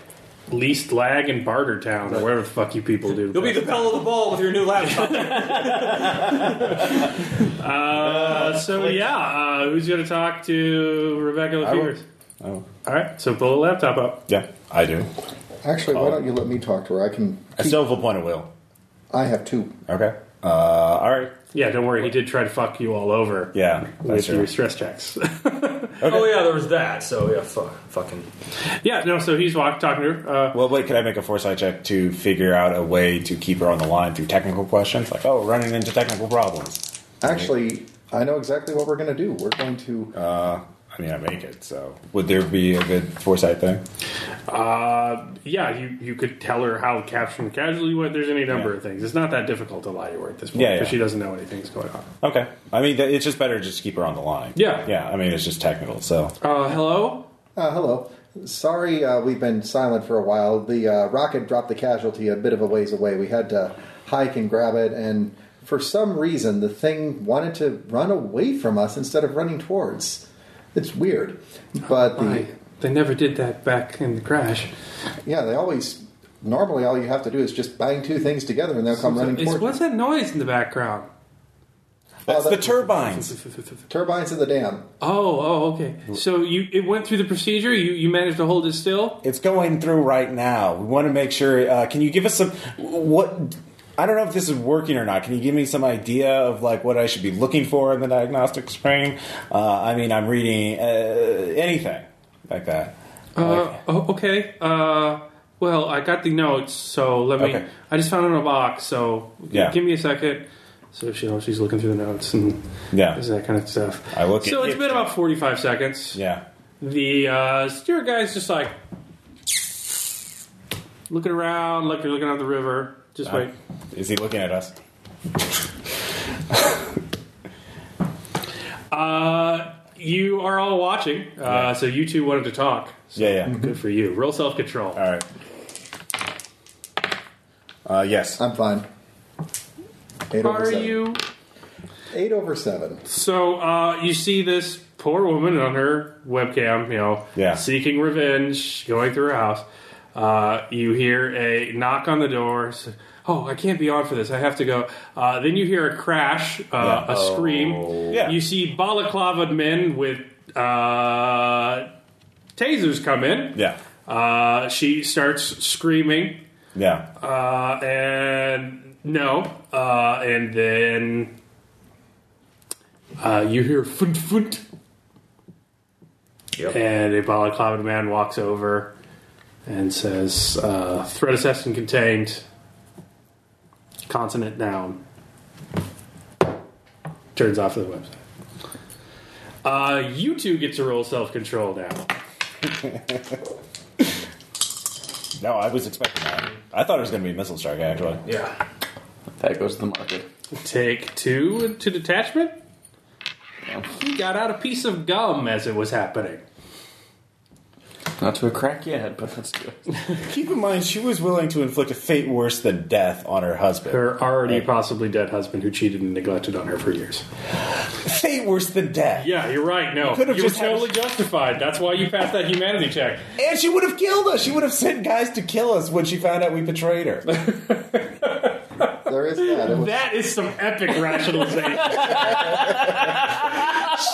Speaker 2: least lag in Barter Town or whatever the fuck you people do.
Speaker 4: You'll be the bell of the ball with your new laptop.
Speaker 2: uh, so, yeah, uh, who's going to talk to Rebecca
Speaker 16: will.
Speaker 2: LaFevers?
Speaker 16: Oh,
Speaker 2: All right, so pull the laptop up.
Speaker 1: Yeah. I do.
Speaker 6: Actually, why don't you let me talk to her? I can.
Speaker 16: I still have a point of will.
Speaker 6: I have two.
Speaker 1: Okay. Uh, all right.
Speaker 2: Yeah, don't worry. He did try to fuck you all over
Speaker 1: Yeah.
Speaker 2: with
Speaker 1: That's true.
Speaker 2: your stress checks.
Speaker 4: Oh, yeah, there was that. So, yeah, fuck, fucking.
Speaker 2: yeah, no, so he's walk, talking to her. Uh,
Speaker 16: Well, wait. Could I make a foresight check to figure out a way to keep her on the line through technical questions? Like, oh, running into technical problems.
Speaker 6: Actually, I know exactly what we're going to do. We're going to
Speaker 16: Uh,
Speaker 1: I mean, I make it. So would there be a good foresight thing?
Speaker 2: Uh, yeah, you, you could tell her how caption casually went. There's any number
Speaker 1: Yeah.
Speaker 2: of things. It's not that difficult to lie to her at this point
Speaker 1: Yeah,
Speaker 2: because
Speaker 1: yeah.
Speaker 2: she doesn't know anything's going on.
Speaker 1: Okay. I mean, th- it's just better to just keep her on the line.
Speaker 2: Yeah.
Speaker 1: Yeah. I mean, it's just technical. So
Speaker 2: Uh, hello?
Speaker 6: Uh, hello. Sorry, uh, we've been silent for a while. The uh, rocket dropped the casualty a bit of a ways away. We had to hike and grab it, and for some reason, the thing wanted to run away from us instead of running towards. It's weird,
Speaker 2: Oh
Speaker 6: but the,
Speaker 2: Why? They never did that back in the crash.
Speaker 6: yeah, they always normally all you have to do is just bang two things together, and they'll come running
Speaker 2: It's-
Speaker 6: towards. you.
Speaker 2: what's that noise in the background?
Speaker 1: that's
Speaker 6: that-
Speaker 1: the turbines.
Speaker 6: Turbines in the dam.
Speaker 2: Oh, oh, okay. So you it went through the procedure. You you managed to hold it still.
Speaker 1: It's going through right now. We want to make sure. Uh, can you give us some what? I don't know if this is working or not. Can you give me some idea of like what I should be looking for in the diagnostic screen? Uh, I mean, I'm reading uh, anything like that.
Speaker 2: Uh, oh, okay. Uh, well, I got the notes, so let me.
Speaker 1: Okay.
Speaker 2: I just found it in a box, so g-
Speaker 1: Yeah.
Speaker 2: give me a second. So she, you know, she's looking through the notes and
Speaker 1: Yeah.
Speaker 2: that kind of stuff.
Speaker 1: I look
Speaker 2: So
Speaker 1: at
Speaker 2: it's
Speaker 1: it.
Speaker 2: been about forty-five seconds.
Speaker 1: Yeah.
Speaker 2: The uh, steer guy's just like looking around, like you're looking out the river. Just wait.
Speaker 1: Is he looking at us?
Speaker 2: Uh, you are all watching, uh, so you two wanted to talk. So
Speaker 1: Yeah. Yeah.
Speaker 2: Good for you. Real self control.
Speaker 1: All right. Uh, yes.
Speaker 6: I'm fine. Eight over
Speaker 2: Are
Speaker 6: seven.
Speaker 2: you?
Speaker 6: Eight over seven.
Speaker 2: So uh, you see this poor woman on her webcam, you know,
Speaker 1: Yeah.
Speaker 2: seeking revenge, going through her house. Uh, you hear a knock on the door. S- Oh, I can't be on for this. I have to go. Uh, then you hear a crash, uh,
Speaker 1: Yeah. Oh.
Speaker 2: a scream.
Speaker 1: Yeah.
Speaker 2: You see balaclava men with uh, tasers come in.
Speaker 1: Yeah.
Speaker 2: Uh, she starts screaming.
Speaker 1: Yeah.
Speaker 2: Uh, and no. Uh, and then uh, you hear funt funt.
Speaker 4: Yep.
Speaker 2: And a balaclava man walks over and says, uh, threat assessment contained. Consonant noun. Turns off the website. Uh, you two get to roll self control now.
Speaker 1: No, I was expecting that. I thought it was going to be missile strike actually.
Speaker 4: Yeah.
Speaker 3: That goes to the market.
Speaker 2: Take two to detachment. He got out a piece of gum as it was happening.
Speaker 3: Not to a crack yet, but that's good.
Speaker 1: Keep in mind, she was willing to inflict a fate worse than death on her husband.
Speaker 2: Her already possibly dead husband who cheated and neglected on her for years.
Speaker 1: fate worse than death.
Speaker 2: Yeah, you're right. No,
Speaker 1: could
Speaker 2: you
Speaker 1: have
Speaker 2: were
Speaker 1: just had-
Speaker 2: totally justified. That's why you passed that humanity check.
Speaker 1: And she would have killed us. She would have sent guys to kill us when she found out we betrayed her.
Speaker 6: There is that. It was,
Speaker 2: That is some epic rationalization.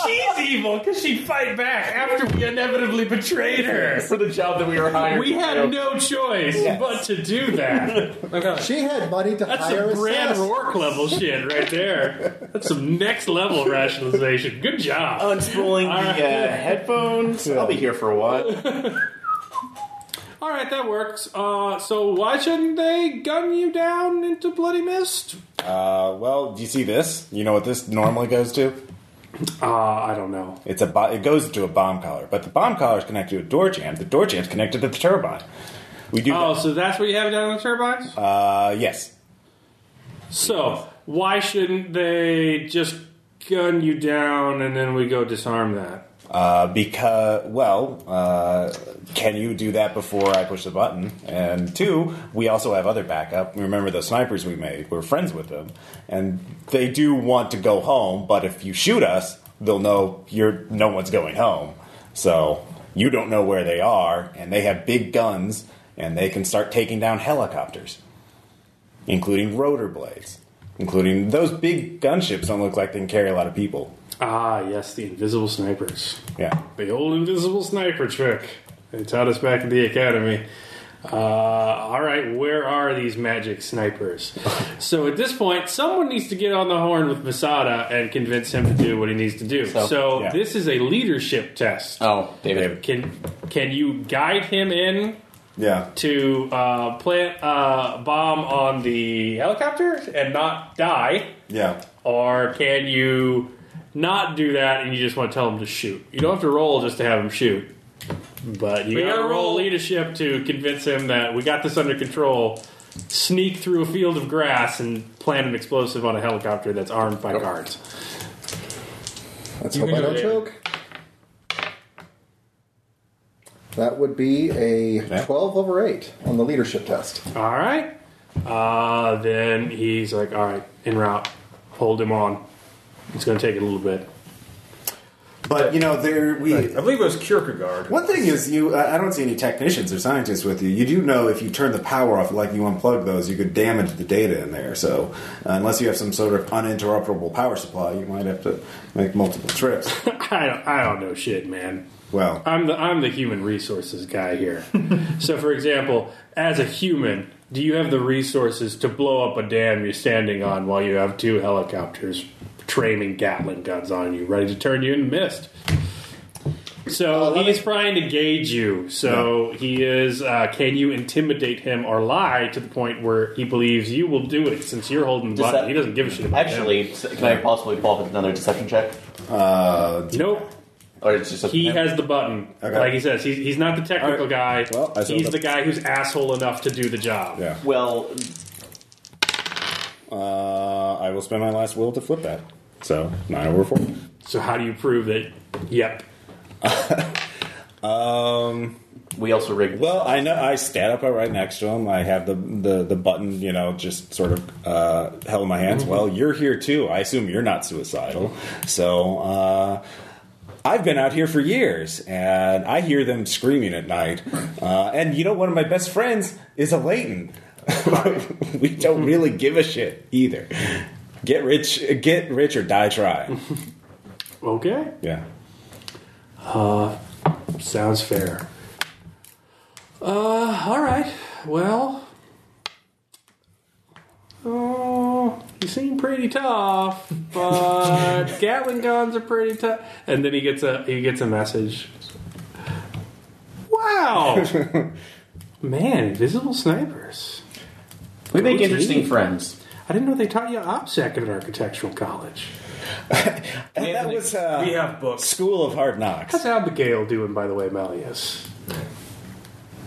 Speaker 2: She's evil because she fight back after we inevitably betrayed her.
Speaker 3: For the job that we were hired
Speaker 2: We had no choice but to do that.
Speaker 6: she had money to
Speaker 2: That's
Speaker 6: hire
Speaker 2: some Brand
Speaker 6: assassins.
Speaker 2: Rourke level shit right there. That's some next level rationalization. Good job.
Speaker 3: Unspooling the
Speaker 2: right.
Speaker 3: uh, headphones. I'll be here for a while.
Speaker 2: All right, that works. Uh, so why shouldn't they gun you down into bloody mist?
Speaker 1: Uh, well, do you see this? You know what this normally goes to?
Speaker 2: Uh, I don't know.
Speaker 1: It's a bo- it goes to a bomb collar, but the bomb collar is connected to a door jam. The door jam's connected to the turbine. We do.
Speaker 2: Oh, so that's what you have down on the turbines?
Speaker 1: Uh, yes.
Speaker 2: so why shouldn't they just gun you down and then we go disarm that?
Speaker 1: Uh, because well, uh, can you do that before I push the button? And two, we also have other backup. Remember the snipers we made? We're friends with them, and they do want to go home. But if you shoot us, they'll know you're no one's going home. So you don't know where they are, and they have big guns, and they can start taking down helicopters, including rotor blades, including those big gunships. Don't look like they can carry a lot of people.
Speaker 2: Ah, yes, the invisible snipers.
Speaker 1: Yeah.
Speaker 2: The old invisible sniper trick. They taught us back at the academy. Uh, all right, where are these magic snipers? so at this point, someone needs to get on the horn with Masada and convince him to do what he needs to do. So,
Speaker 1: yeah.
Speaker 2: this is a leadership test.
Speaker 3: Oh, David.
Speaker 2: Can can you guide him in
Speaker 1: Yeah.
Speaker 2: to uh, plant a bomb on the helicopter and not die,
Speaker 1: Yeah.
Speaker 2: or can you not do that and you just want to tell them to shoot. You don't have to roll just to have them shoot. But you
Speaker 4: We
Speaker 2: gotta
Speaker 4: gotta
Speaker 2: roll
Speaker 4: roll.
Speaker 2: leadership to convince him that we got this under control. Sneak through a field of grass and plant an explosive on a helicopter that's armed by guards.
Speaker 6: Let's
Speaker 4: You
Speaker 6: hope
Speaker 4: can
Speaker 6: I
Speaker 4: do
Speaker 6: don't
Speaker 4: it.
Speaker 6: choke. That would be a 12 over 8 on the leadership test.
Speaker 2: All right. Uh, then he's like, all right, en route. Hold him on. It's going to take a little bit.
Speaker 1: But you know, there we.
Speaker 17: I believe it was Kierkegaard.
Speaker 1: One thing is, you I I don't see any technicians or scientists with you. You do know if you turn the power off, like you unplug those, you could damage the data in there. So uh, unless you have some sort of uninterruptible power supply, you might have to make multiple trips.
Speaker 2: I don't, I don't know shit, man.
Speaker 1: Well,
Speaker 2: I'm the I'm the human resources guy here. so, for example, as a human, do you have the resources to blow up a dam you're standing on while you have two helicopters training Gatling guns on you, ready to turn you in mist?
Speaker 3: Uh,
Speaker 2: So he's trying to gauge you. So he is. Uh, can you intimidate him or lie to the point where he believes you will do it? Since you're holding the
Speaker 3: Does
Speaker 2: button,
Speaker 3: that-
Speaker 2: he doesn't give a shit about him.
Speaker 3: Actually, can I possibly pull up another deception check?
Speaker 1: uh,
Speaker 2: nope.
Speaker 3: Or it's just a
Speaker 2: He has the button.
Speaker 1: Okay.
Speaker 2: Like he says, he's, he's not the technical guy.
Speaker 1: Well, I saw
Speaker 2: he's
Speaker 1: that.
Speaker 2: the guy who's asshole enough to do the job.
Speaker 1: yeah.
Speaker 3: well.
Speaker 1: Uh, I will spend my last will to flip that. So nine over four.
Speaker 2: So how do you prove that? Yep.
Speaker 1: Um.
Speaker 3: We also rigged.
Speaker 1: Well, I know I stand up right next to him. I have the the, the button, you know, just sort of uh, held in my hands. Well, you're here too. I assume you're not suicidal. So uh, I've been out here for years, and I hear them screaming at night. Uh, and you know, one of my best friends is a Leighton. we don't really give a shit either. Get rich, get rich or die trying.
Speaker 2: Okay.
Speaker 1: Yeah.
Speaker 2: Sounds fair. Uh, all right. Well, oh, you seem pretty tough, but Gatling guns are pretty tough. And then he gets a he gets a message. Wow, man, invisible snipers.
Speaker 3: we make
Speaker 2: Okay.
Speaker 3: interesting friends.
Speaker 2: I didn't know they taught you OPSEC at an architectural college.
Speaker 1: And that was uh,
Speaker 17: We have books.
Speaker 1: School of Hard Knocks.
Speaker 2: How's Abigail doing, by the way, Malleus?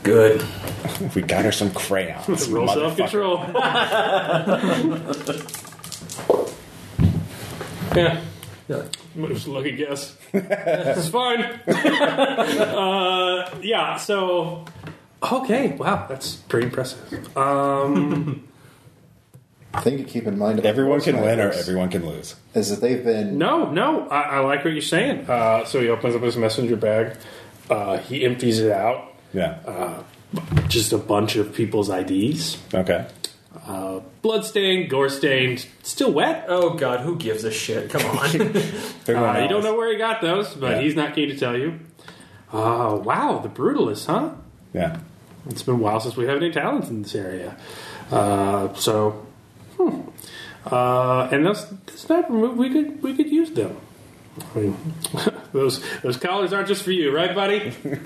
Speaker 17: Good.
Speaker 1: We got her some crayons.
Speaker 2: Roll
Speaker 1: motherfucker.
Speaker 2: self control. yeah. Just look at guess. it's fine. uh, yeah, so. Okay, wow, that's pretty impressive. Um,
Speaker 6: Thing to keep in mind about
Speaker 1: Everyone can win or
Speaker 6: snipers
Speaker 1: everyone can lose.
Speaker 6: is that they've been
Speaker 2: no, no, I, I like what you're saying. Uh, so he opens up his messenger bag, uh, he empties it out,
Speaker 1: Yeah.
Speaker 2: just a bunch of people's IDs.
Speaker 1: okay.
Speaker 2: Bloodstained, gore stained, still wet.
Speaker 4: Oh God, who gives a shit? Come on.
Speaker 1: Everyone
Speaker 2: Uh, you
Speaker 1: else.
Speaker 2: don't know where he got those, but
Speaker 1: Yeah.
Speaker 2: he's not keen to tell you. Uh, wow, the brutalist, huh?
Speaker 1: Yeah.
Speaker 2: It's been a while since we have any talents in this area. Uh, so, hmm. uh, and those the sniper move, we could we could use them. I mean, those those collars aren't just for you, right, buddy?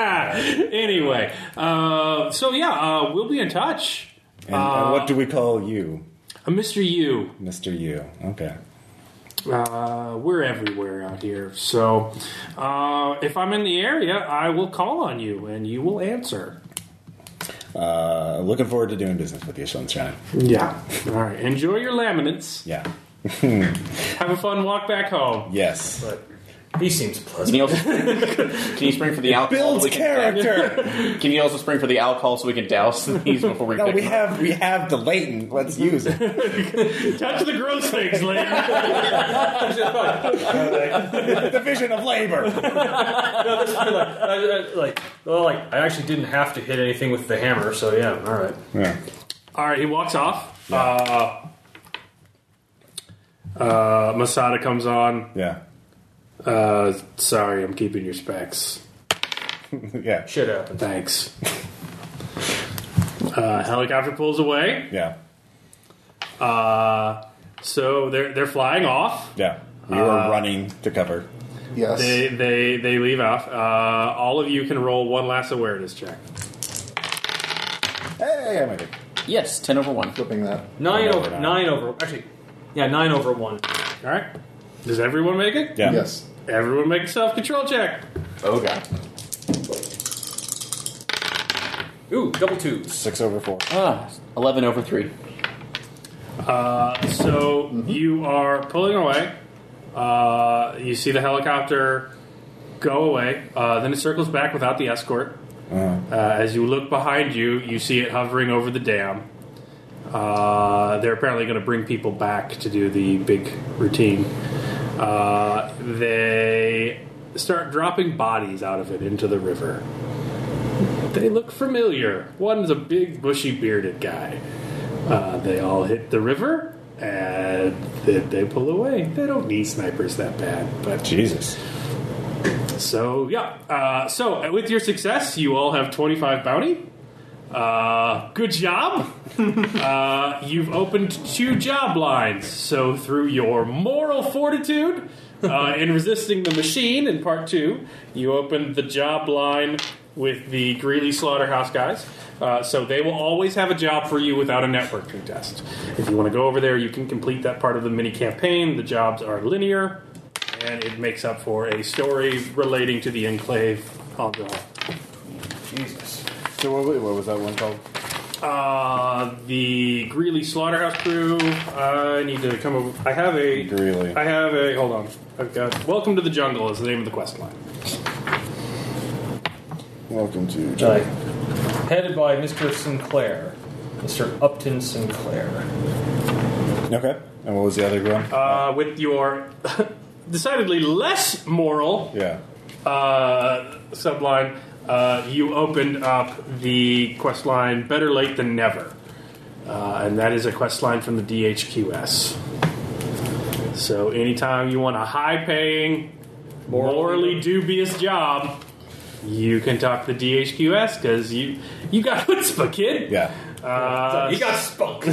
Speaker 2: anyway, uh, so yeah, uh, we'll be in touch.
Speaker 1: And uh, what do we call you,
Speaker 2: Uh, Mr. U,
Speaker 1: Mister You? Okay.
Speaker 2: uh, we're everywhere out here. So uh, if I'm in the area, I will call on you and you will answer.
Speaker 1: Uh, looking forward to doing business with you, Sunshine.
Speaker 2: Yeah. All right. Enjoy your laminates.
Speaker 1: Yeah.
Speaker 2: Have a fun walk back home.
Speaker 1: Yes.
Speaker 4: he seems
Speaker 3: Can
Speaker 4: pleasant.
Speaker 3: you, also, can you spring for the alcohol?
Speaker 1: Builds
Speaker 3: so we can-
Speaker 1: character.
Speaker 3: Can you also spring for the alcohol so we can douse these before we?
Speaker 1: no,
Speaker 3: pick
Speaker 1: we
Speaker 3: them up?
Speaker 1: have we have the latent. Let's use it.
Speaker 2: Touch the gross things, lady.
Speaker 1: Division of labor.
Speaker 4: I, I- like, well, like I actually didn't have to hit anything with the hammer, so yeah, all right.
Speaker 1: Yeah.
Speaker 2: All right. He walks off. Uh, uh, Masada comes on.
Speaker 1: Yeah.
Speaker 2: Uh, sorry, I'm keeping your specs.
Speaker 1: Yeah.
Speaker 4: Shit
Speaker 6: Oh,
Speaker 4: happens.
Speaker 2: Thanks. Uh, helicopter pulls away.
Speaker 1: Yeah.
Speaker 2: So they're they're flying off.
Speaker 1: Yeah. We were running to cover.
Speaker 6: yes
Speaker 2: They they they leave off. Uh, all of you can roll one last awareness check.
Speaker 1: Hey, I made it.
Speaker 3: yes, ten over one.
Speaker 6: flipping that.
Speaker 4: Nine
Speaker 1: Over
Speaker 4: over
Speaker 1: nine.
Speaker 4: nine over actually, yeah, nine over one.
Speaker 2: All right. Does everyone make it?
Speaker 1: Yeah.
Speaker 6: Yes.
Speaker 2: Everyone make a self control check.
Speaker 3: Oh god.
Speaker 4: Ooh, double twos.
Speaker 1: Six over four.
Speaker 3: Ah, eleven over three.
Speaker 2: Uh, so you are pulling away. Uh, you see the helicopter go away. Uh, then it circles back without the escort. Uh, as you look behind you, you see it hovering over the dam. Uh, they're apparently going to bring people back to do the big routine. Uh, they start dropping bodies out of it into the river. They look familiar. One's a big, bushy, bearded guy. Uh, they all hit the river and then they pull away. They don't need snipers that bad, but
Speaker 1: Jesus.
Speaker 2: so yeah. Uh, so uh, with your success, you all have twenty five bounty. Uh, good job. uh, you've opened two job lines. So through your moral fortitude uh, in resisting the machine in part two, you opened the job line with the Greeley Slaughterhouse guys. Uh, so they will always have a job for you without a networking test. If you want to go over there, you can complete that part of the mini campaign. The jobs are linear and it makes up for a story relating to the enclave ongoing.
Speaker 1: So what, what was that one called?
Speaker 2: Uh, the Greeley Slaughterhouse crew. I need to come over. I have a
Speaker 1: Greeley.
Speaker 2: I have a. Hold on. I've got. Welcome to the Jungle is the name of the quest line.
Speaker 1: Welcome to.
Speaker 7: Like, headed by Mr. Sinclair. Mr. Upton Sinclair.
Speaker 1: Okay. And what was the other one?
Speaker 2: Uh, with your decidedly less moral
Speaker 1: yeah.
Speaker 2: uh, subline, uh, you opened up the quest line "Better Late Than Never," uh, and that is a quest line from the DHQS. So, anytime you want a high-paying, morally dubious job, you can talk to the DHQS because you you got chutzpah, kid.
Speaker 1: Yeah.
Speaker 2: Uh,
Speaker 4: he got spunk.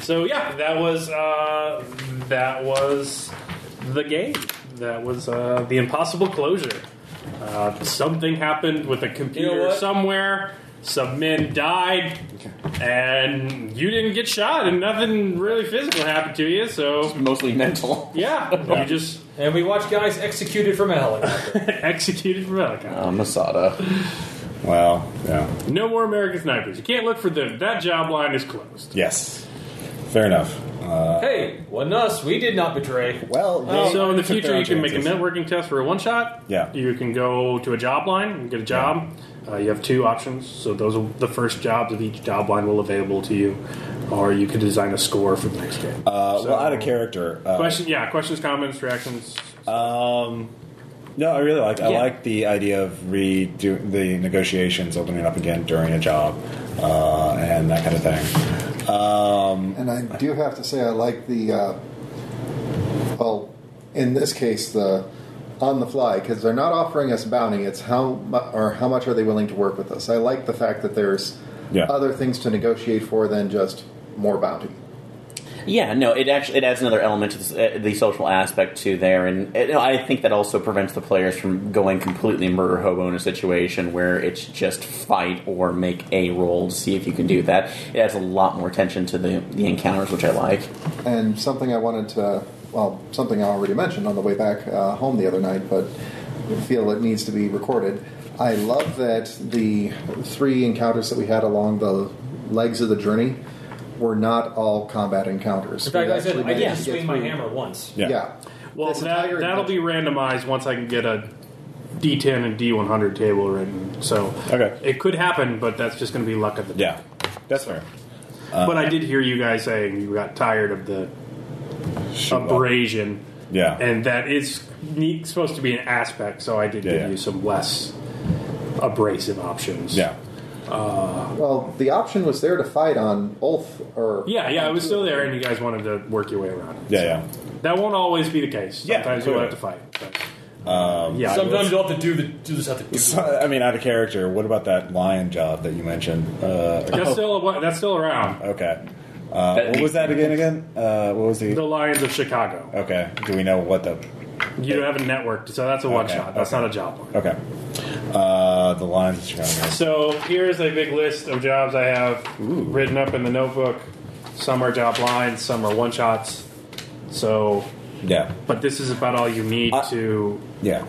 Speaker 2: so yeah, that was uh, that was the game. That was uh, the impossible closure. Uh, something happened with a computer
Speaker 4: what?
Speaker 2: somewhere. Some men died, and you didn't get shot, and nothing really physical happened to you. So
Speaker 3: Mostly mental.
Speaker 2: yeah, you just
Speaker 4: and we watch guys executed from a helicopter.
Speaker 2: executed from helicopter.
Speaker 3: Uh, Masada.
Speaker 1: Wow. Yeah.
Speaker 2: No more American snipers. You can't look for them. That job line is closed.
Speaker 1: Yes. Fair enough.
Speaker 4: hey, wasn't us. We did not betray.
Speaker 1: Well, they-
Speaker 2: Oh. so in the
Speaker 1: took
Speaker 2: future,
Speaker 1: their
Speaker 2: you can
Speaker 1: own
Speaker 2: make a
Speaker 1: chances.
Speaker 2: networking test for a one shot.
Speaker 1: Yeah.
Speaker 2: You can go to a job line and get a job. Uh, you have two options. So those are the first jobs of each job line will available to you, or you could design a score for the next game.
Speaker 1: Uh,
Speaker 2: So-
Speaker 1: well, out of character. Uh,
Speaker 2: Question, yeah, questions, comments, reactions.
Speaker 1: No, I really like. I
Speaker 3: Yeah.
Speaker 1: like the idea of redo the negotiations, opening up again during a job, uh, and that kind of thing. Um,
Speaker 6: And I do have to say, I like the, uh, well, in this case, the on the fly because they're not offering us bounty. It's how mu- or how much are they willing to work with us? I like the fact that there's
Speaker 1: Yeah.
Speaker 6: other things to negotiate for than just more bounty.
Speaker 3: Yeah, no, it actually it adds another element to this, uh, the social aspect to there, and uh, no, I think that also prevents the players from going completely murder hobo in a situation where it's just fight or make a roll to see if you can do that. It adds a lot more tension to the, the encounters, which I like.
Speaker 6: And something I wanted to, well, something I already mentioned on the way back uh, home the other night, but feel it needs to be recorded. I love that the three encounters that we had along the legs of the journey were not all combat encounters.
Speaker 4: In fact,
Speaker 6: We
Speaker 4: I said
Speaker 6: actually
Speaker 4: I
Speaker 6: managed
Speaker 4: didn't
Speaker 6: to get
Speaker 4: swing my
Speaker 6: through-
Speaker 4: hammer once.
Speaker 1: Yeah.
Speaker 6: Yeah.
Speaker 2: Well,
Speaker 6: This
Speaker 2: that,
Speaker 6: entire
Speaker 2: that'll be randomized once I can get a D10 and D100 table written. So
Speaker 1: Okay.
Speaker 2: it could happen, but that's just going to be luck of the
Speaker 1: yeah, uh, that's fair.
Speaker 2: But I did hear you guys saying you got tired of the abrasion,
Speaker 1: Yeah,
Speaker 2: and that is neat- supposed to be an aspect. So I did
Speaker 1: Yeah,
Speaker 2: give
Speaker 1: yeah.
Speaker 2: you some less abrasive options.
Speaker 1: yeah,
Speaker 6: Well, the option was there to fight on both, or
Speaker 2: yeah, yeah. It was still there, and you guys wanted to work your way around. It.
Speaker 1: yeah, yeah.
Speaker 2: That won't always be the case.
Speaker 1: Yeah, Um,
Speaker 2: Sometimes you'll have to fight. but, yeah,
Speaker 4: Sometimes you'll have to do the do this have to do.
Speaker 1: So, I mean, out of character. What about that lion job that you mentioned? Uh,
Speaker 2: that's still that's still around.
Speaker 1: okay. Uh, what was that again? Again? Uh, what was the?
Speaker 2: The Lions of Chicago.
Speaker 1: Okay. Do we know what the?
Speaker 2: You don't have a network, so that's a one
Speaker 1: Okay,
Speaker 2: shot. That's
Speaker 1: okay.
Speaker 2: not a job. One.
Speaker 1: Okay. Uh, the lions of Chicago.
Speaker 2: So here's a big list of jobs I have written up in the notebook. Some are job lines, some are one shots. So
Speaker 1: Yeah.
Speaker 2: But this is about all you need
Speaker 1: I-
Speaker 2: to
Speaker 1: Yeah.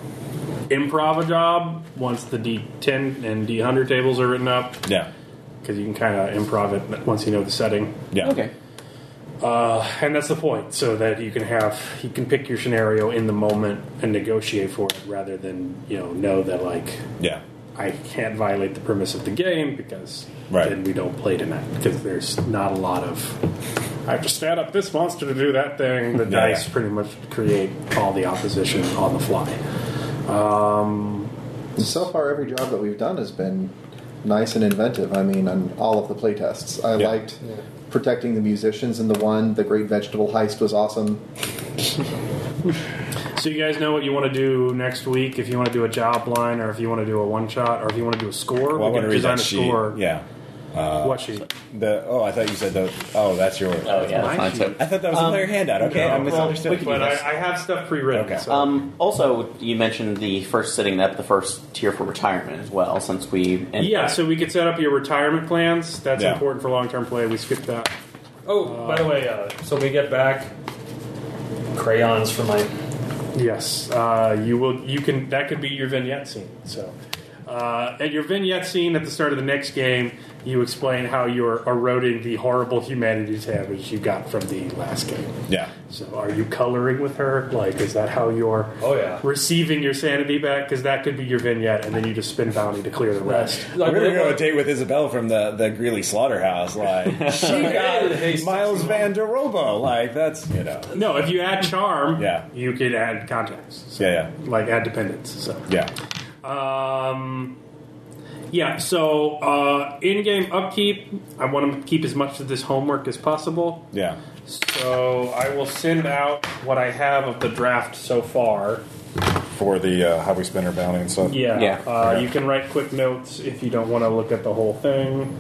Speaker 2: improv a job once the D10 and D100 tables are written up,
Speaker 1: Yeah.
Speaker 2: because you can kind of improv it once you know the setting.
Speaker 1: Yeah.
Speaker 3: Okay.
Speaker 2: And that's the point, so that you can have you can pick your scenario in the moment and negotiate for it, rather than you know know that like
Speaker 1: Yeah.
Speaker 2: I can't violate the premise of the game because
Speaker 1: Right.
Speaker 2: then we don't play tonight because there's not a lot of I have to stand up this monster to do that thing. The
Speaker 1: Yeah,
Speaker 2: dice
Speaker 1: yeah.
Speaker 2: pretty much create all the opposition on the fly.
Speaker 6: So far, every job that we've done has been nice and inventive. I mean, on all of the playtests, I
Speaker 1: Yeah.
Speaker 6: liked protecting the musicians in the one. The Great Vegetable Heist was awesome.
Speaker 2: So you guys know what you want to do next week. If you want to do a job line, or if you want to do a one shot, or if you want to do a score,
Speaker 1: Well, I
Speaker 2: we
Speaker 1: want
Speaker 2: can
Speaker 1: to read
Speaker 2: design
Speaker 1: that
Speaker 2: a
Speaker 1: sheet.
Speaker 2: score.
Speaker 1: Yeah.
Speaker 2: what sheet?
Speaker 1: The oh, I thought you said the oh, that's your.
Speaker 3: Oh yeah, that's
Speaker 2: my
Speaker 3: fine. So,
Speaker 1: I thought that was a
Speaker 2: Um,
Speaker 1: player handout. Okay, I misunderstood.
Speaker 3: we can do
Speaker 2: But
Speaker 3: this.
Speaker 2: I, I have stuff pre-written.
Speaker 1: Okay.
Speaker 2: So.
Speaker 3: Um, also, you mentioned the first setting up the first tier for retirement as well, since we and
Speaker 2: yeah, so we could set up your retirement plans. That's
Speaker 1: Yeah.
Speaker 2: important for long-term play. We skipped that.
Speaker 4: Oh, by the way, uh, so we get back crayons for my.
Speaker 2: Yes, uh, you will. You can. That could be your vignette scene. So, uh, at your vignette scene at the start of the next game, you explain how you're eroding the horrible humanity damage you got from the last game.
Speaker 1: yeah.
Speaker 2: So, are you coloring with her? Like, is that how you're
Speaker 4: Oh, yeah.
Speaker 2: receiving your sanity back? Because that could be your vignette, and then you just spin bounty to clear the rest.
Speaker 4: Like,
Speaker 1: We're gonna
Speaker 4: what-
Speaker 1: go on a date with Isabel from the the Greeley Slaughterhouse. Like she
Speaker 4: Hey,
Speaker 1: got Miles Van Der Robo. Like that's you know.
Speaker 2: No, if you add charm,
Speaker 1: Yeah.
Speaker 2: you could add contacts, so,
Speaker 1: Yeah,
Speaker 2: like add dependence. So,
Speaker 1: yeah,
Speaker 2: Um, yeah, so uh, in game upkeep, I want to keep as much of this homework as possible.
Speaker 1: yeah,
Speaker 2: So I will send out what I have of the draft so far.
Speaker 1: yeah. For the uh, how we spend our bounty and stuff.
Speaker 2: Yeah.
Speaker 3: Yeah.
Speaker 2: Uh, you can write quick notes if you don't want to look at the whole thing.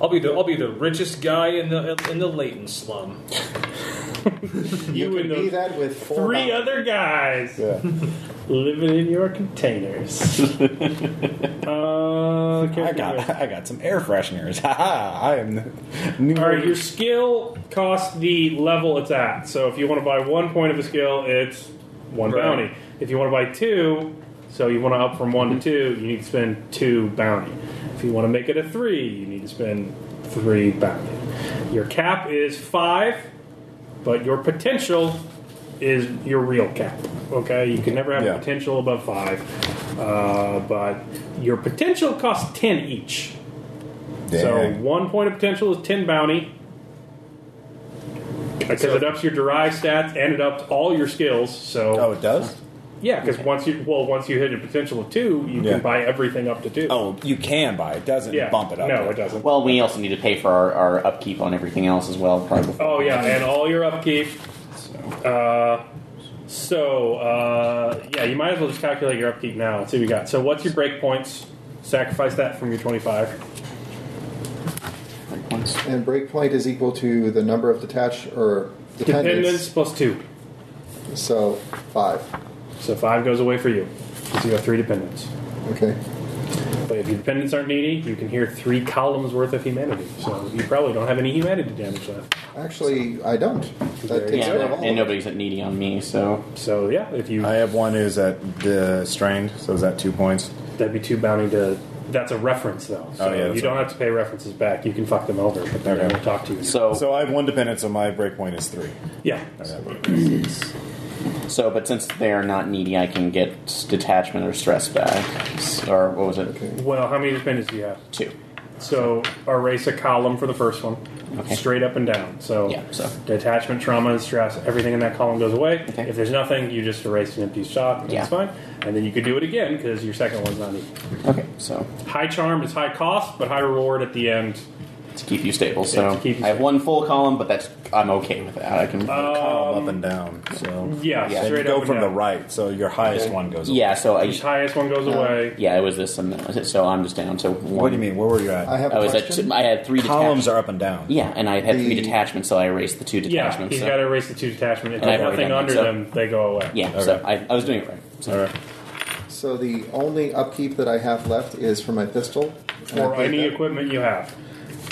Speaker 4: I'll be the I'll be the richest guy in the in the Leighton slum.
Speaker 6: You,
Speaker 2: and
Speaker 6: could be
Speaker 2: those
Speaker 6: that with four
Speaker 2: Three
Speaker 6: bounties.
Speaker 2: other guys
Speaker 6: Yeah.
Speaker 2: living in your containers. uh,
Speaker 1: I got I got some air fresheners. Ha ha! I am the new.
Speaker 2: All right, your skill costs the level it's at. So if you want to buy one point of a skill, it's one
Speaker 4: Right.
Speaker 2: bounty. If you want to buy two, so you want to up from one to two, you need to spend two bounty. If you want to make it a three, you need to spend three bounty. Your cap is five, but your potential is your real cap. Okay, you can never have
Speaker 1: Yeah.
Speaker 2: potential above five, uh, but your potential costs ten each. So
Speaker 1: Dang.
Speaker 2: one point of potential is ten bounty. Because it ups your derived stats and it ups all your skills. So
Speaker 1: oh, it does.
Speaker 2: yeah, because once you well once you hit a potential of two, you
Speaker 1: Yeah.
Speaker 2: can buy everything up to two.
Speaker 1: Oh, you can buy it. Doesn't
Speaker 2: yeah,
Speaker 1: bump it up.
Speaker 2: No, it doesn't.
Speaker 3: well, we also need to pay for our, our upkeep on everything else as well. Probably. before-
Speaker 2: Oh yeah, and all your upkeep. Uh, so uh, yeah, you might as well just calculate your upkeep now and see what you got. So what's your break points? Sacrifice that from your twenty-five.
Speaker 3: Once-
Speaker 6: And breakpoint is equal to the number of detached or
Speaker 2: Dependence
Speaker 6: dependents.
Speaker 2: plus two,
Speaker 6: So five.
Speaker 2: so five goes away for you. So you have three dependents.
Speaker 6: Okay.
Speaker 2: But if your dependents aren't needy, you can hear three columns worth of humanity. So you probably don't have any humanity damage left. Actually,
Speaker 6: Actually, I don't. That
Speaker 2: There
Speaker 6: takes
Speaker 3: yeah,
Speaker 6: care of all.
Speaker 3: and, and
Speaker 6: of it.
Speaker 3: nobody's at needy on me, so
Speaker 2: So yeah, if you
Speaker 1: I have one who's at the strained. So is that two points?
Speaker 2: that'd be too bounty to. That's a reference though. So
Speaker 1: Oh, yeah, that's
Speaker 2: you don't have to pay references back. You can fuck them over, but they're
Speaker 1: Okay.
Speaker 2: going to talk to you.
Speaker 3: so
Speaker 1: So I have one dependent. So my breakpoint is three.
Speaker 2: yeah,
Speaker 3: so. But since they are not needy, I can get detachment or stress back, S- or what was it?
Speaker 2: Well, how many dependents do you have?
Speaker 3: Two.
Speaker 2: So erase a column for the first one,
Speaker 3: Okay.
Speaker 2: straight up and down. So
Speaker 3: Yeah, so.
Speaker 2: detachment, trauma, and stress, everything in that column goes away.
Speaker 3: Okay.
Speaker 2: If there's nothing, you just erase an empty shot. and
Speaker 3: Yeah.
Speaker 2: That's fine. And then you could do it again because your second one's not needed.
Speaker 3: Okay, so
Speaker 2: High charm is high cost, but high reward at the end.
Speaker 3: to keep you stable. So
Speaker 2: to keep you
Speaker 3: I have
Speaker 2: stable.
Speaker 3: one full column, but that's I'm okay with that. I can.
Speaker 1: Uh, Column up and down. So
Speaker 2: Um, Yeah,
Speaker 3: Yeah.
Speaker 1: and you
Speaker 2: straight
Speaker 1: go
Speaker 2: up
Speaker 1: from
Speaker 2: and
Speaker 1: the
Speaker 2: down.
Speaker 1: right. So your highest one goes. up.
Speaker 3: yeah, so I
Speaker 2: Each highest one
Speaker 6: Oh.
Speaker 2: goes away.
Speaker 3: yeah, it was this, and that was it. So I'm just down to one.
Speaker 1: What do you mean? Where were you at?
Speaker 6: I have
Speaker 3: I
Speaker 6: a
Speaker 3: was at
Speaker 6: question.
Speaker 3: two, I had three
Speaker 1: Columns
Speaker 3: detach-
Speaker 1: are up and down.
Speaker 3: Yeah, and I had three
Speaker 6: The-
Speaker 3: detachments, so I erased the two
Speaker 2: Yeah,
Speaker 3: detachments.
Speaker 2: he's
Speaker 3: so-
Speaker 2: got to erase the two detachment. If
Speaker 3: And
Speaker 2: there's
Speaker 3: I've already
Speaker 2: nothing
Speaker 3: done
Speaker 2: under
Speaker 3: that, so-
Speaker 2: them, they go away.
Speaker 3: yeah, so I, I was doing it right. So
Speaker 1: All right.
Speaker 6: so the only upkeep that I have left is for my pistol. And I
Speaker 2: Or
Speaker 6: think
Speaker 2: any
Speaker 6: that-
Speaker 2: equipment you have.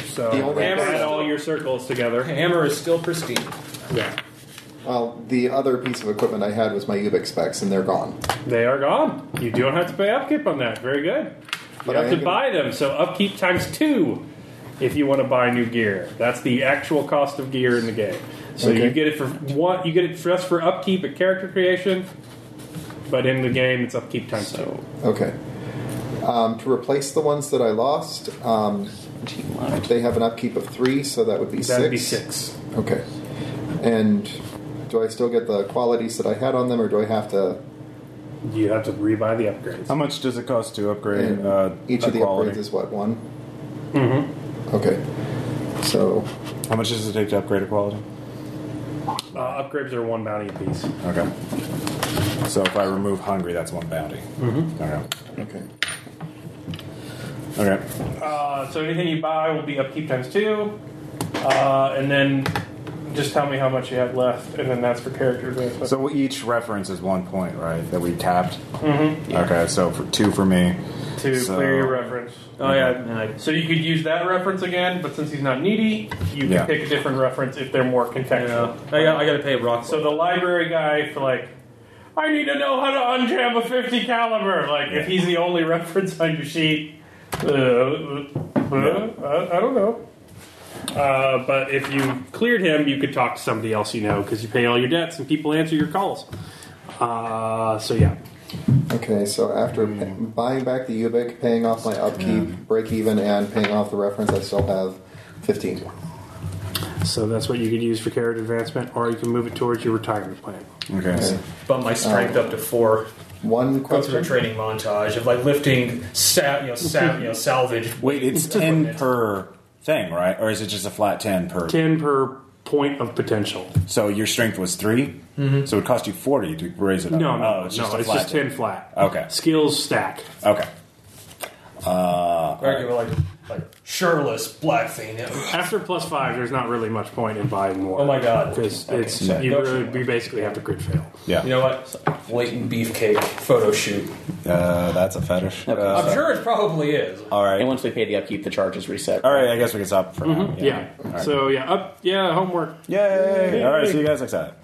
Speaker 2: So
Speaker 6: The only-
Speaker 2: add all your circles together.
Speaker 4: Hammer is still pristine.
Speaker 2: Yeah.
Speaker 6: Well, the other piece of equipment I had was my Ubix specs, and they're gone.
Speaker 2: They are gone. You don't have to pay upkeep on that. Very good. You
Speaker 6: But I
Speaker 2: have
Speaker 6: am
Speaker 2: to
Speaker 6: gonna-
Speaker 2: buy them, so upkeep times two if you want to buy new gear. That's the actual cost of gear in the game. So you
Speaker 6: Okay.
Speaker 2: get it for one. You get it just for upkeep at character creation, but in the game it's upkeep times two.
Speaker 6: Okay. Um, to replace the ones that I lost, um,
Speaker 3: Team left.
Speaker 6: they have an upkeep of three, so that would be
Speaker 2: That'd be
Speaker 6: six.
Speaker 2: six.
Speaker 6: Okay. And do I still get the qualities that I had on them, or do I have to?
Speaker 2: You have to rebuy the upgrades.
Speaker 1: How much does it cost to upgrade
Speaker 6: and
Speaker 1: uh,
Speaker 6: each
Speaker 1: a
Speaker 6: of the
Speaker 1: quality?
Speaker 6: upgrades is what one. Mm-hmm. Okay. So
Speaker 1: How much does it take to upgrade a quality?
Speaker 2: Uh, upgrades are one bounty apiece.
Speaker 1: Okay. So if I remove hungry, that's one bounty. Mm-hmm. Okay.
Speaker 6: okay.
Speaker 1: Okay.
Speaker 2: Uh, so anything you buy will be upkeep times two, uh, and then just tell me how much you have left, and then that's for character advancement.
Speaker 1: So each reference is one point, right? That we tapped. Mm-hmm. Okay. So for two for me.
Speaker 2: to
Speaker 1: So-
Speaker 2: clear your reference.
Speaker 1: Oh, yeah.
Speaker 4: And I,
Speaker 2: So you could use that reference again, but since he's not needy, you can
Speaker 1: Yeah.
Speaker 2: pick a different reference if they're more contextual.
Speaker 4: I, got, I got to pay Rock.
Speaker 2: So the library guy for like, I need to know how to unjam a 50 caliber. Like if he's the only reference on your sheet, uh, uh, uh, I don't know. Uh, but if you cleared him, you could talk to somebody else you know because you pay all your debts and people answer your calls. Uh, so yeah.
Speaker 6: Okay, so after
Speaker 1: Mm.
Speaker 6: pa- buying back the Ubik, paying off my upkeep, break even, and paying off the reference, I still have 15.
Speaker 2: So that's what you could use for character advancement, or you can move it towards your retirement plan.
Speaker 1: Okay.
Speaker 6: Okay.
Speaker 1: So,
Speaker 4: bump my strength up to four.
Speaker 6: One
Speaker 4: Go through a
Speaker 6: question.
Speaker 4: training montage of like lifting, sa- you know, sa- you know, salvage.
Speaker 1: wait, it's ten per thing, right? Or is it just a flat ten per?
Speaker 2: 10 per point of potential.
Speaker 1: So your strength was 3 Mm-hmm. So it would cost you forty to raise it. up.
Speaker 2: No, no,
Speaker 1: Oh, it's just
Speaker 2: no,
Speaker 1: a
Speaker 2: it's
Speaker 1: flat
Speaker 2: just 10 flat.
Speaker 1: Okay.
Speaker 2: Skills stack.
Speaker 1: Okay.
Speaker 4: Or you were like, like shirtless black thing.
Speaker 2: After plus 5, there's not really much point in buying more.
Speaker 4: Oh my God.
Speaker 2: Because it's,
Speaker 1: Yeah.
Speaker 2: you, really, you basically have to crit fail.
Speaker 1: Yeah.
Speaker 4: You know what? Blatant beefcake photo shoot.
Speaker 1: uh, that's a fetish. Uh,
Speaker 4: I'm sure it probably is.
Speaker 1: all
Speaker 3: And
Speaker 1: right.
Speaker 3: once we pay the upkeep, the charges reset.
Speaker 1: All right.
Speaker 2: Mm-hmm.
Speaker 1: I guess we can stop for now.
Speaker 2: Yeah. So, yeah, up, yeah, homework.
Speaker 1: Yay! All right. See you guys next time.